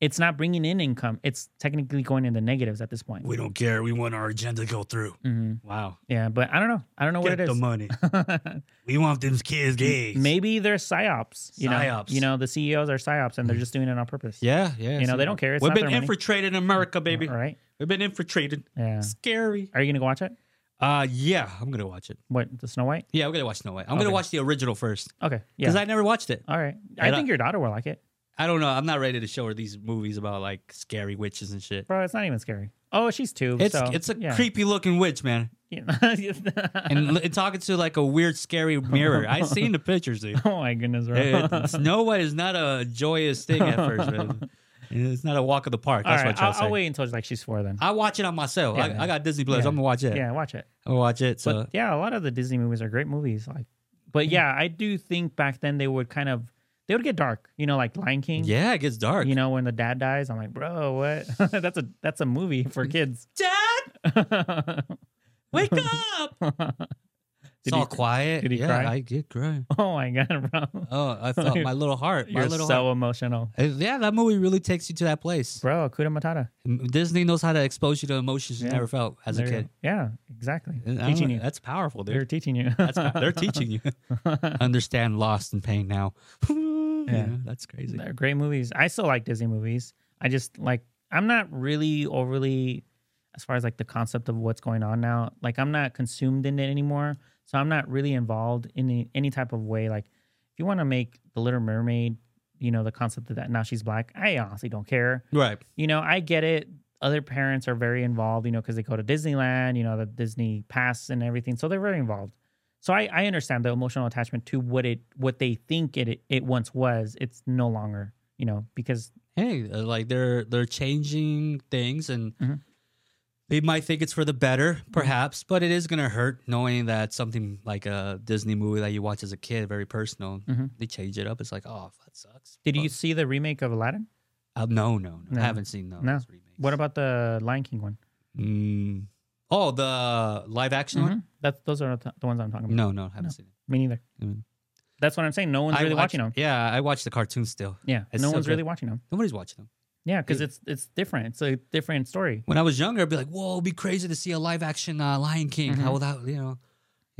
Speaker 2: it's not bringing in income. It's technically going in the negatives at this point.
Speaker 1: we don't care. We want our agenda to go through.
Speaker 2: hmm
Speaker 1: Wow.
Speaker 2: Yeah, but I don't know. I don't know
Speaker 1: Get
Speaker 2: what it
Speaker 1: the
Speaker 2: is.
Speaker 1: money. we want those kids gays.
Speaker 2: <laughs> Maybe they're psyops. You know,
Speaker 1: Psyops. Mm-hmm.
Speaker 2: you know the CEOs are psyops and they're just doing it on purpose.
Speaker 1: Yeah, yeah.
Speaker 2: You know,
Speaker 1: see,
Speaker 2: they don't care. It's
Speaker 1: We've
Speaker 2: not
Speaker 1: been
Speaker 2: their money.
Speaker 1: infiltrated in America, baby.
Speaker 2: Right.
Speaker 1: We've been infiltrated.
Speaker 2: Yeah.
Speaker 1: Scary.
Speaker 2: Are you gonna go watch it?
Speaker 1: Uh, yeah. I'm gonna watch it.
Speaker 2: What the Snow White?
Speaker 1: Yeah, I'm gonna watch Snow White. I'm
Speaker 2: Okay.
Speaker 1: gonna watch the original first
Speaker 2: Okay. Yeah.
Speaker 1: because I never watched it.
Speaker 2: All right. I
Speaker 1: And I-
Speaker 2: think your daughter will like it,
Speaker 1: I don't know. I'm not ready to show her these movies about like scary witches and shit.
Speaker 2: bro. It's not even scary. Oh, she's two.
Speaker 1: It's
Speaker 2: so,
Speaker 1: it's a
Speaker 2: yeah.
Speaker 1: creepy looking witch, man,
Speaker 2: <laughs> Yeah.
Speaker 1: and,
Speaker 2: <laughs>
Speaker 1: l- and talking to like a weird, scary mirror. I seen the pictures. Dude.
Speaker 2: <laughs> Oh my goodness, bro.
Speaker 1: It- Snow White is not a joyous thing at first.
Speaker 2: <laughs>
Speaker 1: Man. It's not a walk in the park.
Speaker 2: All
Speaker 1: That's
Speaker 2: right,
Speaker 1: what I'm
Speaker 2: I'll,
Speaker 1: trying to
Speaker 2: I'll
Speaker 1: say.
Speaker 2: wait until like she's four then.
Speaker 1: I watch it on myself. I,
Speaker 2: Yeah.
Speaker 1: I got Disney Plus.
Speaker 2: Yeah.
Speaker 1: I'm gonna watch it.
Speaker 2: yeah, watch it.
Speaker 1: I'm gonna watch it.
Speaker 2: But
Speaker 1: So
Speaker 2: yeah, a lot of the Disney movies are great movies. Like, but yeah, I do think back then they would kind of they would get dark. You know, like Lion King.
Speaker 1: yeah, it gets dark.
Speaker 2: You know, when the dad dies, I'm like, bro, what? <laughs> that's a that's a movie for
Speaker 1: Mm.
Speaker 2: kids. <laughs>
Speaker 1: Dad,
Speaker 2: Did <laughs>
Speaker 1: wake up! it's
Speaker 2: he-
Speaker 1: all quiet.
Speaker 2: did he
Speaker 1: yeah,
Speaker 2: cry?
Speaker 1: I get cry.
Speaker 2: Oh my god, bro.
Speaker 1: Oh,
Speaker 2: <laughs>
Speaker 1: I felt my little heart. My
Speaker 2: You're so
Speaker 1: little heart.
Speaker 2: emotional.
Speaker 1: Uh, Yeah, that movie really takes you to that place.
Speaker 2: Bro, Kuda Matata.
Speaker 1: M- Disney knows how to expose you to emotions you
Speaker 2: Yeah.
Speaker 1: never felt as
Speaker 2: There
Speaker 1: a
Speaker 2: you go.
Speaker 1: kid.
Speaker 2: Yeah, exactly.
Speaker 1: And I don't
Speaker 2: Teaching
Speaker 1: know,
Speaker 2: you.
Speaker 1: That's powerful,
Speaker 2: They're
Speaker 1: dude.
Speaker 2: teaching you.
Speaker 1: That's, pow-
Speaker 2: <laughs>
Speaker 1: they're teaching you <laughs> understand loss and pain now. <laughs> yeah, that's crazy.
Speaker 2: They're great movies. I still like Disney movies. I just like I'm not really overly as far as like the concept of what's going on now. Like I'm not consumed in it anymore. So I'm not really involved in any, any type of way. Like if you want to make The Little Mermaid, you know, the concept of that now she's black, I honestly don't care.
Speaker 1: Right.
Speaker 2: You know, I get it. Other parents are very involved, you know, because they go to Disneyland, you know, the Disney pass and everything. So they're very involved. So I, I understand the emotional attachment to what it what they think it it once was. It's no longer, you know, because
Speaker 1: Hey, uh, like they're they're changing things and.
Speaker 2: Mhm.
Speaker 1: They might think it's for the better, perhaps, but it is gonna hurt knowing that something like a Disney movie that you watch as a kid, very personal,
Speaker 2: Mhm.
Speaker 1: they change it up. It's like, oh, that sucks.
Speaker 2: did
Speaker 1: But-
Speaker 2: you see the remake of Aladdin?
Speaker 1: Uh, no, no, no,
Speaker 2: No.
Speaker 1: I haven't seen those.
Speaker 2: No.
Speaker 1: remakes.
Speaker 2: What about the Lion King one?
Speaker 1: Mm. Oh, the live action one?
Speaker 2: Mhm. That's those are the the ones I'm talking about.
Speaker 1: No, no, I haven't
Speaker 2: Mm-hmm. No.
Speaker 1: seen it.
Speaker 2: Me neither.
Speaker 1: Mm.
Speaker 2: That's what I'm saying. No one's
Speaker 1: I
Speaker 2: really
Speaker 1: watch-
Speaker 2: watching them.
Speaker 1: Yeah, I watch the cartoons still.
Speaker 2: Yeah,
Speaker 1: It's
Speaker 2: no
Speaker 1: so
Speaker 2: one's
Speaker 1: good.
Speaker 2: really watching them.
Speaker 1: Nobody's watching them.
Speaker 2: Yeah, because
Speaker 1: Yeah.
Speaker 2: it's it's different. It's a different story. Mm-hmm.
Speaker 1: When I was younger, I'd be like, "Whoa, it'd be crazy to see a live action uh, Lion King." How would that, you know?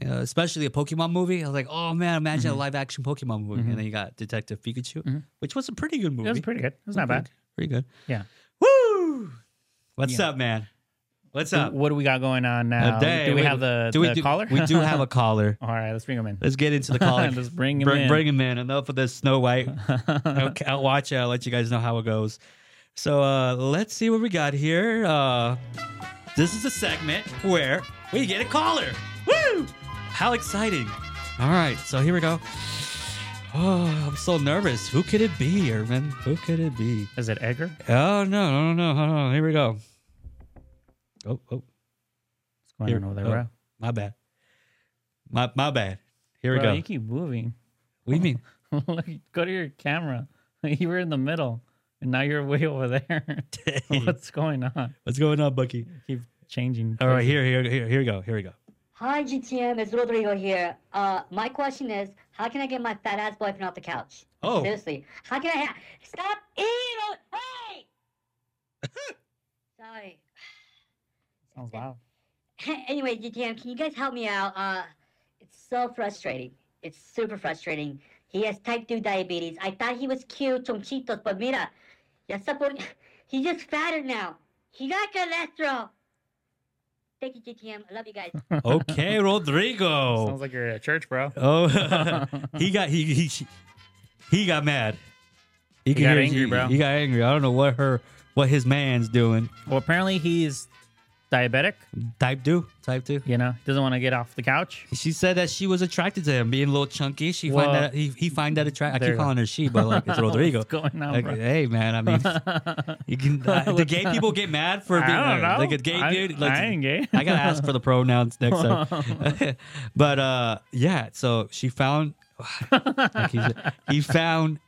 Speaker 1: you know, especially a Pokemon movie. I was like, oh man, imagine
Speaker 2: Mm-hmm.
Speaker 1: a live action Pokemon movie. And then you got Detective Pikachu, which was a pretty good movie.
Speaker 2: It was pretty good. It was not bad.
Speaker 1: Pretty good.
Speaker 2: Yeah.
Speaker 1: Woo! What's up, man? What's
Speaker 2: So
Speaker 1: up?
Speaker 2: what do we got going on now?
Speaker 1: Today,
Speaker 2: do we, have the,
Speaker 1: do
Speaker 2: the
Speaker 1: we do-
Speaker 2: caller?
Speaker 1: We do have a caller.
Speaker 2: <laughs> All right, let's bring him in.
Speaker 1: Let's get
Speaker 2: <laughs>
Speaker 1: into the caller.
Speaker 2: Let's bring him
Speaker 1: bring,
Speaker 2: in.
Speaker 1: Bring him in. Enough of this Snow
Speaker 2: <laughs>
Speaker 1: White. okay, I'll watch it. I'll let you guys know how it goes. So uh, let's see what we got here. Uh, this is a segment where we get a caller. Woo! How exciting! All right, so here we go. Oh, I'm so nervous. Who could it be, Irvin? Who could it be?
Speaker 2: Is it Edgar?
Speaker 1: Oh no, no, no, no! Hold on. Here we go. Oh, oh.
Speaker 2: What's going
Speaker 1: Here,
Speaker 2: on over there,
Speaker 1: oh,
Speaker 2: bro?
Speaker 1: My bad. My my bad. Here
Speaker 2: Bro,
Speaker 1: we
Speaker 2: You
Speaker 1: go.
Speaker 2: keep moving. <laughs>
Speaker 1: What do you mean?
Speaker 2: Look, Go to your camera. <laughs> You were in the middle, and now you're way over there. <laughs> What's going on?
Speaker 1: What's going on, Bucky?
Speaker 2: Keep changing.
Speaker 1: All right,
Speaker 2: places.
Speaker 1: here, here, here, here we go. Here we go.
Speaker 5: Hi, GTM. It's Rodrigo here. Uh, my question is, how can I get my fat ass boyfriend off the couch?
Speaker 1: Oh.
Speaker 5: Seriously, how can I ha- stop eating? on- Hey! Sorry. <laughs>
Speaker 2: Sounds loud.
Speaker 5: anyway, GTM, can you guys help me out? Uh, it's so frustrating. It's super frustrating. He has type 2 diabetes. I thought he was cute, chonchitos, but mira, ya está por... <laughs> He's just fatter now. He got cholesterol. Thank you, GTM. I love you guys.
Speaker 1: <laughs> Okay, Rodrigo.
Speaker 2: Sounds like you're at church, bro.
Speaker 1: Oh, <laughs> he got he he she- he got mad. He, can
Speaker 2: got
Speaker 1: hear-
Speaker 2: angry, bro.
Speaker 1: He got angry. I don't know what her what his man's doing.
Speaker 2: Well, apparently he's diabetic.
Speaker 1: Type two, type two.
Speaker 2: You know, doesn't want to get off the couch.
Speaker 1: She said that she was attracted to him, being a little chunky. She
Speaker 2: Well,
Speaker 1: find that he he find that attractive. I
Speaker 2: there you
Speaker 1: keep
Speaker 2: go.
Speaker 1: calling her she, but like <laughs>
Speaker 2: <laughs>
Speaker 1: it's Rodrigo.
Speaker 2: What's going on,
Speaker 1: Like, uh,
Speaker 2: bro?
Speaker 1: hey man, I mean, you can.
Speaker 2: <laughs>
Speaker 1: Uh, the gay people get mad for
Speaker 2: I
Speaker 1: being
Speaker 2: don't know.
Speaker 1: like a gay
Speaker 2: I-
Speaker 1: dude.
Speaker 2: I
Speaker 1: like,
Speaker 2: ain't gay.
Speaker 1: <laughs> I gotta ask for the pronouns next
Speaker 2: <laughs>
Speaker 1: time. <laughs> but uh, yeah, so she found <sighs> like he said, he found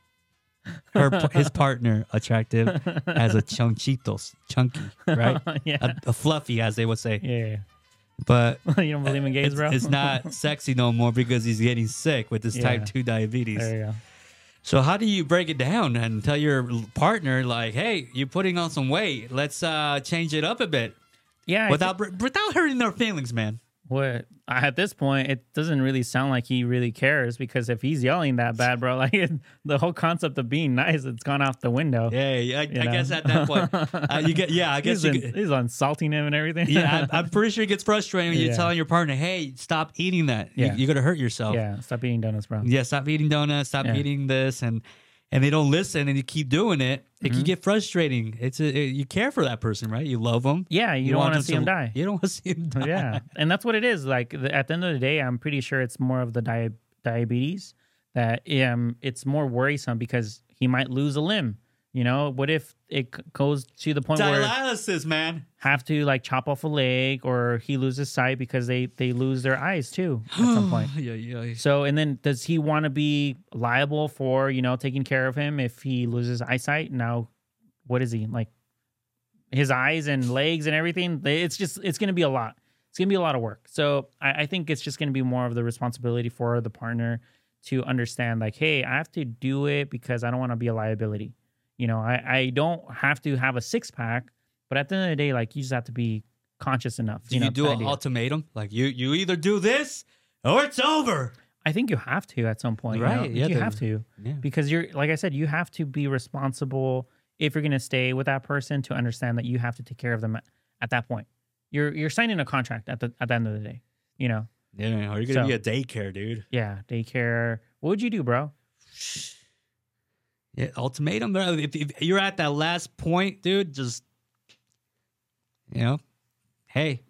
Speaker 1: her his partner attractive as a chunchitos, chunky, right?
Speaker 2: <laughs> yeah.
Speaker 1: A, a fluffy, as they would say.
Speaker 2: <laughs> yeah. <laughs>
Speaker 1: But
Speaker 2: you don't believe in gays,
Speaker 1: it's,
Speaker 2: bro? <laughs>
Speaker 1: it's not sexy no more because he's getting sick with this
Speaker 2: Yeah.
Speaker 1: type two diabetes.
Speaker 2: There you go.
Speaker 1: So how do you break it down and tell your l- partner like, "Hey, you're putting on some weight. Let's uh change it up a bit."
Speaker 2: Yeah. I
Speaker 1: Without br- without hurting their feelings, man.
Speaker 2: What at this point, it doesn't really sound like he really cares because if he's yelling that bad, bro, <laughs> like it, the whole concept of being nice, it's gone off the window.
Speaker 1: Yeah, yeah, I, I
Speaker 2: know?
Speaker 1: guess at that point, uh, you get yeah.
Speaker 2: <laughs>
Speaker 1: I guess
Speaker 2: he's,
Speaker 1: you
Speaker 2: in-
Speaker 1: get,
Speaker 2: he's insulting him and everything.
Speaker 1: yeah.
Speaker 2: <laughs>
Speaker 1: I, I'm pretty sure it gets frustrating when
Speaker 2: Yeah.
Speaker 1: you're telling your partner, "Hey, stop eating that.
Speaker 2: Yeah.
Speaker 1: You, are gonna hurt yourself.
Speaker 2: yeah. Stop eating donuts, bro.
Speaker 1: Yeah, stop eating donuts. Stop
Speaker 2: Yeah.
Speaker 1: eating this." And and they don't listen, and you keep doing it. It
Speaker 2: Mm-hmm.
Speaker 1: can get frustrating. It's a, it- you care for that person, right? You love them.
Speaker 2: Yeah, you don't wanna see him
Speaker 1: <laughs>
Speaker 2: die.
Speaker 1: You don't want to see him die.
Speaker 2: yeah, and that's what it is. Like the, at the end of the day, I'm pretty sure it's more of the dia- diabetes that um it's more worrisome because he might lose a limb. You know, what if it c- goes to the point where
Speaker 1: Dialysis, man.
Speaker 2: have to like chop off a leg or he loses sight because they they lose their eyes too
Speaker 1: <gasps>
Speaker 2: at some point.
Speaker 1: <sighs> Yeah, yeah, yeah.
Speaker 2: So and then does he want to be liable for, you know, taking care of him if he loses eyesight? Now what is he? Like his eyes and legs and everything? They- It's just it's gonna be a lot. It's gonna be a lot of work. So I, I think it's just gonna be more of the responsibility for the partner to understand like, hey, I have to do it because I don't wanna be a liability. You know, I, I don't have to have a six pack, but at the end of the day, like you just have to be conscious enough.
Speaker 1: Do you,
Speaker 2: know,
Speaker 1: do an
Speaker 2: idea.
Speaker 1: ultimatum? Like you, you either do this or it's over.
Speaker 2: I think you have to at some point, you know?
Speaker 1: Right, yeah,
Speaker 2: you
Speaker 1: the-
Speaker 2: have to
Speaker 1: yeah.
Speaker 2: because you're like I said, you have to be responsible if you're going to stay with that person to understand that you have to take care of them at, at that point. You're you're signing a contract at the at the end of the day, you know.
Speaker 1: Yeah, or you're gonna
Speaker 2: So-
Speaker 1: be a daycare, dude.
Speaker 2: Yeah, daycare. What would you do, bro?
Speaker 1: Yeah, ultimatum. bro. If, if you're at that last point, dude, just you know, hey,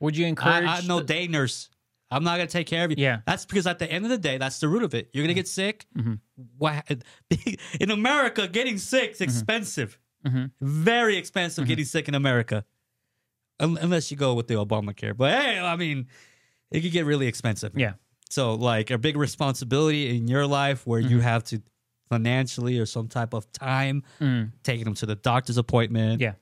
Speaker 2: Would you encourage?
Speaker 1: I, I'm no
Speaker 2: the-
Speaker 1: day nurse. I'm not gonna take care of you.
Speaker 2: Yeah.
Speaker 1: that's because at the end of the day, that's the root of it. You're gonna get sick.
Speaker 2: Mhm.
Speaker 1: Wha- <laughs> In America, getting sick
Speaker 2: Mm-hmm.
Speaker 1: is expensive.
Speaker 2: Mhm.
Speaker 1: Very
Speaker 2: Mm-hmm.
Speaker 1: expensive getting sick in America, Un- unless you go with the Obamacare. But hey, I mean, it could get really expensive.
Speaker 2: Yeah.
Speaker 1: So like a big responsibility in your life where
Speaker 2: Mm-hmm.
Speaker 1: you have to financially or some type of time
Speaker 2: Mm.
Speaker 1: taking them to the doctor's appointment.
Speaker 2: Yeah.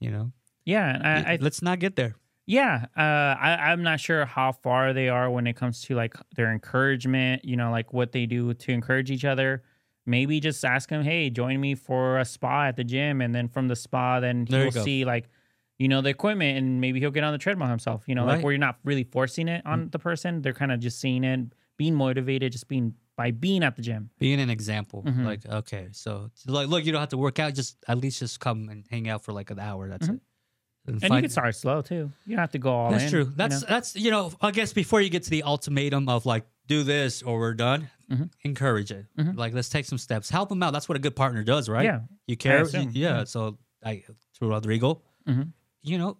Speaker 1: You know,
Speaker 2: Yeah, and I, I
Speaker 1: let's not get there.
Speaker 2: Yeah, uh, I, I'm not sure how far they are when it comes to like their encouragement. You know, like what they do to encourage each other. Maybe just ask them, "Hey, join me for a spa at the gym," and then from the spa, then
Speaker 1: There you
Speaker 2: you'll
Speaker 1: go.
Speaker 2: see like, you know, the equipment and maybe he'll get on the treadmill himself, you know,
Speaker 1: Right. Mm.
Speaker 2: like where you're not really forcing it on the person. They're kind of just seeing it, being motivated, just being by being at the gym.
Speaker 1: Being an example,
Speaker 2: Mhm.
Speaker 1: like okay, so like look, you don't have to work out. Just at least just come and hang out for like an hour. That's
Speaker 2: Mhm.
Speaker 1: it. And,
Speaker 2: And you
Speaker 1: find-
Speaker 2: can start slow too. You don't have to go all
Speaker 1: That's
Speaker 2: in. you
Speaker 1: true.
Speaker 2: know?
Speaker 1: That's that's you know I guess before you get to the ultimatum of like do this or we're done,
Speaker 2: Mhm.
Speaker 1: encourage it.
Speaker 2: Mhm.
Speaker 1: Like let's take some steps, help them out. That's what a good partner does, right?
Speaker 2: Yeah.
Speaker 1: you care. you-
Speaker 2: assume,
Speaker 1: yeah,
Speaker 2: yeah.
Speaker 1: So I to Rodrigo,
Speaker 2: Mhm.
Speaker 1: you know,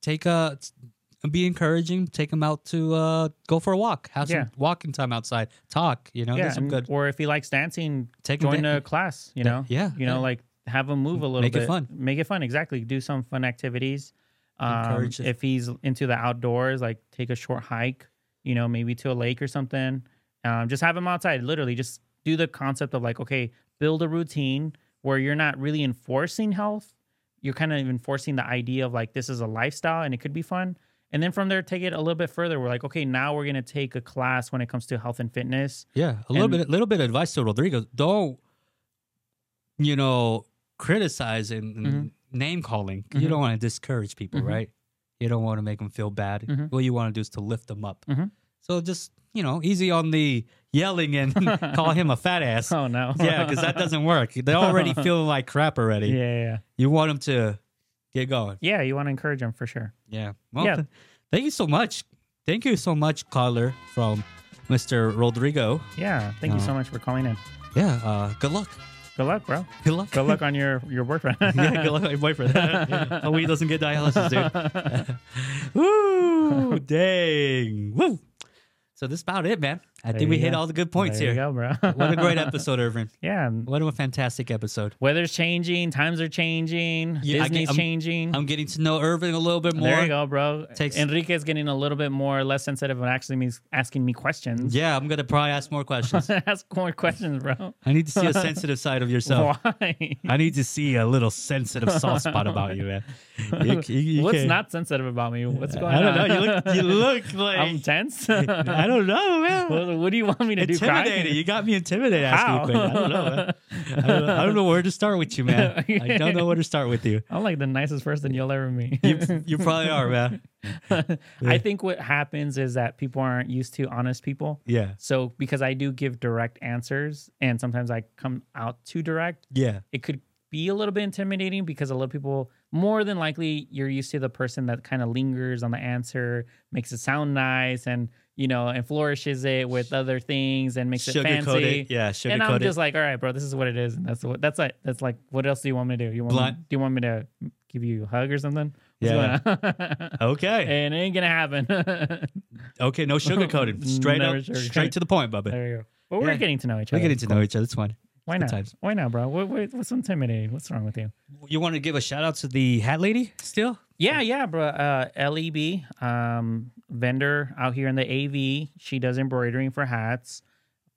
Speaker 1: take a be encouraging. Take them out to uh, go for a walk. Have
Speaker 2: Yeah.
Speaker 1: some walking time outside. Talk. You know,
Speaker 2: yeah.
Speaker 1: get some
Speaker 2: and-
Speaker 1: good.
Speaker 2: Or if he likes dancing,
Speaker 1: Take
Speaker 2: join
Speaker 1: advan-
Speaker 2: a class, you
Speaker 1: Yeah,
Speaker 2: know?
Speaker 1: yeah,
Speaker 2: You know,
Speaker 1: yeah.
Speaker 2: like have him move a little
Speaker 1: Make it
Speaker 2: bit.
Speaker 1: fun.
Speaker 2: Make it fun. Exactly. Do some fun activities. Um,
Speaker 1: Encourage it.
Speaker 2: if he's into the outdoors, like take a short hike, you know, maybe to a lake or something. Um, just have him outside. Literally, just do the concept of like, okay, build a routine where you're not really enforcing health. You're kind of enforcing the idea of like, this is a lifestyle and it could be fun. And then from there, take it a little bit further. We're like, okay, now we're going to take a class when it comes to health and fitness.
Speaker 1: Yeah, a little
Speaker 2: And-
Speaker 1: bit, little bit of advice to Rodrigo. Don't, you know, criticize and, and
Speaker 2: Mhm.
Speaker 1: name calling. You
Speaker 2: Mhm.
Speaker 1: don't want to discourage people,
Speaker 2: Mhm.
Speaker 1: right? You don't want to make them feel bad.
Speaker 2: Mhm.
Speaker 1: What you want to do is to lift them up.
Speaker 2: Mhm.
Speaker 1: So just you know, easy on the yelling
Speaker 2: <laughs>
Speaker 1: and <laughs> call him a fat ass.
Speaker 2: Oh, <laughs> no.
Speaker 1: yeah, because that doesn't work. They're
Speaker 2: <laughs>
Speaker 1: already feeling like crap already.
Speaker 2: Yeah, yeah, yeah.
Speaker 1: You want them to get going.
Speaker 2: Yeah, you want to encourage them for sure.
Speaker 1: Yeah. Well,
Speaker 2: Yeah.
Speaker 1: th- thank you so much. Thank you so much, caller from Mr. Rodrigo.
Speaker 2: Yeah, thank you
Speaker 1: No.
Speaker 2: so much for calling in.
Speaker 1: Yeah. Uh, good luck.
Speaker 2: Good luck, bro.
Speaker 1: Good luck.
Speaker 2: Good luck on your your boyfriend.
Speaker 1: <laughs> yeah,
Speaker 2: <laughs>
Speaker 1: good luck with my boyfriend. Hope he doesn't get dialysis,
Speaker 2: <laughs>
Speaker 1: dude. Woo, dang. Woo. So this about it, man. I
Speaker 2: There
Speaker 1: think we
Speaker 2: you
Speaker 1: hit
Speaker 2: go.
Speaker 1: all the good points
Speaker 2: there
Speaker 1: here.
Speaker 2: You go, bro.
Speaker 1: What a great episode, Irvin.
Speaker 2: <laughs> yeah, and
Speaker 1: What a fantastic episode.
Speaker 2: weather's changing, times are changing,
Speaker 1: Yeah, I get-
Speaker 2: Disney's
Speaker 1: I'm-
Speaker 2: changing.
Speaker 1: I'm getting to know Irvin a little bit more.
Speaker 2: there you go, bro.
Speaker 1: Takes-
Speaker 2: Enrique's getting a little bit more less sensitive and actually means asking me questions.
Speaker 1: Yeah, I'm gonna probably ask more questions.
Speaker 2: <laughs> Ask more questions, bro.
Speaker 1: I need to see a sensitive side of yourself.
Speaker 2: <laughs> Why?
Speaker 1: I need to see a little sensitive soft spot about you, man.
Speaker 2: <laughs>
Speaker 1: You c- you- you
Speaker 2: What's
Speaker 1: can't-
Speaker 2: not sensitive about me? What's going on?
Speaker 1: I don't know. You look,
Speaker 2: <laughs>
Speaker 1: you look like
Speaker 2: I'm
Speaker 1: <laughs>
Speaker 2: tense.
Speaker 1: I don't know, man.
Speaker 2: <laughs> what, what do you want me to do? cry?
Speaker 1: intimidated. You got me intimidated asking you
Speaker 2: How?
Speaker 1: questions. I don't know. Man. I, don't know I don't know where to start with you, man. I don't know where to start with you.
Speaker 2: I'm like the nicest person you'll ever meet.
Speaker 1: You, you probably are, man.
Speaker 2: <laughs> I think what happens is that people aren't used to honest people.
Speaker 1: Yeah,
Speaker 2: So because I do give direct answers and sometimes I come out too direct,
Speaker 1: yeah,
Speaker 2: it could be a little bit intimidating because a lot of people more than likely you're used to the person that kind of lingers on the answer, makes it sound nice and you know, and flourishes it with other things and makes it
Speaker 1: sugar
Speaker 2: fancy.
Speaker 1: coated. Yeah,
Speaker 2: and
Speaker 1: sugar
Speaker 2: I'm
Speaker 1: coated.
Speaker 2: just like, all right, bro, this is what it is, and that's what that's like. That's like, what else do you want me to do? You want me,
Speaker 1: Blunt.
Speaker 2: do you want me to give you a hug or something? What's
Speaker 1: Yeah.
Speaker 2: going on? <laughs>
Speaker 1: okay,
Speaker 2: and it ain't gonna happen. <laughs> there
Speaker 1: okay, no
Speaker 2: <laughs>
Speaker 1: sugar coated. Straight
Speaker 2: Never
Speaker 1: up,
Speaker 2: sugar
Speaker 1: straight
Speaker 2: coated.
Speaker 1: to the point, Bubba.
Speaker 2: you go. But we're
Speaker 1: Yeah.
Speaker 2: getting to know each
Speaker 1: We're
Speaker 2: other.
Speaker 1: getting to know each other. It's fine.
Speaker 2: Why
Speaker 1: good
Speaker 2: not?
Speaker 1: times.
Speaker 2: Why not, bro? What, what, what's intimidating? What's wrong with you?
Speaker 1: You want to give a shout out to the hat lady still?
Speaker 2: Yeah, yeah, bro. Uh, Leb, um, vendor out here in the AV. She does embroidering for hats,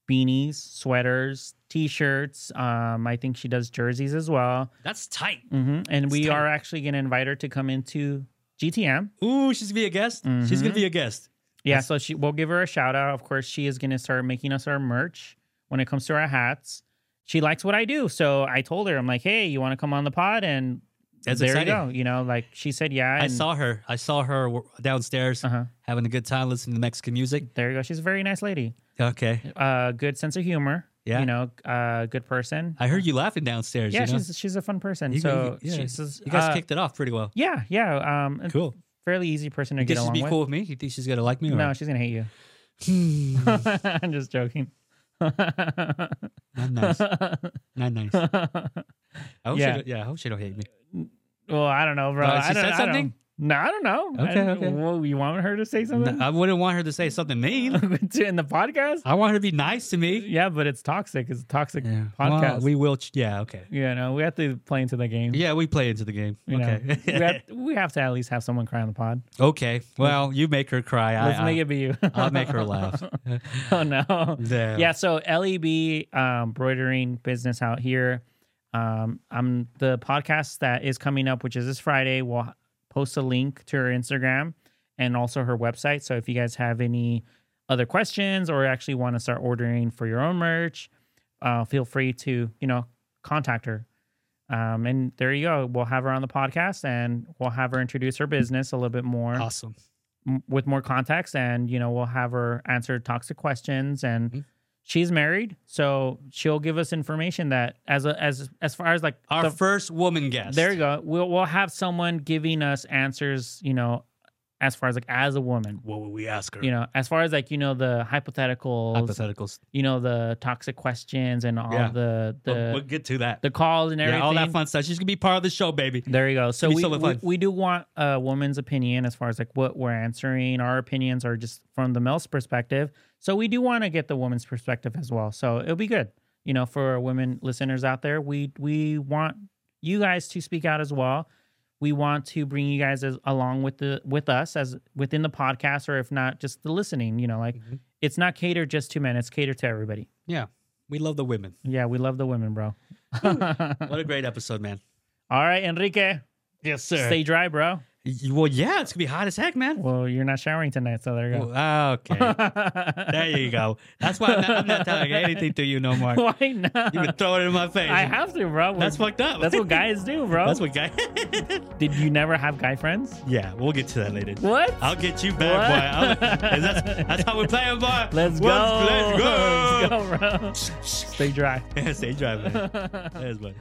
Speaker 2: beanies, sweaters, t-shirts. Um, I think she does jerseys as well.
Speaker 1: That's tight.
Speaker 2: hmm And we
Speaker 1: tight.
Speaker 2: are actually going to invite her to come into GTM.
Speaker 1: Ooh, she's gonna be a guest. She's gonna
Speaker 2: Mhm.
Speaker 1: be a guest.
Speaker 2: Yeah, so she we'll give her a shout out. Of course, she is going to start making us our merch when it comes to our hats. She likes what I do, so I told her, I'm like, hey, you want to come on the pod? And
Speaker 1: That's
Speaker 2: there
Speaker 1: exciting.
Speaker 2: you go. You know, like she said, yeah.
Speaker 1: I
Speaker 2: and-
Speaker 1: saw her. I saw her w- downstairs
Speaker 2: Uh-huh.
Speaker 1: having a good time listening to Mexican music.
Speaker 2: There you go. She's a very nice lady.
Speaker 1: Okay,
Speaker 2: Uh, good sense of humor.
Speaker 1: Yeah.
Speaker 2: You know, uh, good person.
Speaker 1: I heard you laughing downstairs.
Speaker 2: yeah,
Speaker 1: you know?
Speaker 2: she's she's a fun person.
Speaker 1: You-
Speaker 2: so
Speaker 1: you, yeah,
Speaker 2: she's
Speaker 1: you guys
Speaker 2: uh,
Speaker 1: kicked it off pretty well.
Speaker 2: Yeah, yeah. Um, a
Speaker 1: Cool.
Speaker 2: Fairly easy person to
Speaker 1: You
Speaker 2: get
Speaker 1: think she'd
Speaker 2: along
Speaker 1: be
Speaker 2: with.
Speaker 1: cool with me? You think she's gonna like me? Or?
Speaker 2: No, she's gonna hate
Speaker 1: <laughs>
Speaker 2: you. <laughs>
Speaker 1: Hmm,
Speaker 2: I'm just joking. <laughs>
Speaker 1: not nice. Not nice. I hope
Speaker 2: Yeah.
Speaker 1: She don't, yeah, I hope she don't hate me.
Speaker 2: Well, I don't know, bro.
Speaker 1: Uh,
Speaker 2: I
Speaker 1: she
Speaker 2: don't,
Speaker 1: said
Speaker 2: I don't-
Speaker 1: something?
Speaker 2: no, I don't know. I
Speaker 1: Okay,
Speaker 2: don't-
Speaker 1: okay.
Speaker 2: Well, you want her to say something
Speaker 1: I wouldn't want her to say something mean.
Speaker 2: <laughs> in the
Speaker 1: <laughs>
Speaker 2: podcast?
Speaker 1: I want her to be nice to
Speaker 2: <laughs>
Speaker 1: me.
Speaker 2: Yeah, but it's toxic. It's a toxic
Speaker 1: Yeah.
Speaker 2: podcast.
Speaker 1: Well, we will. Ch- yeah. Okay.
Speaker 2: you know, we have to play into the game.
Speaker 1: Yeah, we play into the game.
Speaker 2: you know.
Speaker 1: okay. <laughs>
Speaker 2: we, have, we have to at least have someone cry on the pod.
Speaker 1: okay. Well, you make her cry.
Speaker 2: Let's
Speaker 1: I,
Speaker 2: make
Speaker 1: I,
Speaker 2: it be you.
Speaker 1: I'll make
Speaker 2: <laughs>
Speaker 1: her laugh. <laughs>
Speaker 2: oh no.
Speaker 1: Damn.
Speaker 2: Yeah, so LEB um, broidering business out here. Um, I'm the podcast that is coming up, which is this Friday. We'll post a link to her Instagram and also her website. So if you guys have any other questions or actually want to start ordering for your own merch, uh, feel free to you know contact her. Um, and there you go. We'll have her on the podcast and we'll have her introduce her business a little bit more
Speaker 1: Awesome.
Speaker 2: m- with more context and you know we'll have her answer toxic questions and
Speaker 1: Mhm.
Speaker 2: she's married so she'll give us information that as a, as as far as like
Speaker 1: Our
Speaker 2: the-
Speaker 1: first woman guest.
Speaker 2: there you go we'll we'll have someone giving us answers you know as far as like as a woman
Speaker 1: What would we ask her?
Speaker 2: you know as far as like you know the hypotheticals
Speaker 1: hypotheticals.
Speaker 2: you know the toxic questions and all
Speaker 1: Yeah.
Speaker 2: the the
Speaker 1: We'll, we'll get to that.
Speaker 2: the calls and everything
Speaker 1: Yeah, all that fun stuff. She's gonna be part of the show,
Speaker 2: <laughs>
Speaker 1: baby.
Speaker 2: There you go. So
Speaker 1: be
Speaker 2: we,
Speaker 1: so much
Speaker 2: we
Speaker 1: fun.
Speaker 2: we do want a woman's opinion as far as like what we're answering. Our opinions are just from the male's perspective. So we do want to get the woman's perspective as well. So it'll be good, you know, for our women listeners out there. We we want you guys to speak out as well. We want to bring you guys as, along with the with us as within the podcast, or if not, just the listening. You know, like
Speaker 1: Mhm.
Speaker 2: it's not catered just to men; it's catered to everybody.
Speaker 1: We love the women.
Speaker 2: Yeah, we love the women, bro. <laughs>
Speaker 1: What a great episode, man.
Speaker 2: All right, Enrique,
Speaker 1: Yes,
Speaker 2: stay dry, bro.
Speaker 1: well, yeah, it's gonna be hot as heck, man.
Speaker 2: Well, you're not showering tonight, so there you go.
Speaker 1: Oh,
Speaker 2: <laughs>
Speaker 1: okay. there you go. That's why I'm not, I'm not telling anything to you no more.
Speaker 2: Why not?
Speaker 1: You been throwing it in my face.
Speaker 2: I have to, bro.
Speaker 1: That's fucked up.
Speaker 2: That's
Speaker 1: <laughs>
Speaker 2: what guys do, bro.
Speaker 1: That's what guy.
Speaker 2: Did you never have guy friends?
Speaker 1: <laughs> yeah, we'll get to that later.
Speaker 2: What?
Speaker 1: I'll get you back,
Speaker 2: What?
Speaker 1: boy. I'll- and that's, that's how we play it, boy.
Speaker 2: <laughs> Let's go.
Speaker 1: Let's, let's go. <laughs>
Speaker 2: Let's go, bro. Stay dry. <laughs>
Speaker 1: Stay dry, man. Yes, buddy.